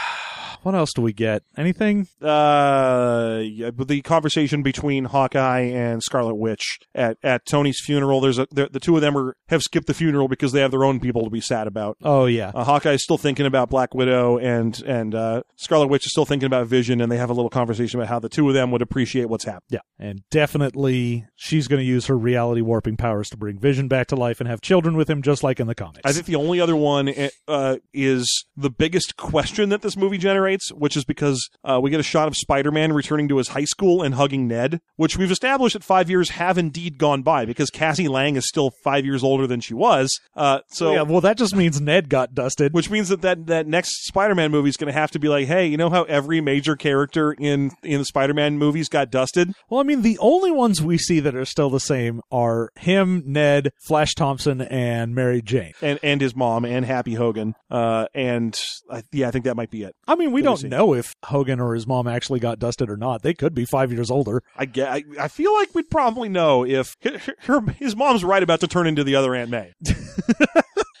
A: (sighs) what else do we get? Anything?
B: uh yeah, but the conversation between Hawkeye and Scarlet Witch at, at Tony's funeral there's a the, the two of them are have skipped the funeral because they have their own people to be sad about.
A: Oh yeah,
B: Uh, Hawkeye's still thinking about Black Widow and and uh, Scarlet Witch is still thinking about Vision and they have a little conversation about how the two of them would appreciate what's happened.
A: yeah. And definitely, she's going to use her reality warping powers to bring Vision back to life and have children with him, just like in the comics.
B: I think the only other one uh, is the biggest question that this movie generates, which is because uh, we get a shot of Spider-Man returning to his high school and hugging Ned, which we've established that five years have indeed gone by because Cassie Lang is still five years older than she was. Uh, so.
A: yeah. Well, that just means Ned got dusted.
B: Which means that, that that next Spider-Man movie is going to have to be like, hey, you know how every major character in in the Spider-Man movies got dusted?
A: Well, I mean, the only ones we see that are still the same are him, Ned, Flash Thompson, and Mary Jane.
B: and and his mom and Happy Hogan. Uh, and I, yeah, I think that might be it.
A: I mean, we
B: Let me
A: don't
B: see.
A: know if Hogan or his mom actually got dusted or not. They could be five years older.
B: I, ge- I, I feel like we'd probably know if her, her- his mom's right about to turn into the other
A: (laughs)
B: Aunt May.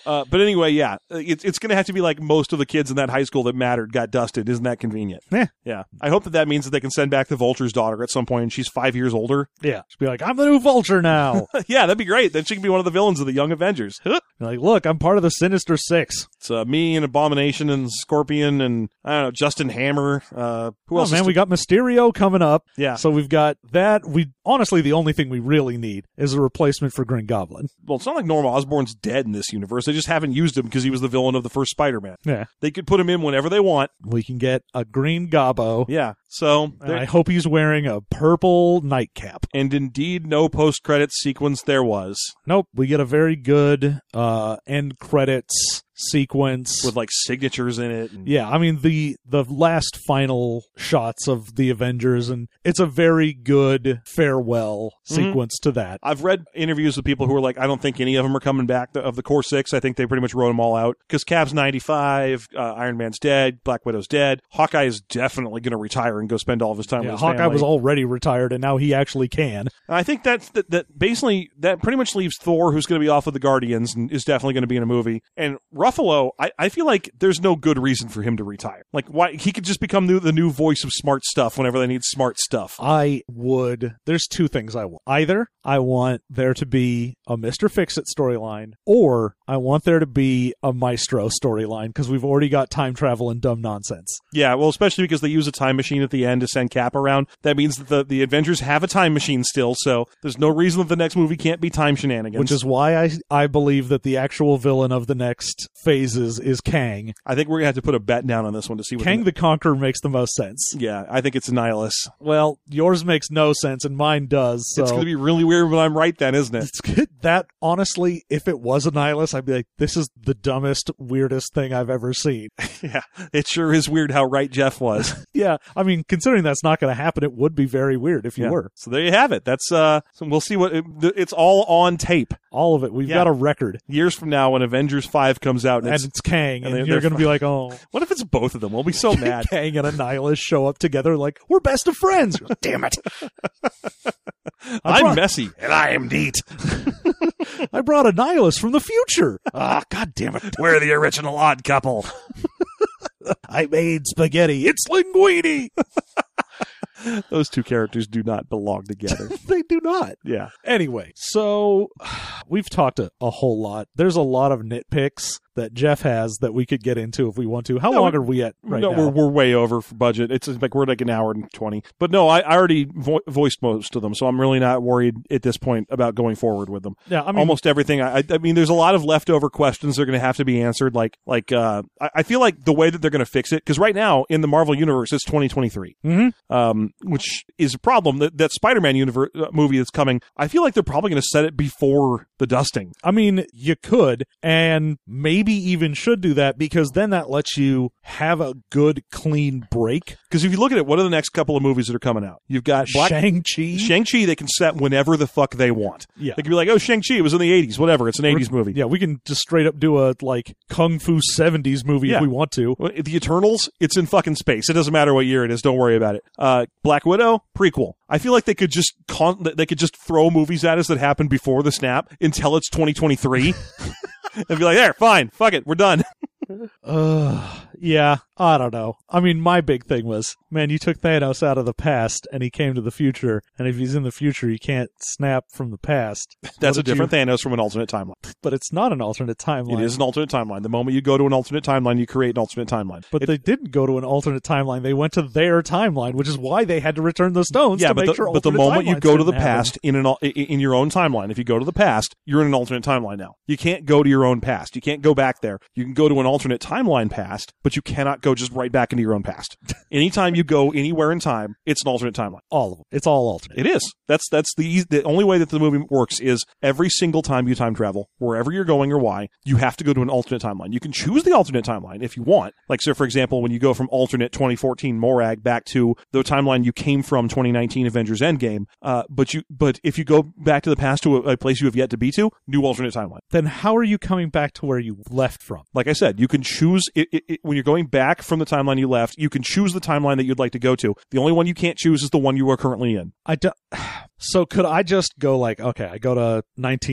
B: uh, but anyway, yeah, it's it's going to have to be like most of the kids in that high school that mattered got dusted. Isn't that convenient?
A: Yeah.
B: Yeah. I hope that that means that they can send back the Vulture's daughter at some point and she's five years older. (laughs)
A: Yeah. Just be like, I'm the new vulture now.
B: yeah, that'd be great. Then she can be one of the villains of the Young Avengers.
A: like, look, I'm part of the Sinister Six.
B: it's uh, me and Abomination and Scorpion and, I don't know, Justin Hammer. Uh, who
A: Well,
B: else? is
A: Oh, man,
B: still-
A: we got Mysterio coming up.
B: yeah.
A: So we've got that. We honestly, the only thing we really need is a replacement for Green Goblin.
B: Well, it's not like Norm Osborn's dead in this universe. They just haven't used him because he was the villain of the first Spider Man.
A: Yeah.
B: They could put him in whenever they want.
A: We can get a Green Gobbo.
B: Yeah. So,
A: And
B: there-
A: I hope he's wearing a purple nightcap.
B: and indeed, no post credit sequence there was
A: Nope. We get a very good uh, end credits sequence
B: with like signatures in it. And,
A: Yeah, I mean the the last final shots of the Avengers, and it's a very good farewell
B: Mm-hmm.
A: sequence to that.
B: I've read interviews with people who are like, I don't think any of them are coming back th- of the core six. I think they pretty much wrote them all out because Cap's 95, uh, Iron Man's dead, Black Widow's dead, Hawkeye is definitely going to retire and and go spend all of his time
A: Yeah,
B: with his
A: Hawkeye
B: family.
A: was already retired, and now he actually can.
B: I think that's that, that basically that pretty much leaves Thor, who's going to be off with the Guardians and is definitely going to be in a movie. And Ruffalo, I, I feel like there's no good reason for him to retire. Like why he could just become new, the new voice of smart stuff whenever they need smart stuff.
A: I would. There's two things I want. Either I want there to be a Mr. Fix It storyline, or I want there to be a Maestro storyline because we've already got time travel and dumb nonsense.
B: Yeah, well, especially because they use a time machine at the end to send Cap around. That means that the, the Avengers have a time machine still, so there's no reason that the next movie can't be time shenanigans.
A: Which is why I I believe that the actual villain of the next phases is Kang.
B: I think we're gonna have to put a bet down on this one to see what.
A: Kang the Conqueror makes the most sense.
B: yeah, I think it's Nihilus.
A: Well, yours makes no sense and mine does. So
B: It's gonna be really weird when I'm right,
A: (laughs)
B: then, isn't it?
A: It's good. That honestly, if it was a nihilist, I'd be like, this is the dumbest, weirdest thing I've ever seen. (laughs)
B: yeah, it sure is weird how right Jeff was.
A: yeah. I mean, considering that's not going to happen, it would be very weird if you
B: Yeah.
A: were.
B: So there you have it. That's uh. So we'll see what it, th- it's all on tape.
A: All of it. We've
B: Yeah.
A: got a record.
B: Years from now, when Avengers Five comes out, and
A: And
B: it's,
A: it's, Kang,
B: and
A: and,
B: they're-
A: you're
B: they're
A: going to be like, (laughs) "Oh,
B: what if it's both of them? We'll be so (laughs) mad.
A: Kang and a nihilist show up together, like we're best of friends." Damn (laughs) it! I
B: I'm
A: brought,
B: messy and I am neat.
A: (laughs) I brought a nihilist from the future. ah, god damn it!
B: We're the original odd couple.
A: I made spaghetti. It's linguini.
B: (laughs) Those two characters do not belong (laughs) together.
A: (laughs) they do not.
B: yeah.
A: Anyway, so (sighs) we've talked a, a whole lot. There's a lot of nitpicks that Jeff has that we could get into if we want to. How
B: No,
A: long
B: we-
A: are we at right
B: no,
A: now?
B: we're we're way over for budget. It's like we're like an hour and twenty. But no, I, I already vo- voiced most of them, so I'm really not worried at this point about going forward with them.
A: yeah, I mean,
B: almost everything. I, I- I mean, there's a lot of leftover questions that are going to have to be answered. Like, like uh, I, I feel like the way that they're going to fix it, because right now in the Marvel universe, it's 2023,
A: Mhm.
B: um, which is a problem. That, that Spider-Man universe uh, movie that's coming, I feel like they're probably going to set it before the dusting.
A: I mean, you could and maybe even should do that because then that lets you have a good clean break.
B: Because if you look at it, what are the next couple of movies that are coming out? You've got Black
A: Shang-Chi.
B: Shang-Chi. They can set whenever the fuck they want.
A: yeah.
B: They can be like, oh, Shang-Chi it was in the 80s, whatever. It's an 80s movie.
A: yeah, we can just straight up do a like kung fu 70s movie
B: Yeah.
A: if we want to.
B: Well, The Eternals, it's in fucking space. It doesn't matter what year it is. Don't worry about it. Uh, Black Widow prequel. I feel like they could just con- they could just throw movies at us that happened before the snap until it's 2023. (laughs) and be like, there, fine, fuck it, we're done.
A: Ugh yeah, I don't know. I mean, my big thing was, man, you took Thanos out of the past and he came to the future, and if he's in the future, you can't snap from the past. (laughs)
B: That's a
A: What did
B: different Thanos from an alternate timeline.
A: But it's not an alternate timeline.
B: It is an alternate timeline. The moment you go to an alternate timeline, you create an alternate timeline.
A: But
B: It-
A: they didn't go to an alternate timeline. They went to their timeline, which is why they had to return the stones
B: yeah,
A: to
B: but
A: make
B: the,
A: sure
B: but the
A: alternate
B: moment you
A: timelines
B: go to
A: didn't
B: the
A: happen.
B: past in an al- i- i- in your own timeline, if you go to the past, you're in an alternate timeline now. You can't go to your own past. You can't go back there. You can go to an alternate timeline past, but you cannot go just right back into your own past. (laughs) Anytime you go anywhere in time, it's an alternate timeline.
A: all of them. It's all alternate.
B: It is. That's that's the eas the only way that the movie works is every single time you time travel, wherever you're going or why, you have to go to an alternate timeline. You can choose the alternate timeline if you want. Like so, for example, when you go from alternate 2014 Morag back to the timeline you came from 2019 Avengers Endgame, uh, but you but if you go back to the past to a, a place you have yet to be to, new alternate timeline
A: Then how are you coming back to where you left from?
B: like I said, you can choose it, it, it- when you're going back from the timeline you left. You can choose the timeline that you'd like to go to. The only one you can't choose is the one you are currently in.
A: I don't. (sighs) So could I just go like, okay, I go to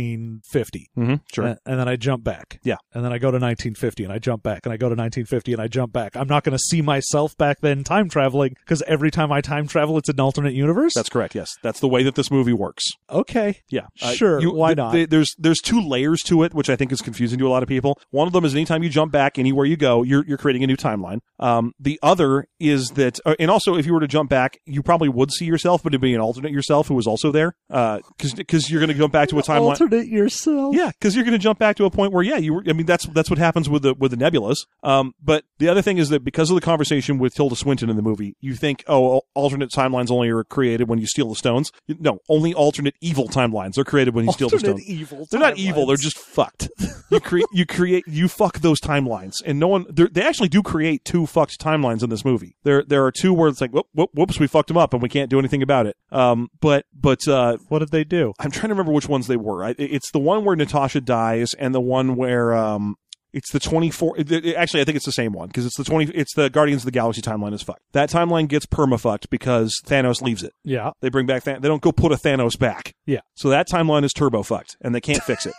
A: 1950.
B: Mm-hmm. Sure.
A: And, and then I jump back.
B: Yeah.
A: And then I go to 1950 and I jump back and I go to 1950 and I jump back. I'm not going to see myself back then time traveling because every time I time travel, it's an alternate universe.
B: That's correct. Yes, that's the way that this movie works.
A: okay.
B: Yeah, Uh,
A: Sure, why
B: th-
A: not?
B: th- there's there's two layers to it, which I think is confusing to a lot of people. One of them is anytime you jump back anywhere you go, you're you're creating a new timeline. Um, the other is that, uh, and also if you were to jump back, you probably would see yourself, but it'd be an alternate yourself who was also there, because because you're going to jump back to a timeline.
A: Alternate yourself.
B: Yeah, because you're going to jump back to a point where yeah, you. Were, I mean, that's that's what happens with the with the nebulas. Um, but the other thing is that because of the conversation with Tilda Swinton in the movie, you think oh, al- alternate timelines only are created when you steal the stones. No, only alternate evil timelines are created when you steal the
A: Alternate
B: stones.
A: evil.
B: They're not evil. They're
A: timelines.
B: just fucked. (laughs) You create, you create, you fuck those timelines, and no one. they're- They actually do create two fucked timelines in this movie. There, there are two where it's like, whoop, whoop, whoops, we fucked them up, and we can't do anything about it. Um, but, but, uh,
A: What did they do?
B: I'm trying to remember which ones they were. I, it's the one where Natasha dies, and the one where um, It's the 24. it- it- Actually, I think it's the same one because it's the 20. It's the Guardians of the Galaxy timeline is fucked. That timeline gets perma fucked because Thanos leaves it.
D: Yeah.
B: They bring back. Than- they don't go put a Thanos back.
D: Yeah.
B: So that timeline is turbo fucked, and they
A: (laughs)
B: can't fix it.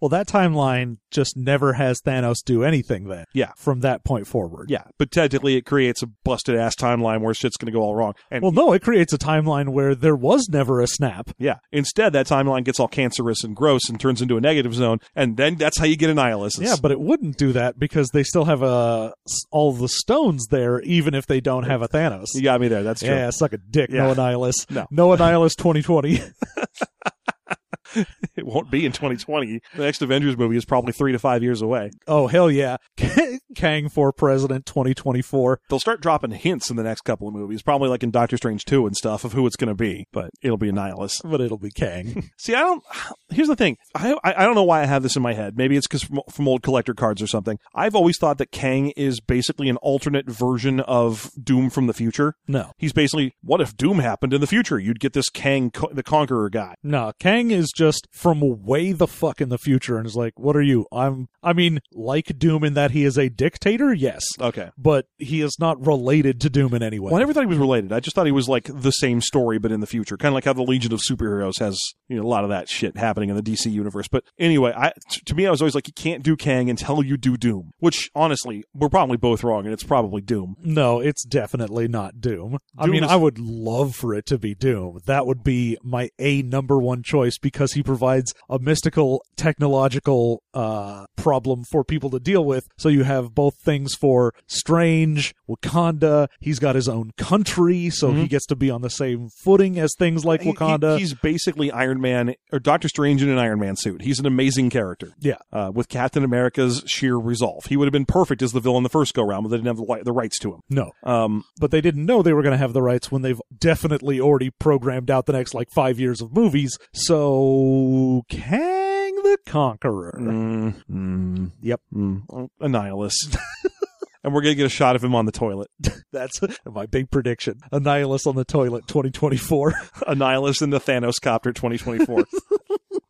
A: Well, that timeline just never has Thanos do anything then.
B: Yeah.
A: From that point forward.
B: Yeah. But technically, it creates a busted ass timeline where shit's going to go all wrong. And
A: Well, no, it creates a timeline where there was never a snap.
B: yeah. Instead, that timeline gets all cancerous and gross and turns into a negative zone, and then that's how you get Annihilus.
A: Yeah, but it wouldn't do that because they still have uh, s- all the stones there, even if they don't have a Thanos.
B: you got me there. That's true.
A: Yeah, suck a dick,
B: Yeah.
A: no Annihilus. (laughs)
B: No.
A: Annihilus 2020.
B: It won't be in 2020. The next Avengers movie is probably three to five years away.
A: (laughs) oh, hell yeah. (laughs) Kang for President 2024.
B: They'll start dropping hints in the next couple of movies, probably like in Doctor Strange 2 and stuff, of who it's going to be, but it'll be Annihilus.
A: But it'll be
B: (laughs)
A: Kang.
B: See, I don't. Here's the thing. I I I don't know why I have this in my head. Maybe it's because from, from old collector cards or something. I've always thought that Kang is basically an alternate version of Doom from the future.
A: no.
B: He's basically what if Doom happened in the future? You'd get this Kang, co- the Conqueror guy.
A: No, Kang is just from way the fuck in the future and is like, what are you? I'm, I mean, like Doom in that he is a dictator, yes.
B: Okay.
A: But he is not related to Doom in any way.
B: Well, I never thought he was related. I just thought he was like the same story, but in the future, kind of like how the Legion of Superheroes has you know a lot of that shit happening in the DC universe. But anyway, I t- to me, I was always like, you can't do Kang until you do Doom. Which honestly, we're probably both wrong, and it's probably Doom.
A: No, it's definitely not Doom. I
B: Doom
A: mean,
B: is-
A: I would love for it to be Doom. That would be my A number one choice because he provides a mystical technological uh, problem for people to deal with. So you have both things for Strange, Wakanda. He's got his own country, so he gets to be on the same footing as things like
B: Mm-hmm. He- he-
A: Wakanda.
B: he's basically Iron Man or Doctor Strange in an Iron Man suit. He's an amazing character.
A: Yeah.
B: Uh, with Captain America's sheer resolve, he would have been perfect as the villain the first go round, but they didn't have the, li- the rights to him.
A: no,
B: Um,
A: but they didn't know they were going to have the rights when they've definitely already programmed out the next like five years of movies. So Kang the Conqueror.
B: mm, mm,
A: Yep.
B: mm, Annihilus. (laughs) And we're gonna get a shot of him on the toilet.
A: That's (laughs) my big prediction. Annihilus on the toilet 2024.
B: Annihilus in the Thanos copter 2024.
A: (laughs)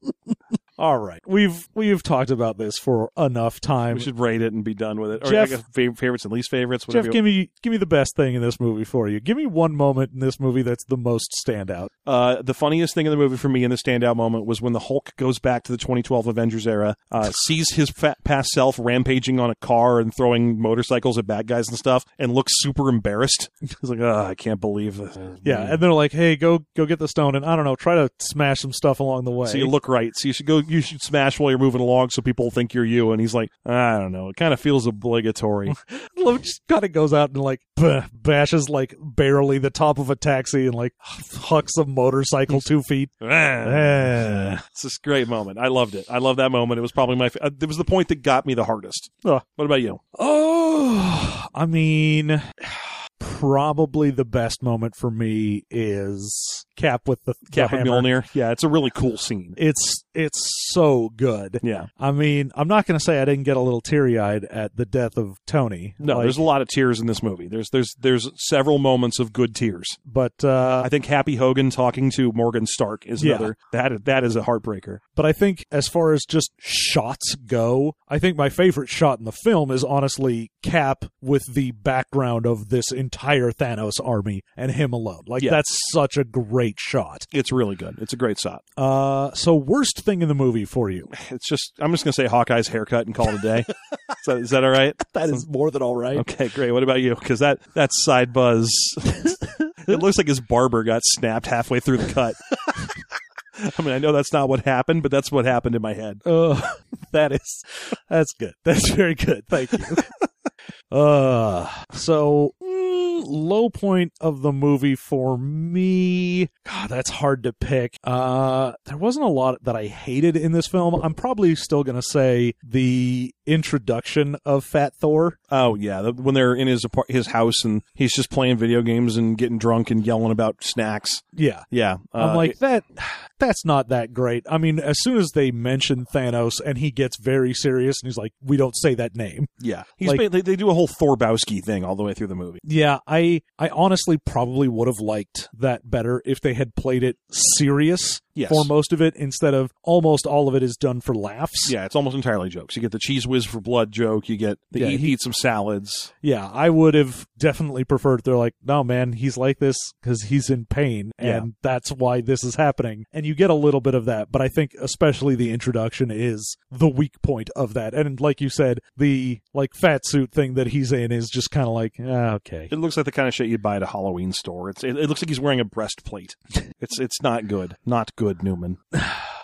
A: All right. We've we've talked about this for enough time.
B: we should rate it and be done with it. Or
A: Jeff-
B: I guess fav- favorites and least favorites.
A: Jeff,
B: Whatever. you-
A: give me give me the best thing in this movie for you. Give me one moment in this movie that's the most standout.
B: uh, the funniest thing in the movie for me in the standout moment was when the Hulk goes back to the 2012 Avengers era,
A: (sighs)
B: uh, sees his fa- past self rampaging on a car and throwing motorcycles at bad guys and stuff, and looks super embarrassed. (laughs) He's like, oh, I can't believe this.
A: Yeah, and they're like, "Hey, go go get the stone and I don't know, try to smash some stuff along the way."
B: So you look right. So you should go. You should smash while you're moving along, so people think you're you. And he's like, I don't know. It kind of feels
A: (laughs)
B: obligatory.
A: (laughs)
B: (laughs)
A: Love just kind of goes out and like (laughs) bah, bashes like barely the top of a taxi and like (laughs) hucks a
B: (laughs)
A: motorcycle 2 feet. Eh.
B: It's this great moment. I loved it. I love that moment. It was probably my. Fa- uh, it was the point that got me the hardest.
A: Ugh.
B: What about you?
A: Oh, I mean, probably the best moment for me is Cap with the
B: Cap
A: the
B: and
A: hammer.
B: Mjolnir. Yeah, it's a really cool scene.
A: It's it's so good.
B: Yeah.
A: I mean, I'm not going to say I didn't get a little teary eyed at the death of Tony.
B: No,
A: Like,
B: there's a lot of tears in this movie. There's there's there's several moments of good tears.
A: but uh,
B: I think Happy Hogan talking to Morgan Stark is
A: Yeah.
B: another that that is a heartbreaker.
A: but I think as far as just shots go, I think my favorite shot in the film is honestly Cap with the background of this entire Thanos army and him alone. Like
B: Yeah.
A: that's such a great shot.
B: It's really good. It's a great shot.
A: Uh, so worst thing in the movie for you?
B: It's just I'm just gonna say Hawkeye's haircut and call it a day. is, that, is that all right?
A: (laughs) That is more than all (laughs) right.
B: Okay, great. What about you? Because that that's
A: (laughs)
B: side buzz. it looks like his barber got snapped halfway through the cut. (laughs) I mean, I know that's not what happened, but that's what happened in my head.
A: Uh, that is, that's good. That's very good. Thank (laughs) you. uh, so mm, low point of the movie for me. God, that's hard to pick. Uh, there wasn't a lot that I hated in this film. I'm probably still gonna say the introduction of Fat Thor.
B: Oh yeah, the, when they're in his apart- his house and he's just playing video games and getting drunk and yelling about snacks.
A: Yeah.
B: Yeah, uh,
A: I'm like
B: it-
A: that. That's not that great. I mean, as soon as they mention Thanos, and he gets very serious, and he's like, "We don't say that name."
B: yeah. He's
A: like-
B: ba- they, they do a whole Thorbowski thing all the way through the movie.
A: Yeah, I I honestly probably would have liked that better if they had played it serious
B: Yes.
A: for most of it instead of almost all of it is done for laughs.
B: Yeah, it's almost entirely jokes. You get the cheese whiz for blood joke. You get the
A: Yeah,
B: eat,
A: he-
B: eat some salads.
A: Yeah, I would have definitely preferred they're like, no, man, he's like this because he's in pain, and
B: Yeah.
A: that's why this is happening. And you get a little bit of that, but I think especially the introduction is the weak point of that. And like you said, the like fat suit thing that he's in is just kind of like, ah, okay.
B: It looks like the kind of shit you'd buy at a Halloween store. It's it, it looks like he's wearing a breastplate. it's it's not good. Not good, Newman.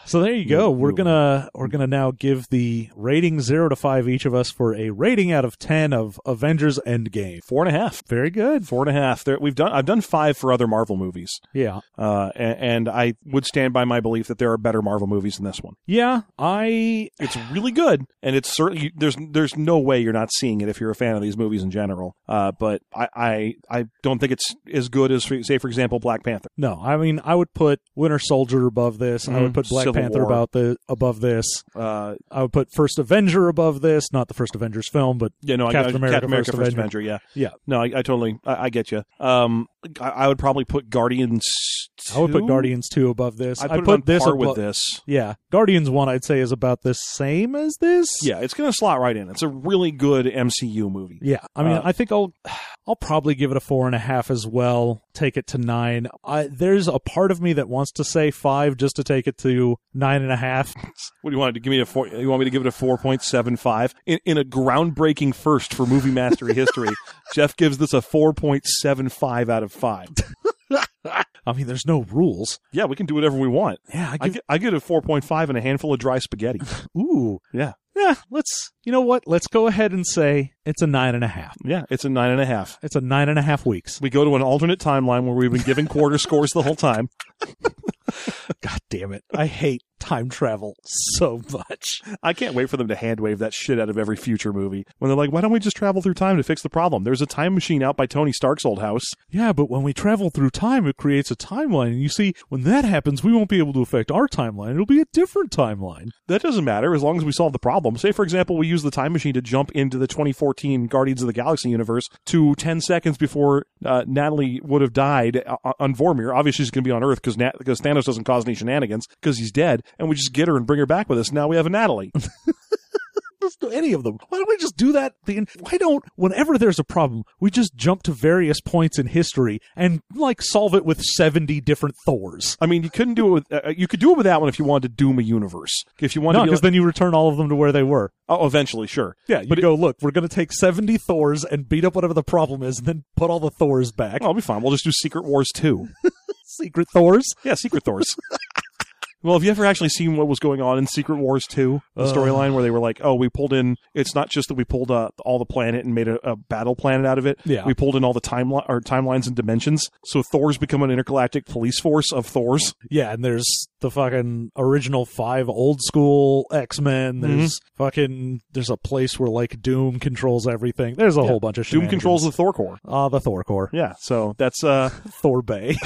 A: So there you go.
B: Mm,
A: We're
B: mm.
A: gonna we're gonna now give the rating zero to five each of us for a rating out of ten of Avengers Endgame.
B: Four and a half.
A: Very good.
B: Four and a half. There, we've done. I've done five for other Marvel movies,
A: Yeah.
B: uh, a- and, I would stand by my belief that there are better Marvel movies than this one.
A: Yeah. I
B: It's really good, and it's certainly there's there's no way you're not seeing it if you're a fan of these movies in general. Uh, but I, I I don't think it's as good as say for example Black Panther.
A: No, I mean I would put Winter Soldier above this. I would
B: Mhm.
A: put Black
B: Civil
A: Panther
B: War.
A: about the above this.
B: Uh,
A: I would put First Avenger above this. Not the First Avengers film, but
B: Yeah, no,
A: Captain
B: I, I,
A: America,
B: Captain America
A: First
B: First,
A: Avenger.
B: Avenger. Yeah,
A: Yeah.
B: No, I, I totally, I, I get you. Um, I, I would probably put Guardians.
A: I would put
B: two?
A: Guardians two above this.
B: I'd
A: I
B: put, it
A: put
B: on
A: this
B: par with
A: abo-
B: this.
A: Yeah, Guardians one I'd say is about the same as this.
B: Yeah, it's gonna slot right in. It's a really good MCU movie.
A: Yeah, I mean,
B: Uh,
A: I think I'll, I'll probably give it a four and a half as well. Take it to nine. I, there's a part of me that wants to say five just to take it to nine and a half.
B: What do you want to give me a four? You want me to give it a four point seven five in, in a groundbreaking first for movie mastery (laughs) history? Jeff gives this a four point seven five out of five.
A: I mean, there's no rules.
B: Yeah, we can do whatever we want.
A: Yeah, I
B: I
A: give.
B: get, I get a four point five and a handful of dry spaghetti.
A: ooh,
B: Yeah,
A: yeah. Let's. You know what? Let's go ahead and say it's a nine and a half.
B: (laughs) yeah, it's a nine and a half.
A: It's a nine and a half weeks.
B: We go to an alternate timeline where we've been giving quarter (laughs) scores the whole time.
A: (laughs) God damn it. I hate time travel so much.
B: I can't wait for them to hand wave that shit out of every future movie when they're like, why don't we just travel through time to fix the problem? There's a time machine out by Tony Stark's old house.
A: Yeah, but when we travel through time, it creates a timeline. And you see, when that happens, we won't be able to affect our timeline. It'll be a different timeline.
B: That doesn't matter as long as we solve the problem. Say, for example, we use the time machine to jump into the 2014 Guardians of the Galaxy universe to 10 seconds before uh, Natalie would have died uh, on Vormir. Obviously, she's going to be on Earth because Nat- because Thanos doesn't cause any shenanigans because he's dead, and we just get her and bring her back with us. Now we have a Natalie.
A: Let's do any of them. Why don't we just do that? The- Why don't, whenever there's a problem, we just jump to various points in history and, like, solve it with 70 different Thors?
B: I mean, you couldn't do it with, uh, you could do it with that one if you wanted to doom a universe. If you wanted
A: No,
B: to be
A: because
B: like-
A: then you return all of them to where they were.
B: oh, eventually, sure.
A: Yeah, you
B: But it-
A: go, look, we're going to take 70 Thors and beat up whatever the problem is and then put all the Thors back.
B: I'll be fine. We'll just do Secret Wars 2.
A: Secret Thors.
B: Yeah, Secret
A: (laughs)
B: Thors. well, have you ever actually seen what was going on in Secret Wars 2? The
A: Ugh.
B: storyline where they were like, oh, we pulled in, it's not just that we pulled uh, all the planet and made a, a battle planet out of it.
A: Yeah.
B: We pulled in all the timeline or timelines and dimensions. So Thor's become an intergalactic police force of Thor's.
A: Yeah, and there's the fucking original five old school X Men.
B: Mm-hmm.
A: There's fucking there's a place where like Doom controls everything. There's a
B: Yeah.
A: whole bunch of
B: Doom
A: shenanigans.
B: controls the Thor core.
A: ah the Thor core,
B: Yeah, so that's uh
A: Thor
B: (laughs)
A: Bay.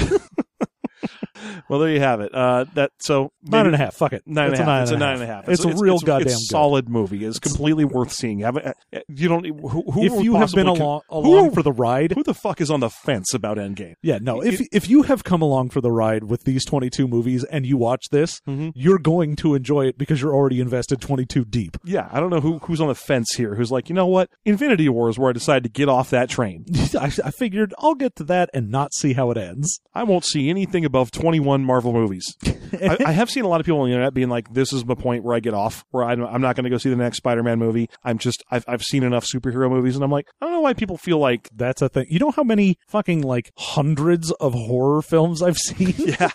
B: well there you have it. Uh that so
A: nine and a half. Fuck it.
B: Nine
A: it's
B: and a half. It's
A: A
B: a nine and a half.
A: It's, a real
B: it's,
A: goddamn
B: it's
A: good.
B: solid movie. It's, completely worth seeing. Have uh, you don't who, who
A: If
B: would
A: you have been
B: possibly con-
A: along, along
B: who-
A: for the ride,
B: who the fuck is on the fence about Endgame?
A: yeah, no. If if you have come along for the ride with these twenty two movies and you watch this,
B: Mhm.
A: you're going to enjoy it because you're already invested twenty two deep.
B: Yeah, I don't know who who's on the fence here. Who's like, you know what? Infinity War is where I decided to get off that train.
A: (laughs) I, I figured I'll get to that and not see how it ends.
B: I won't see anything above twenty one Marvel movies.
A: (laughs)
B: I, I have seen a lot of people on the internet being like, this is the point where I get off, where I'm, I'm not going to go see the next Spider Man movie. I'm just I've I've seen enough superhero movies, and I'm like, I don't know why people feel like.
A: That's a thing. You know how many fucking like hundreds of horror films I've (laughs) seen?
B: Yeah,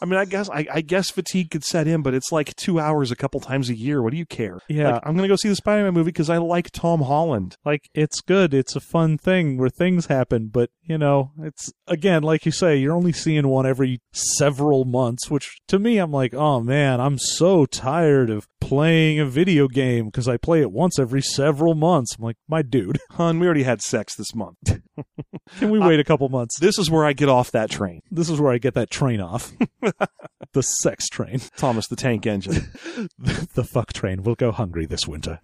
B: I mean, I guess I, I guess fatigue could set in, but it's like two hours a couple times a year. What do you care?
A: Yeah.
B: Like, I'm gonna go see the Spider-Man movie because I like Tom Holland.
A: Like it's good, it's a fun thing where things happen, but you know, it's again, like you say, you're only seeing one every several months, which to me I'm like, "Oh man, I'm so tired of playing a video game because I play it once every several months." I'm like, "My dude, (laughs)
B: Hun, we already had sex this month.
A: can we wait a couple months?
B: This is where I get off that train.
A: This is where I get that train off." (laughs) the sex train. (laughs)
B: (laughs) Thomas the Tank Engine.
A: the fuck train. We'll go hungry this winter.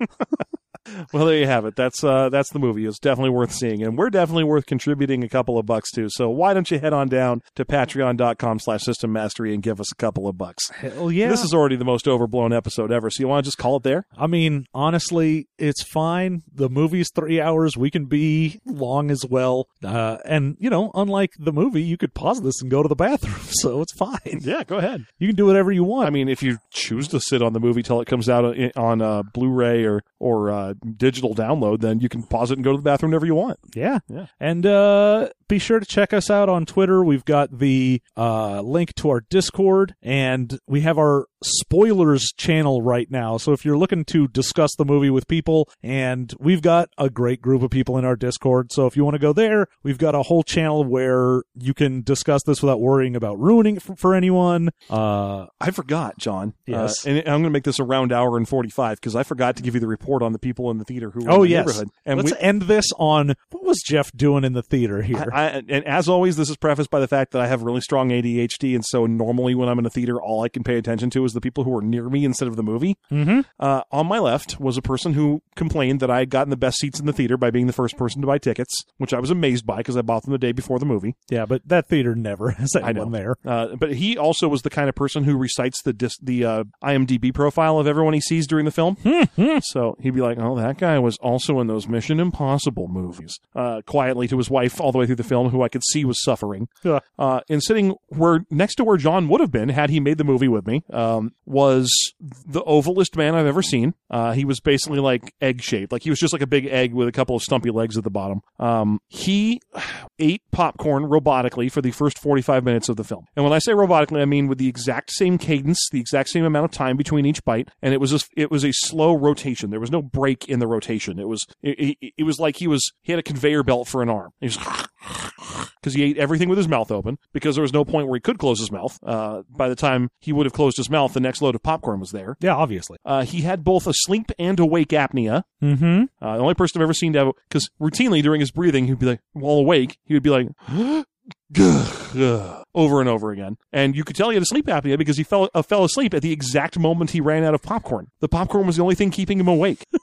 B: Well, there you have it. That's uh, that's the movie. It's definitely worth seeing, and we're definitely worth contributing a couple of bucks to. So why don't you head on down to Patreon.com/slash System Mastery and give us a couple of bucks?
A: Hell yeah.
B: This is already the most overblown episode ever. So you want to just call it there?
A: I mean, honestly, it's fine. The movie's three hours. We can be long as well. Uh, and, you know, unlike the movie, you could pause this and go to the bathroom. (laughs) So it's fine.
B: Yeah, go ahead.
A: You can do whatever you want.
B: I mean, if you choose to sit on the movie till it comes out on- on uh, Blu-ray or or uh, digital download, then you can pause it and go to the bathroom whenever you want.
A: yeah.
B: Yeah.
A: And uh, be sure to check us out on Twitter. We've got the uh, link to our Discord, and we have our spoilers channel right now. So if you're looking to discuss the movie with people, and we've got a great group of people in our Discord. So if you want to go there, we've got a whole channel where you can discuss this without worrying about ruining it for, for anyone. Uh,
B: I forgot, John.
A: Yes.
B: Uh, and I'm going to make this a round hour and 45 because I forgot to give you the report on the people in the theater who were in
A: oh
B: the
A: yes,
B: neighborhood. And
A: let's
B: we,
A: end this on what was Jeff doing in the theater here?
B: I, I, and as always, this is prefaced by the fact that I have really strong ADHD, and so normally when I'm in a theater, all I can pay attention to is the people who are near me instead of the movie.
A: mm-hmm.
B: Uh, on my left was a person who complained that I had gotten the best seats in the theater by being the first person to buy tickets, which I was amazed by because I bought them the day before the movie.
A: Yeah, but that theater never has
B: I know.
A: anyone there.
B: Uh, but he also was the kind of person who recites the dis- the uh, IMDb profile of everyone he sees during the film. so he'd be like, "Oh, that guy was also in those Mission Impossible movies." Uh, quietly to his wife all the way through the film, who I could see was suffering.
A: Yeah.
B: Uh, and sitting where next to where John would have been had he made the movie with me um, was the ovalist man I've ever seen. Uh, he was basically like egg shaped, like he was just like a big egg with a couple of stumpy legs at the bottom. Um, he (sighs) ate popcorn robotically for the first 45 minutes of the film. And when I say robotically, I mean with the exact same cadence, the exact same amount of time between each bite, and it was a, it was a slow rotation. There was no break in the rotation. It was it, it, it was like he was he had a conveyor belt for an arm. He was (laughs) because he ate everything with his mouth open because there was no point where he could close his mouth. Uh, by the time he would have closed his mouth, the next load of popcorn was there.
A: Yeah, obviously.
B: Uh, he had both a sleep and awake apnea.
A: Mm-hmm.
B: Uh, the only person I've ever seen to have, because routinely during his breathing, he'd be like, while awake, he would be like, (gasps) over and over again. And you could tell he had a sleep apnea because he fell, uh, fell asleep at the exact moment he ran out of popcorn. The popcorn was the only thing keeping him awake. (laughs)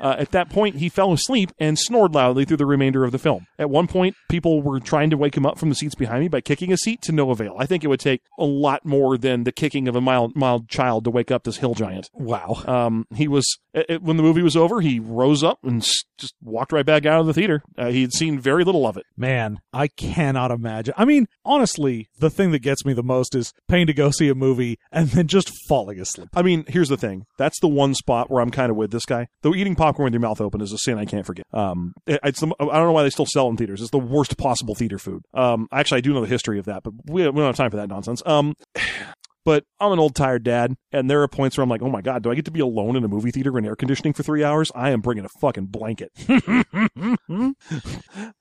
B: Uh, at that point, he fell asleep and snored loudly through the remainder of the film. At one point, people were trying to wake him up from the seats behind me by kicking a seat to no avail. I think it would take a lot more than the kicking of a mild, mild child to wake up this hill giant.
A: Wow.
B: Um, he was it, it- when the movie was over. He rose up and s- just walked right back out of the theater. Uh, he had seen very little of it.
A: Man, I cannot imagine. I mean, honestly, the thing that gets me the most is paying to go see a movie and then just falling asleep.
B: I mean, here's the thing. That's the one spot where I'm kind of with this guy. Though eating popcorn with your mouth open is a sin I can't forget. Um, it- it's the, I don't know why they still sell it in theaters. It's the worst possible theater food. Um, actually, I do know the history of that, but we, we don't have time for that nonsense. Um, (sighs) but I'm an old tired dad, and there are points where I'm like, oh my god, do I get to be alone in a movie theater in air conditioning for three hours? I am bringing a fucking blanket. (laughs)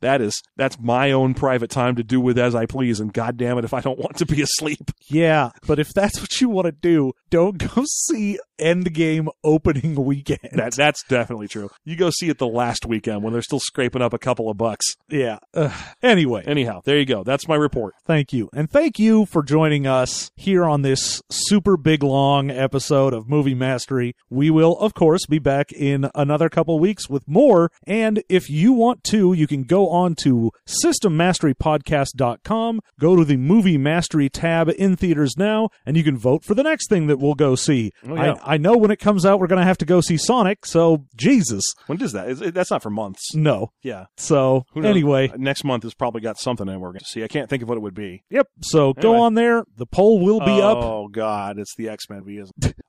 B: that is that's my own private time to do with as I please, and goddamn it, if I don't want to be asleep.
A: Yeah, but if that's what you want to do, don't go (laughs) see Endgame opening weekend.
B: (laughs) That that's definitely true. You go see it the last weekend when they're still scraping up a couple of bucks.
A: yeah. Ugh. anyway,
B: Anyhow, there you go. That's my report.
A: thank you. And thank you for joining us here on this super big long episode of Movie Mastery. We will, of course, be back in another couple weeks with more. And if you want to, you can go on to systemmasterypodcast.com, go to the Movie Mastery tab in theaters now, and you can vote for the next thing that we'll go see.
B: Oh, yeah.
A: I, I know when it comes out, we're going to have to go see Sonic, so Jesus.
B: When does that? Is it, that's not for months.
A: No.
B: Yeah.
A: So,
B: Who knows? Uh,
A: anyway.
B: next month has probably got something that we're going to see. I can't think of what it would be.
A: Yep. So go
B: Anyway.
A: on there. The poll will be
B: oh,
A: up.
B: God, it's the X Men. (laughs)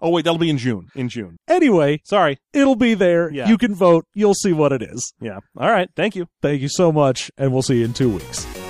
B: oh wait, that'll be in June. In June.
A: Anyway,
B: Sorry.
A: It'll be there.
B: Yeah.
A: You can vote. You'll see what it is.
B: Yeah. All right. Thank you.
A: Thank you so much, and we'll see you in two weeks.